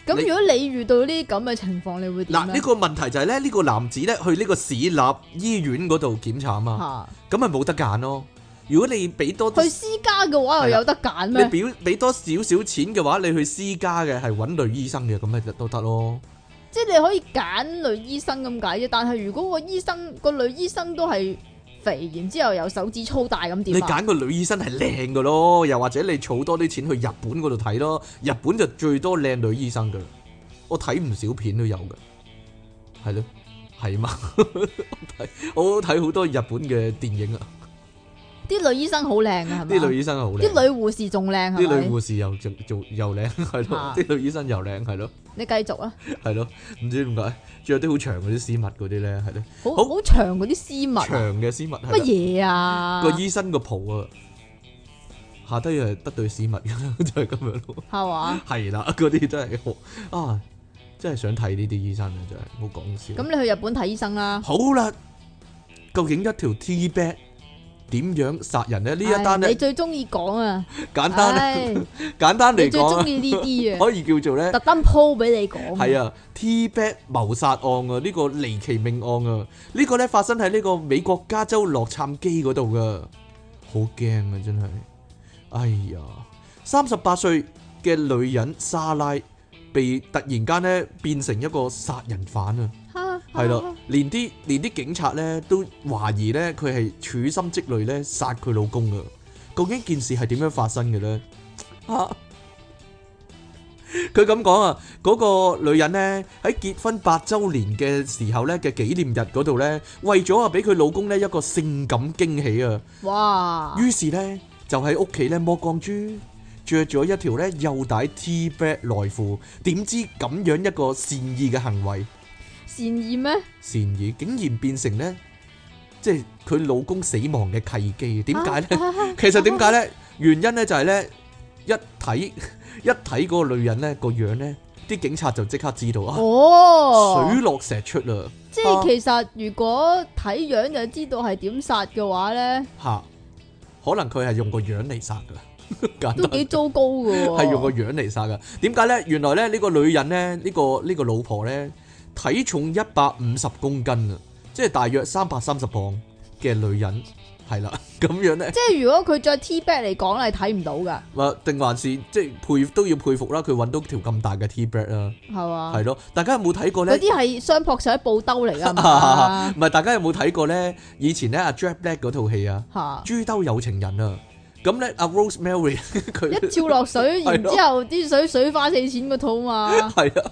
Speaker 1: 咁
Speaker 2: 你
Speaker 1: 如果你遇到呢啲咁嘅情況，你會點啊
Speaker 2: 嗱
Speaker 1: 呢
Speaker 2: 呢個問題就係咧，呢個男子咧去呢個市立醫院嗰度檢查啊嘛，
Speaker 1: 嚇
Speaker 2: 咁咪冇得揀咯。如果你俾多
Speaker 1: 去
Speaker 2: 啲，
Speaker 1: 私家嘅話
Speaker 2: 係
Speaker 1: 又
Speaker 2: 啦
Speaker 1: 有得揀
Speaker 2: 你
Speaker 1: 咩？
Speaker 2: 表俾多少少錢嘅話，你去私家嘅係揾女醫生嘅，咁咪都得咯。
Speaker 1: 即係你可以揀女醫生咁解啫。但係如果個醫生個女醫生都係肥，然之後又手指粗大咁
Speaker 2: 你
Speaker 1: 點啊？
Speaker 2: 揀個女醫生係靚嘅咯，又或者你儲多啲錢去日本嗰度睇咯，日本就最多靚女醫生噶啦，我睇唔少片都有嘅，係咯，係嘛？ [laughs] 我睇我睇好多日本嘅電影啊，
Speaker 1: 啲女醫生好靚啊，係咪？
Speaker 2: 啲女醫生好
Speaker 1: 啲
Speaker 2: 靚，
Speaker 1: 女護士仲靚係
Speaker 2: 啲
Speaker 1: 咪
Speaker 2: 女護士又做做又靚，係咯
Speaker 1: 啊，
Speaker 2: 啲女醫生又靚，係咯，
Speaker 1: 你繼續啊，
Speaker 2: 係咯，唔知點解，仲有啲好長嗰啲絲襪嗰啲咧，係咯，
Speaker 1: 好
Speaker 2: 好
Speaker 1: 好長嗰啲絲襪啊，
Speaker 2: 長嘅絲襪係
Speaker 1: 乜
Speaker 2: 啦。
Speaker 1: 嘢啊？
Speaker 2: 個醫生個袍啊，下低又係得對絲襪㗎， [laughs] 就係咁樣咯。
Speaker 1: 係嘛？
Speaker 2: 係啦，嗰啲真係好啊，真係想睇呢啲醫生啊，真係冇講笑。
Speaker 1: 咁你去日本睇醫生啦。
Speaker 2: 好啦，究竟一條 T b a g 點樣殺人咧？呢一單
Speaker 1: 唉你
Speaker 2: 咧，
Speaker 1: 最中意講啊，
Speaker 2: 簡單
Speaker 1: 唉，
Speaker 2: 簡單
Speaker 1: 你最
Speaker 2: 嚟
Speaker 1: 中
Speaker 2: 講
Speaker 1: 意呢啲
Speaker 2: 啊，
Speaker 1: 啊，
Speaker 2: [laughs] 可以叫做咧
Speaker 1: 特登鋪俾你講。
Speaker 2: 係，啊 T b a g 謀殺案啊，呢個離奇命案啊，呢個咧發生喺呢個美國加州洛杉磯嗰度噶，好驚啊真係，哎呀，三十八歲嘅女人莎拉被突然間咧變成一個殺人犯啊！
Speaker 1: 哈
Speaker 2: 係咯，，連啲連啲警察咧都懷疑咧佢係處心積慮咧殺佢老公啊！究竟件事係點樣發生嘅咧？ [laughs] 啊！佢咁講啊，嗰、個女人呢，喺結婚八週年嘅時候呢嘅紀念日嗰度呢，為咗啊俾佢老公呢一個性感驚喜啊！
Speaker 1: 哇，
Speaker 2: 於是咧就喺屋企咧剝光豬，着咗一條咧幼帶 T back 內褲，點知咁樣一個善意嘅行為，
Speaker 1: 善意咩？
Speaker 2: 善意竟然變成咧，即係佢老公死亡嘅契機。點解咧？
Speaker 1: 啊？
Speaker 2: [laughs] 其實點解咧？原因咧就係咧，一睇 [laughs] 一睇嗰個女人咧個樣咧，啲警察就即刻知道啊，
Speaker 1: 哦，
Speaker 2: 水落石出啦
Speaker 1: 即係其實如果睇樣就知道係點殺嘅話咧，
Speaker 2: 吓、可能佢係用個樣嚟殺噶， [laughs] 簡
Speaker 1: 都
Speaker 2: 單。
Speaker 1: 幾啊糟糕噶喎。
Speaker 2: 係用個樣嚟殺噶。點解呢？原來咧呢個女人呢，呢、個呢、個老婆呢，體重一百五十公斤啊，即係大約三百三十磅嘅女人係啦，咁樣呢，
Speaker 1: 即係如果佢着 T back 嚟講，你睇唔到噶，
Speaker 2: 話定還是即係佩都要佩服啦，佢揾到條咁大嘅 T b r e a d 啦，
Speaker 1: 係嘛？
Speaker 2: 係咯。大家有冇睇過呢？
Speaker 1: 啊嗰？啲係雙撲上布兜嚟噶嘛
Speaker 2: [laughs] 唔係，大家有冇睇過呢？以前呢，阿 Jack Black 嗰套戲啊，
Speaker 1: 吓
Speaker 2: 《豬兜有情人》啊，咁呢，阿 Rosemary [laughs] 佢
Speaker 1: 一跳落水，
Speaker 2: 係
Speaker 1: 然
Speaker 2: 咯
Speaker 1: 之後啲水水花四濺個肚嘛，
Speaker 2: 係啊，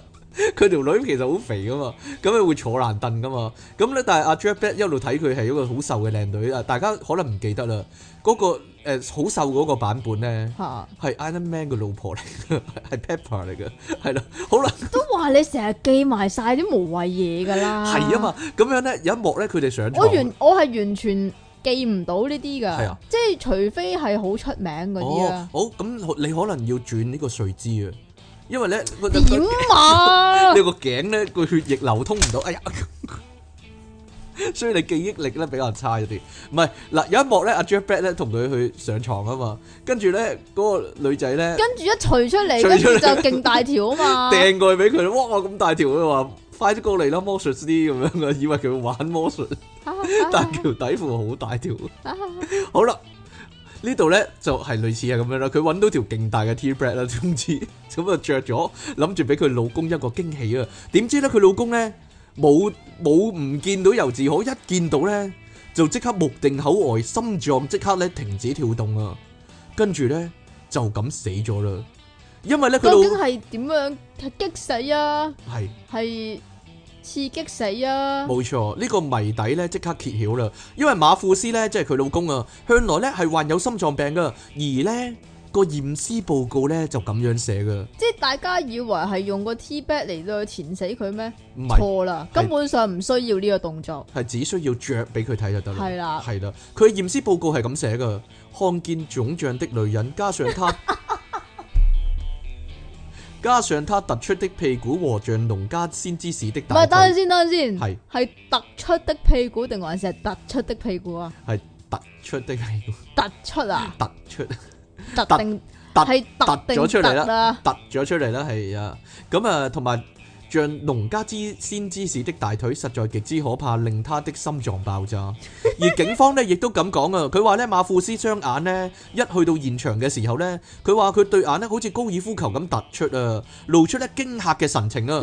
Speaker 2: 佢條女其實好肥噶嘛，咁佢會坐爛凳噶嘛，咁咧但係阿 Jack Black 一路睇佢係一個好瘦嘅靚女啊，大家可能唔記得啦，嗰、個呃好、瘦嗰個版本咧
Speaker 1: 吓
Speaker 2: 係 Iron Man 嘅老婆嚟嘅，係 Pepper 嚟嘅，係啦，好啦，
Speaker 1: 都話你成日記埋晒啲無謂嘢噶啦。
Speaker 2: 係啊嘛，咁樣咧有一幕咧佢哋上
Speaker 1: 我
Speaker 2: 床，
Speaker 1: 完我係完全記唔到呢啲
Speaker 2: 係
Speaker 1: 㗎，
Speaker 2: 啊
Speaker 1: 即係除非係好出名嗰啲
Speaker 2: 哦
Speaker 1: 啊。，
Speaker 2: 好咁你可能要轉呢個睡姿啊，因為咧個
Speaker 1: 點啊？
Speaker 2: [laughs] 你個頸咧個血液流通唔到，哎呀！ [laughs] 所以你記憶力咧比較差一啲，唔係嗱有一幕咧，阿 Jack Black 咧同佢去上床啊嘛，跟住咧嗰個女仔咧
Speaker 1: 跟住一除出嚟，
Speaker 2: 除
Speaker 1: 跟
Speaker 2: 出
Speaker 1: 住
Speaker 2: 嚟
Speaker 1: 就勁大條啊嘛。[laughs]
Speaker 2: [laughs] 掟過去俾佢，哇我咁大條，佢話快啲過嚟啦，魔術師咁樣，我以為佢玩魔術，但係條底褲好大條。好啦，呢度咧就係類似係咁樣啦，佢揾到條勁大嘅 T b r e a d 啦， [laughs] 總之咁啊着咗，諗住俾佢老公一個驚喜啊！點知咧佢老公咧冇冇唔見到尤志可，一見到咧就即刻目定口呆，心臟即刻咧停止跳動啊！跟住咧就咁死咗啦，因為咧佢
Speaker 1: 究竟
Speaker 2: 老
Speaker 1: 係點樣激死啊？
Speaker 2: 係。
Speaker 1: 係刺激死啊？
Speaker 2: 冇錯，呢、個謎底咧即刻揭曉啦。因為馬庫斯咧，即係佢老公啊，向來咧係患有心臟病噶，而呢個驗屍報告咧就咁樣寫噶，
Speaker 1: 即係大家以為係用個 T b a g 嚟到去填死佢咩？
Speaker 2: 唔係
Speaker 1: 錯啦，
Speaker 2: 係
Speaker 1: 根本上唔需要呢個動作。
Speaker 2: 係只需要着俾佢睇就得啦。
Speaker 1: 係啊啦
Speaker 2: 係啦，佢驗屍報告係咁寫噶，看見腫脹的女人，加上
Speaker 1: [laughs]
Speaker 2: 她。加上她突出的屁股和像農家先知士的
Speaker 1: 唔係，
Speaker 2: 大
Speaker 1: 等陣
Speaker 2: 腿，
Speaker 1: 先，等陣先。
Speaker 2: 係
Speaker 1: 係突出的屁股定還是係突出的屁股啊？
Speaker 2: 係突出的屁股，
Speaker 1: 突出啊？
Speaker 2: 突出
Speaker 1: 特
Speaker 2: [laughs] 突
Speaker 1: 定
Speaker 2: 突
Speaker 1: 係
Speaker 2: 突
Speaker 1: 特定
Speaker 2: 咗出嚟啦
Speaker 1: 突啊！
Speaker 2: 突咗出嚟啦，係啊，咁啊，同埋像農家之先知士的大腿實在極之可怕，令他的心臟爆炸。 [laughs] 而警方呢，亦都咁講啊，佢話呢，馬庫斯雙眼呢，一去到現場嘅時候呢，佢話佢對眼呢好似高爾夫球咁突出啊，露出呢驚嚇嘅
Speaker 1: [laughs]
Speaker 2: 神情啊。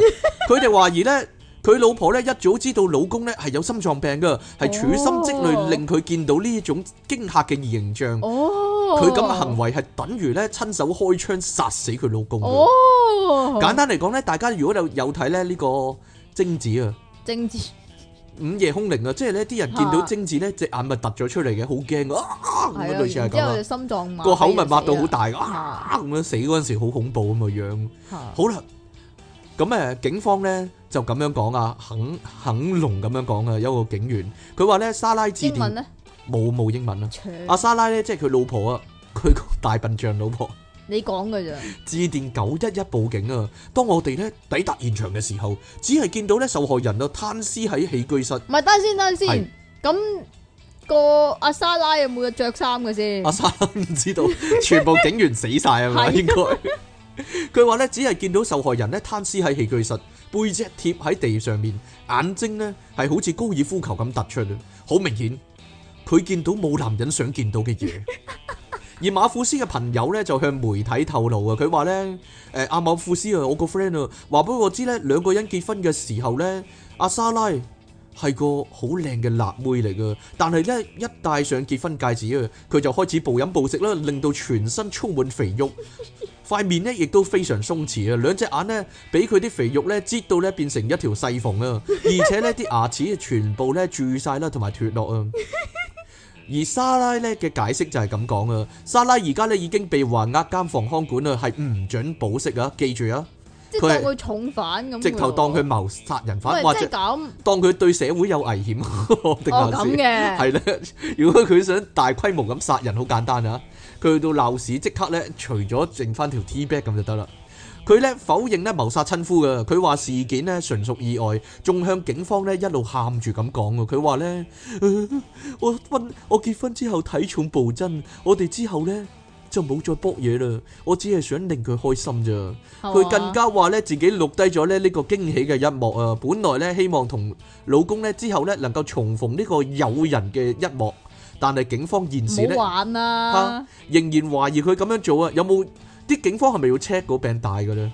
Speaker 2: 佢哋懷疑呢，佢老婆呢一早知道老公呢係有心臟病噶，係處心積慮
Speaker 1: 哦
Speaker 2: 令佢見到呢種驚嚇嘅形象。
Speaker 1: 哦，
Speaker 2: 佢咁嘅行為係等於呢親手開槍殺死佢老公㗎。
Speaker 1: 哦，
Speaker 2: 簡單嚟講咧，大家如果有有睇咧呢個貞子啊，
Speaker 1: 政治
Speaker 2: 午夜凶鈴啊，即係呢啲人見到
Speaker 1: 啊
Speaker 2: 貞子咧隻眼咪突咗出嚟嘅，好驚啊咁
Speaker 1: 係
Speaker 2: 樣
Speaker 1: 啊，
Speaker 2: 類似係
Speaker 1: 然
Speaker 2: 咁
Speaker 1: 之後
Speaker 2: 啊
Speaker 1: 就，心臟
Speaker 2: 個口咪擘到好
Speaker 1: 大
Speaker 2: 大啊咁樣死嗰陣時好恐怖咁嘅樣。，
Speaker 1: 嚇
Speaker 2: 好啦，咁誒警方咧就咁樣講啊，肯肯龍咁樣講啊，有個警員佢話咧莎拉致
Speaker 1: 英文
Speaker 2: 電
Speaker 1: 咧，
Speaker 2: 冇冇英文啊，
Speaker 1: 扯
Speaker 2: 阿莎拉咧即係佢老婆啊，佢個大笨象老婆。
Speaker 1: 你講嘅咋？
Speaker 2: 致電九一一報警啊！當我哋咧抵達現場嘅時候，只係見到咧受害人啊攤屍喺起居室。
Speaker 1: 唔係，等陣先，等陣
Speaker 2: 係
Speaker 1: 先。咁個阿莎拉有冇着衫嘅先
Speaker 2: 阿？生唔知道，全部警員死晒啊嘛，
Speaker 1: 係
Speaker 2: 應該。佢話咧，只係見到受害人咧攤屍喺起居室，背脊貼喺地上面，眼睛咧係好似高爾夫球咁突出啊！好明顯，佢見到冇男人想見到嘅嘢， [laughs] 而馬庫斯嘅朋友咧就向媒體透露啊，佢話咧誒阿馬庫斯啊，我個 friend 啊，話俾我知咧兩個人結婚嘅時候咧，阿莎拉係個好靚嘅辣妹嚟噶，但係咧一戴上結婚戒指啊，佢就開始暴飲暴食啦，令到全身充滿肥肉。塊面咧亦都非常鬆弛啊，兩隻眼咧俾佢啲肥肉咧擠到咧變成一條細縫啊，而且咧啲牙齒啊全部咧蛀晒啦，同埋脱落啊。而莎拉咧嘅解釋就係咁講啊，莎拉而家咧已經被還押監房看管啊，係唔准保釋啊，記住啊，
Speaker 1: 即
Speaker 2: 佢
Speaker 1: 係
Speaker 2: 係
Speaker 1: 當佢重犯咁喎。
Speaker 2: 直頭當佢謀殺人犯或
Speaker 1: 喂，即
Speaker 2: 者
Speaker 1: 係咁。
Speaker 2: 當佢對社會有危險 [laughs] 定
Speaker 1: 哦，
Speaker 2: 還
Speaker 1: 咁 [laughs]
Speaker 2: 是
Speaker 1: 嘅。
Speaker 2: 係咧？ [laughs] 如果佢想大規模咁殺人，好簡單啊！佢去到鬧市即刻咧，除咗剩翻條 T b a c 咁就得啦。佢咧否認咧謀殺親夫噶，佢話事件咧純屬意外，仲向警方咧一路喊住咁講噶。佢話咧，我婚我結婚之後體重暴增，我哋之後咧就冇再搏嘢啦。我只係想令佢開心咋。
Speaker 1: 係
Speaker 2: 佢
Speaker 1: 嘛
Speaker 2: 更加話咧自己錄低咗咧呢個驚喜嘅一幕啊！本來咧希望同老公咧之後咧能夠重逢呢個友人嘅一幕，但係警方現時咧
Speaker 1: 唔好玩啦。
Speaker 2: 仍然懷疑佢咁樣做啊！有冇啲警方係咪要 check 嗰餅帶嘅咧？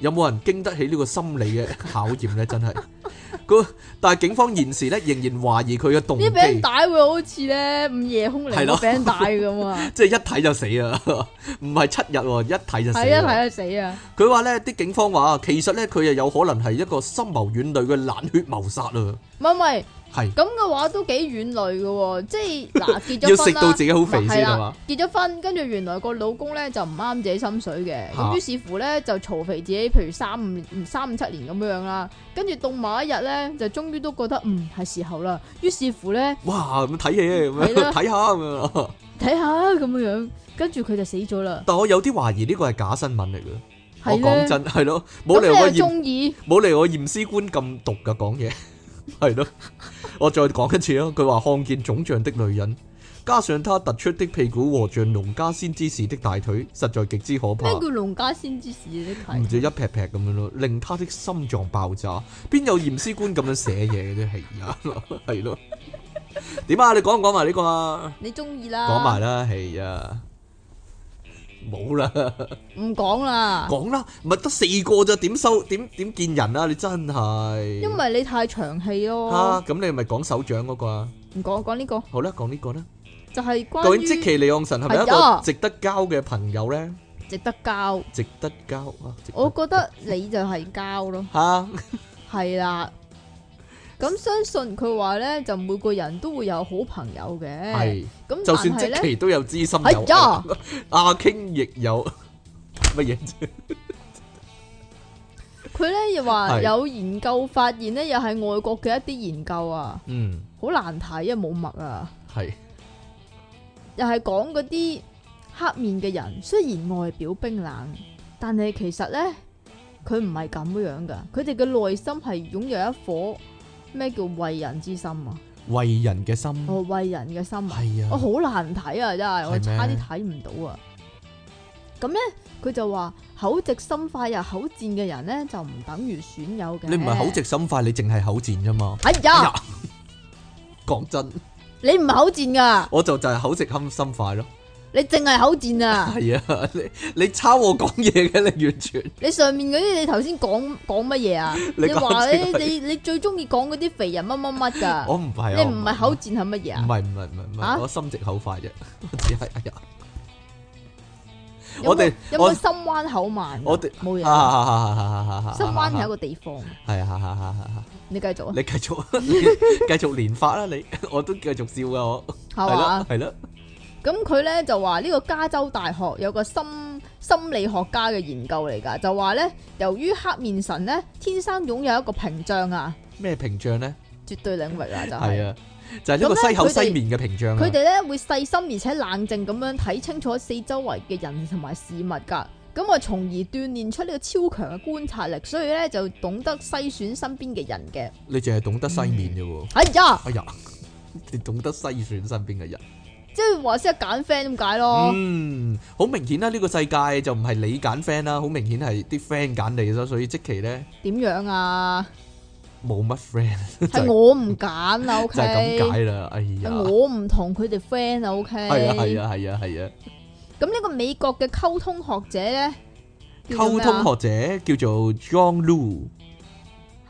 Speaker 2: 有冇人經得起呢個心理嘅考驗咧？真係， [laughs] 嗰但係警方現時咧仍然懷疑佢嘅動
Speaker 1: 啲餅
Speaker 2: 機，
Speaker 1: 帶會好似咧午夜凶
Speaker 2: 係
Speaker 1: 鈴
Speaker 2: 咯
Speaker 1: 個餅帶咁
Speaker 2: [laughs]
Speaker 1: 啊！
Speaker 2: 即係一睇就死啊！唔係七日喎，一睇就死
Speaker 1: 係啊，
Speaker 2: 啦。
Speaker 1: 係啊，死啊！
Speaker 2: 佢話咧，啲警方話其實咧，佢又有可能係一個深謀遠慮嘅冷血謀殺啊，
Speaker 1: 唔係唔係，
Speaker 2: 係
Speaker 1: 咁嘅話都幾遠慮嘅喎，即係
Speaker 2: [laughs]
Speaker 1: 嗱結
Speaker 2: 要
Speaker 1: 咗婚
Speaker 2: 食
Speaker 1: 啦，
Speaker 2: 到自己好肥先係
Speaker 1: 係
Speaker 2: 嘛
Speaker 1: 啦，結咗婚，跟住原來個老公咧就唔啱自己心水嘅，
Speaker 2: 嚇
Speaker 1: 咁於是乎咧就嘈肥自己，譬如三五三五七年咁樣啦，跟住到某一日咧就終於都覺得嗯係時候啦，於是乎咧
Speaker 2: 哇咁睇嘢咁
Speaker 1: 係
Speaker 2: 樣
Speaker 1: 啦
Speaker 2: 睇下咁樣。 [laughs]
Speaker 1: 睇下咁樣樣，跟住佢就死咗啦，
Speaker 2: 但我有啲懷疑呢個係假新聞嚟嘅，我
Speaker 1: 係
Speaker 2: 哦講
Speaker 1: 咧，
Speaker 2: 真係咯，冇
Speaker 1: 咁
Speaker 2: 理由啊我
Speaker 1: 你又
Speaker 2: 驗
Speaker 1: 中意
Speaker 2: 冇理由我驗屍官咁毒噶講嘢， [laughs] 係咯。我再講一次啊，佢話看見腫脹的女人，加上她突出的屁股和像農家先知士的大腿，實在極之可怕
Speaker 1: 咩。叫農家先知事你睇
Speaker 2: 唔？知一劈劈咁樣咯，令他的心臟爆炸。邊有驗屍官咁樣寫嘢嘅啫？係啊， [laughs] 係咯。點啊？你講唔講埋呢個啊？
Speaker 1: 你中意啦，
Speaker 2: 講埋啦，係啊，冇啦，
Speaker 1: 唔講啦，
Speaker 2: 講啦，咪得四個咋？點收？點點見人啊？你真係
Speaker 1: 因為你太長氣
Speaker 2: 啊
Speaker 1: 咯。！
Speaker 2: 咁你咪講手掌嗰個啊？
Speaker 1: 唔講講呢個，
Speaker 2: 好啦，講呢個啦。
Speaker 1: 就係關
Speaker 2: 究竟即
Speaker 1: 於
Speaker 2: 其利昂神係咪一
Speaker 1: 係
Speaker 2: 個
Speaker 1: 啊
Speaker 2: 值得交嘅朋友咧？
Speaker 1: 值得交。
Speaker 2: 值得交啊！值
Speaker 1: 我覺得你就係交咯，
Speaker 2: 嚇
Speaker 1: 係啦。咁相信佢話咧，就每個人都會有好朋友嘅。
Speaker 2: 係。
Speaker 1: 咁
Speaker 2: 就
Speaker 1: 但
Speaker 2: 算
Speaker 1: 係
Speaker 2: 即
Speaker 1: 咧，
Speaker 2: 期都有知心
Speaker 1: 哎
Speaker 2: 友，
Speaker 1: 呀
Speaker 2: 阿 King 亦有 [laughs] 乜嘢啫？
Speaker 1: 佢咧又話
Speaker 2: 係
Speaker 1: 有研究發現咧，又係外國嘅一啲研究啊，
Speaker 2: 嗯，
Speaker 1: 好難睇啊，冇墨啊，
Speaker 2: 係
Speaker 1: 又係講嗰啲黑面嘅人，雖然外表冰冷，但係其實咧佢唔係咁樣噶，佢哋嘅內心係擁有一顆咩叫為人之心啊，
Speaker 2: 為人嘅心，
Speaker 1: 哦為人嘅心啊。
Speaker 2: 係
Speaker 1: 我
Speaker 2: 啊，
Speaker 1: 好難睇啊，真係我
Speaker 2: 嗯係咩
Speaker 1: 差啲睇唔到啊！咁咧，佢就話口直心快又口賤嘅人咧，就唔等於損友嘅。
Speaker 2: 你唔係口直，心快，你淨係口賤啫嘛。
Speaker 1: 哎
Speaker 2: 哎
Speaker 1: 呀
Speaker 2: 呀，講真，
Speaker 1: 你唔係口賤噶，
Speaker 2: 我就就係口直心心快咯。
Speaker 1: 你淨係口賤啊！
Speaker 2: 係啊， [laughs] 你你抄我講嘢嘅，你完全
Speaker 1: 你上面嗰啲，你頭先講講乜嘢啊？
Speaker 2: [laughs] 你
Speaker 1: 你話
Speaker 2: 講
Speaker 1: 咧，你你最中意講嗰啲肥人乜乜乜
Speaker 2: [laughs]
Speaker 1: 噶，
Speaker 2: 我唔係啊，
Speaker 1: 你唔係口賤係乜嘢啊？
Speaker 2: 唔係唔係唔係唔
Speaker 1: 啊
Speaker 2: 係，我心直口快啫，我只係哎呀。
Speaker 1: 有冇
Speaker 2: 我哋
Speaker 1: 有
Speaker 2: 我
Speaker 1: 冇心彎口慢㗎？
Speaker 2: 我哋
Speaker 1: 冇
Speaker 2: 啊
Speaker 1: 嘢，
Speaker 2: 啊啊啊啊啊啊
Speaker 1: 心彎係一個地方，
Speaker 2: 係啊係啊係啊係啊。
Speaker 1: 你繼續啊，
Speaker 2: 你繼
Speaker 1: [laughs]
Speaker 2: 續繼續連發啦，你我都繼續笑噶，我
Speaker 1: 係
Speaker 2: 係
Speaker 1: 嘛
Speaker 2: 啦？係啦，
Speaker 1: 咁佢咧就話呢個加州大學有個心心理學家嘅研究嚟㗎，就話咧由於黑面神咧天生擁有一個屏障啊，
Speaker 2: 咩屏障咧？
Speaker 1: 絕對領域啊，就
Speaker 2: 係
Speaker 1: 係、
Speaker 2: 啊，就係呢個西口西面嘅屏障啊
Speaker 1: 佢哋咧會細心而且冷靜咁樣睇清楚四周圍嘅人同埋事物㗎，咁啊從而鍛鍊出呢個超強嘅觀察力，所以咧就懂得篩選身邊嘅人嘅。
Speaker 2: 你淨係懂得西面啫喎。
Speaker 1: 哎呀，
Speaker 2: 哎呀， [laughs] 你懂得篩選身邊嘅人。
Speaker 1: 即係話識得揀 friend 咁解咯，
Speaker 2: 嗯，好明顯啦，呢個世界就唔係你揀 friend 啦，好明顯係啲 friend 揀你啦，所以即期咧
Speaker 1: 點樣啊？
Speaker 2: 冇乜 [laughs] friend，就
Speaker 1: 係
Speaker 2: 係
Speaker 1: 我唔揀
Speaker 2: [laughs]
Speaker 1: 啦，OK，
Speaker 2: 就係咁解啦。哎呀，
Speaker 1: 係我唔同佢哋 friend 啊，OK，
Speaker 2: 係啊係啊係啊係啊，
Speaker 1: 咁呢個美國嘅溝通學者咧，啊
Speaker 2: 溝通學者叫做 John Lu，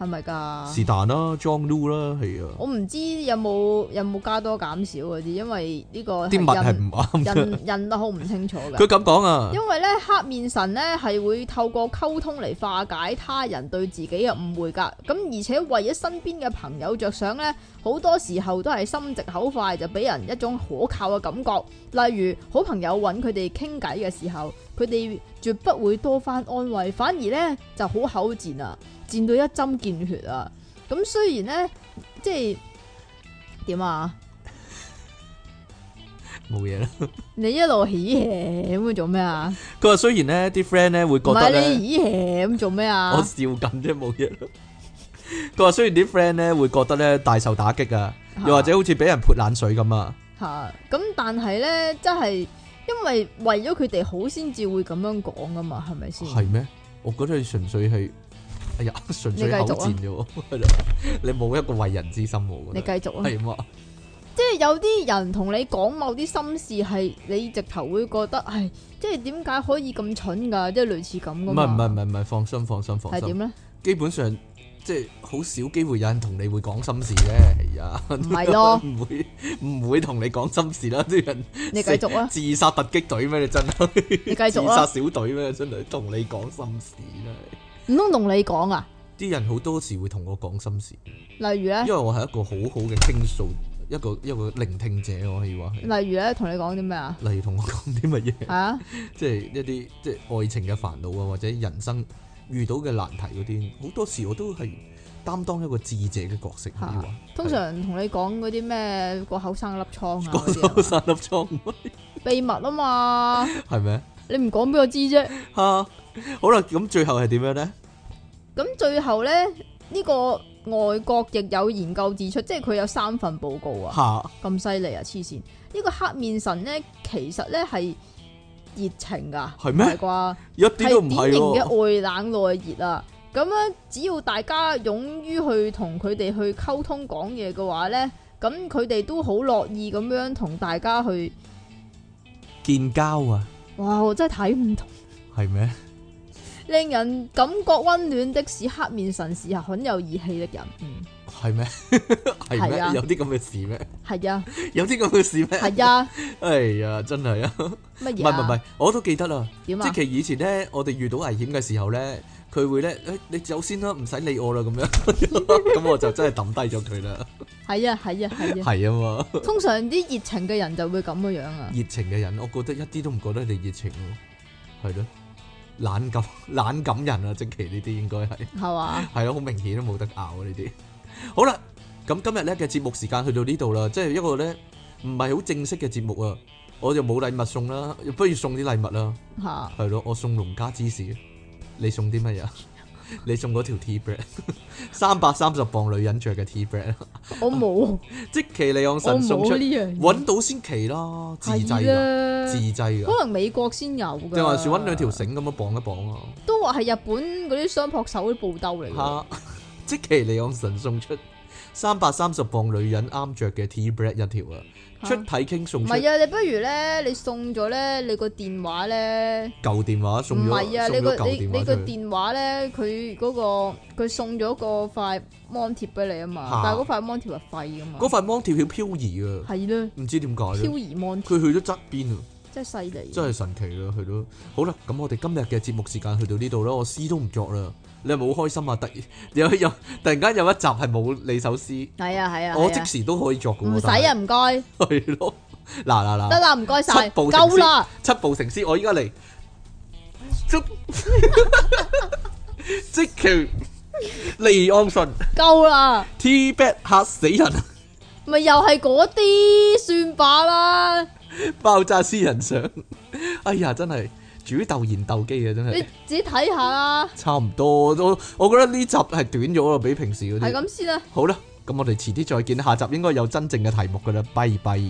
Speaker 1: 係咪㗎？
Speaker 2: 是但啦，John Lu 啦，係啊，
Speaker 1: 我唔知有冇有冇加多減少嗰啲，因為呢個
Speaker 2: 啲物係
Speaker 1: 係
Speaker 2: 唔啱
Speaker 1: 印
Speaker 2: 嘅。
Speaker 1: 印印得好唔清楚
Speaker 2: 佢
Speaker 1: 㗎。
Speaker 2: 咁講啊，
Speaker 1: 因為咧黑面神咧係會透過溝通嚟化解他人對自己嘅誤會㗎。咁而且為咗身邊嘅朋友着想咧，好多時候都係心直口快，就俾人一種可靠嘅感覺。例如好朋友揾佢哋傾偈嘅時候，佢哋絕不會多番安慰，反而咧就好口賤啊，賤到一針見血啊！咁雖然咧，即係點啊？
Speaker 2: 冇嘢啦。
Speaker 1: 你一路起嘢咁做咩啊？
Speaker 2: 佢話雖然咧啲 friend 咧會覺
Speaker 1: 唔
Speaker 2: 得
Speaker 1: 係
Speaker 2: 咧，
Speaker 1: 你咦嘿咁做咩啊？
Speaker 2: 我笑緊啫，冇嘢啦。 [laughs] 佢話雖然啲 friend 咧會覺得咧大受打擊啊，又或者好似俾人潑冷水咁啊。
Speaker 1: 吓咁，但係咧，真係因為為咗佢哋好，先至會咁樣講噶嘛，係咪先？
Speaker 2: 係咩？我覺得佢純粹係，哎呀， [laughs] 純粹
Speaker 1: 你繼
Speaker 2: 口
Speaker 1: 續啊
Speaker 2: 賤啫喎， [laughs] 你冇一個為人之心我
Speaker 1: 你
Speaker 2: 覺
Speaker 1: 繼
Speaker 2: 得。
Speaker 1: 續啊啦，
Speaker 2: 係嘛？
Speaker 1: 即係有啲人同你講某啲心事，係你直頭會覺得，唉，即係點解可以咁蠢㗎？即係類似咁
Speaker 2: 唔
Speaker 1: 噶
Speaker 2: 係
Speaker 1: 嘛？
Speaker 2: 唔係唔係唔係，放心放心放
Speaker 1: 係
Speaker 2: 心 [laughs]
Speaker 1: 點。咧？
Speaker 2: 基本上即係好少機會有人同你會講心事嘅，係啊，唔
Speaker 1: 係咯
Speaker 2: [laughs] 唔會唔會同你講心事啦，啲人
Speaker 1: 你繼續啊，
Speaker 2: 自殺突擊隊咩？你真係
Speaker 1: 你繼續啊
Speaker 2: 自殺
Speaker 1: 啦，
Speaker 2: 小隊咩？真係同你講心事啦，哎
Speaker 1: 唔通同你講啊？
Speaker 2: 啲人好多時會同我講心事，
Speaker 1: 例如咧
Speaker 2: 因，為我係一個好好嘅傾訴，一個一個聆聽者，我可以話係。
Speaker 1: 例如咧，同你講啲咩
Speaker 2: [laughs]
Speaker 1: 啊？
Speaker 2: 例如同我講啲乜嘢， [laughs]
Speaker 1: 係啊，
Speaker 2: 即係一啲即係愛情嘅煩惱啊，或者人生遇到嘅難題嗰啲，好多時我都係擔當一個智者嘅角色，可以話
Speaker 1: 嚇。通常同你講嗰啲咩個口生粒瘡啊
Speaker 2: [laughs] 個
Speaker 1: 嗰啲
Speaker 2: 手
Speaker 1: 啊
Speaker 2: 三粒倉， [laughs]
Speaker 1: 秘密啊嘛，
Speaker 2: 係咩？
Speaker 1: 你唔講俾我知啫。
Speaker 2: 吓，好啦，咁最後係點樣咧？
Speaker 1: 咁最後咧，呢、呢個外國亦有研究指出，即係佢有三份報告啊，
Speaker 2: 吓，
Speaker 1: 咁犀利啊，黐線！呢、個黑面神咧，其實咧係熱情噶，
Speaker 2: 係
Speaker 1: 唔
Speaker 2: 咩
Speaker 1: 係啩？
Speaker 2: 一啲都
Speaker 1: 係
Speaker 2: 唔
Speaker 1: 典
Speaker 2: 係
Speaker 1: 型
Speaker 2: 喎，
Speaker 1: 嘅外冷內熱啊！咁樣只要大家勇於去同佢哋去溝通講嘢嘅話咧，咁佢哋都好樂意咁樣同大家去。
Speaker 2: [laughs] 建交啊，
Speaker 1: 哇！我真係睇唔懂，
Speaker 2: 係咩？
Speaker 1: 令人感覺温暖的是黑面神是很有義氣的人。嗯，
Speaker 2: 係咩？ [laughs] 係
Speaker 1: 係啊
Speaker 2: 咩？有啲咁嘅事咩？ [laughs]
Speaker 1: 係啊，
Speaker 2: 有啲咁嘅事咩？
Speaker 1: 係啊。
Speaker 2: 哎呀，真係啊！唔
Speaker 1: 乜嘢
Speaker 2: 係唔
Speaker 1: 啊？
Speaker 2: 係唔係，我都記得啦。
Speaker 1: 點
Speaker 2: 即
Speaker 1: 啊？
Speaker 2: 其以前咧，我哋遇到危險嘅時候咧，佢會咧，誒你走先啦，唔使理我啦咁樣，咁我就真係抌低咗佢啦。
Speaker 1: 係啊係啊係
Speaker 2: [laughs]
Speaker 1: 啊！
Speaker 2: 係啊嘛，
Speaker 1: 通常啲熱情嘅人就會咁嘅樣啊，
Speaker 2: 熱情嘅人，我覺得一啲都唔覺得你熱情喎，係咯，懶感 [laughs] 懶感人啊，即其呢啲應該係
Speaker 1: 係
Speaker 2: [laughs]
Speaker 1: 嘛？
Speaker 2: 係咯，好明顯都冇得拗啊呢啲。好啦，咁今日咧嘅節目時間去到呢度啦，即係一個咧唔係好正式嘅節目啊，我就冇禮物送啦，不如送啲禮物啦，
Speaker 1: 吓
Speaker 2: 係咯，我送農家芝士，你送啲
Speaker 1: [laughs]
Speaker 2: 乜嘢啊？你送嗰條 T bread，三百三十磅女人着嘅 T bread，
Speaker 1: 我冇，我
Speaker 2: 即其利昂神送
Speaker 1: 冇
Speaker 2: 出
Speaker 1: 呢，樣嘢，
Speaker 2: 揾到先奇啦，自製
Speaker 1: 係
Speaker 2: 㗎。
Speaker 1: 啊
Speaker 2: 自製噶，
Speaker 1: 可能美國先有噶。
Speaker 2: 就話是揾兩條繩咁樣綁一綁啊！
Speaker 1: 都話係日本嗰啲雙撲手啲布兜嚟㗎。
Speaker 2: 嚇，即其利昂神送出三百三十磅女人啱着嘅 T b r e a d 一條啊！
Speaker 1: 嚇
Speaker 2: 出體傾送
Speaker 1: 唔
Speaker 2: 出
Speaker 1: 係啊，你不如咧，你送咗咧，你個電話咧，
Speaker 2: 舊電話，
Speaker 1: 唔
Speaker 2: 送咗
Speaker 1: 係啊，
Speaker 2: 送
Speaker 1: 你
Speaker 2: 咗
Speaker 1: 個
Speaker 2: 舊
Speaker 1: 你
Speaker 2: 電
Speaker 1: 你
Speaker 2: 話
Speaker 1: 個
Speaker 2: 出去，
Speaker 1: 電話咧，佢嗰個佢送咗個塊 mon 貼俾你啊嘛
Speaker 2: 嚇，
Speaker 1: 但係嗰塊 mon 貼係廢㗎嘛，
Speaker 2: 嗰塊芒條條漂移啊！
Speaker 1: 係咧，
Speaker 2: 唔知點解
Speaker 1: 漂
Speaker 2: 咧，
Speaker 1: 移 mon 貼
Speaker 2: 佢去咗側邊啊！
Speaker 1: 真係犀利。
Speaker 2: 真係神奇啦，係咯。好啦，咁我哋今日嘅節目時間去到呢度啦，我詩都唔作啦。你係咪好開心啊？突然有有突然間有一集係冇你首詩，
Speaker 1: 係啊係啊，
Speaker 2: 我
Speaker 1: 係
Speaker 2: 即
Speaker 1: 啊
Speaker 2: 時都可以作嘅喎。
Speaker 1: 唔使啊，唔該，
Speaker 2: 但 [laughs] 係，係咯，嗱嗱嗱
Speaker 1: 得。啦，唔該晒，
Speaker 2: 七步成詩
Speaker 1: 夠啦，
Speaker 2: 七步成詩，我依家嚟，祝 [laughs] 即其利安信
Speaker 1: 夠啦，
Speaker 2: T b a t 嚇死人，
Speaker 1: 咪又係嗰啲算罷啦，
Speaker 2: [laughs] 爆炸私人相，哎呀，真係煮豆燃豆機啊，真
Speaker 1: 你
Speaker 2: 係
Speaker 1: 自己睇下啦，
Speaker 2: 差唔多都，我覺得呢集係短咗咯，比平時嗰
Speaker 1: 係
Speaker 2: 啲。
Speaker 1: 咁先啦。
Speaker 2: 好啦，咁我哋遲啲再見，下集應該有真正嘅題目噶啦，拜拜。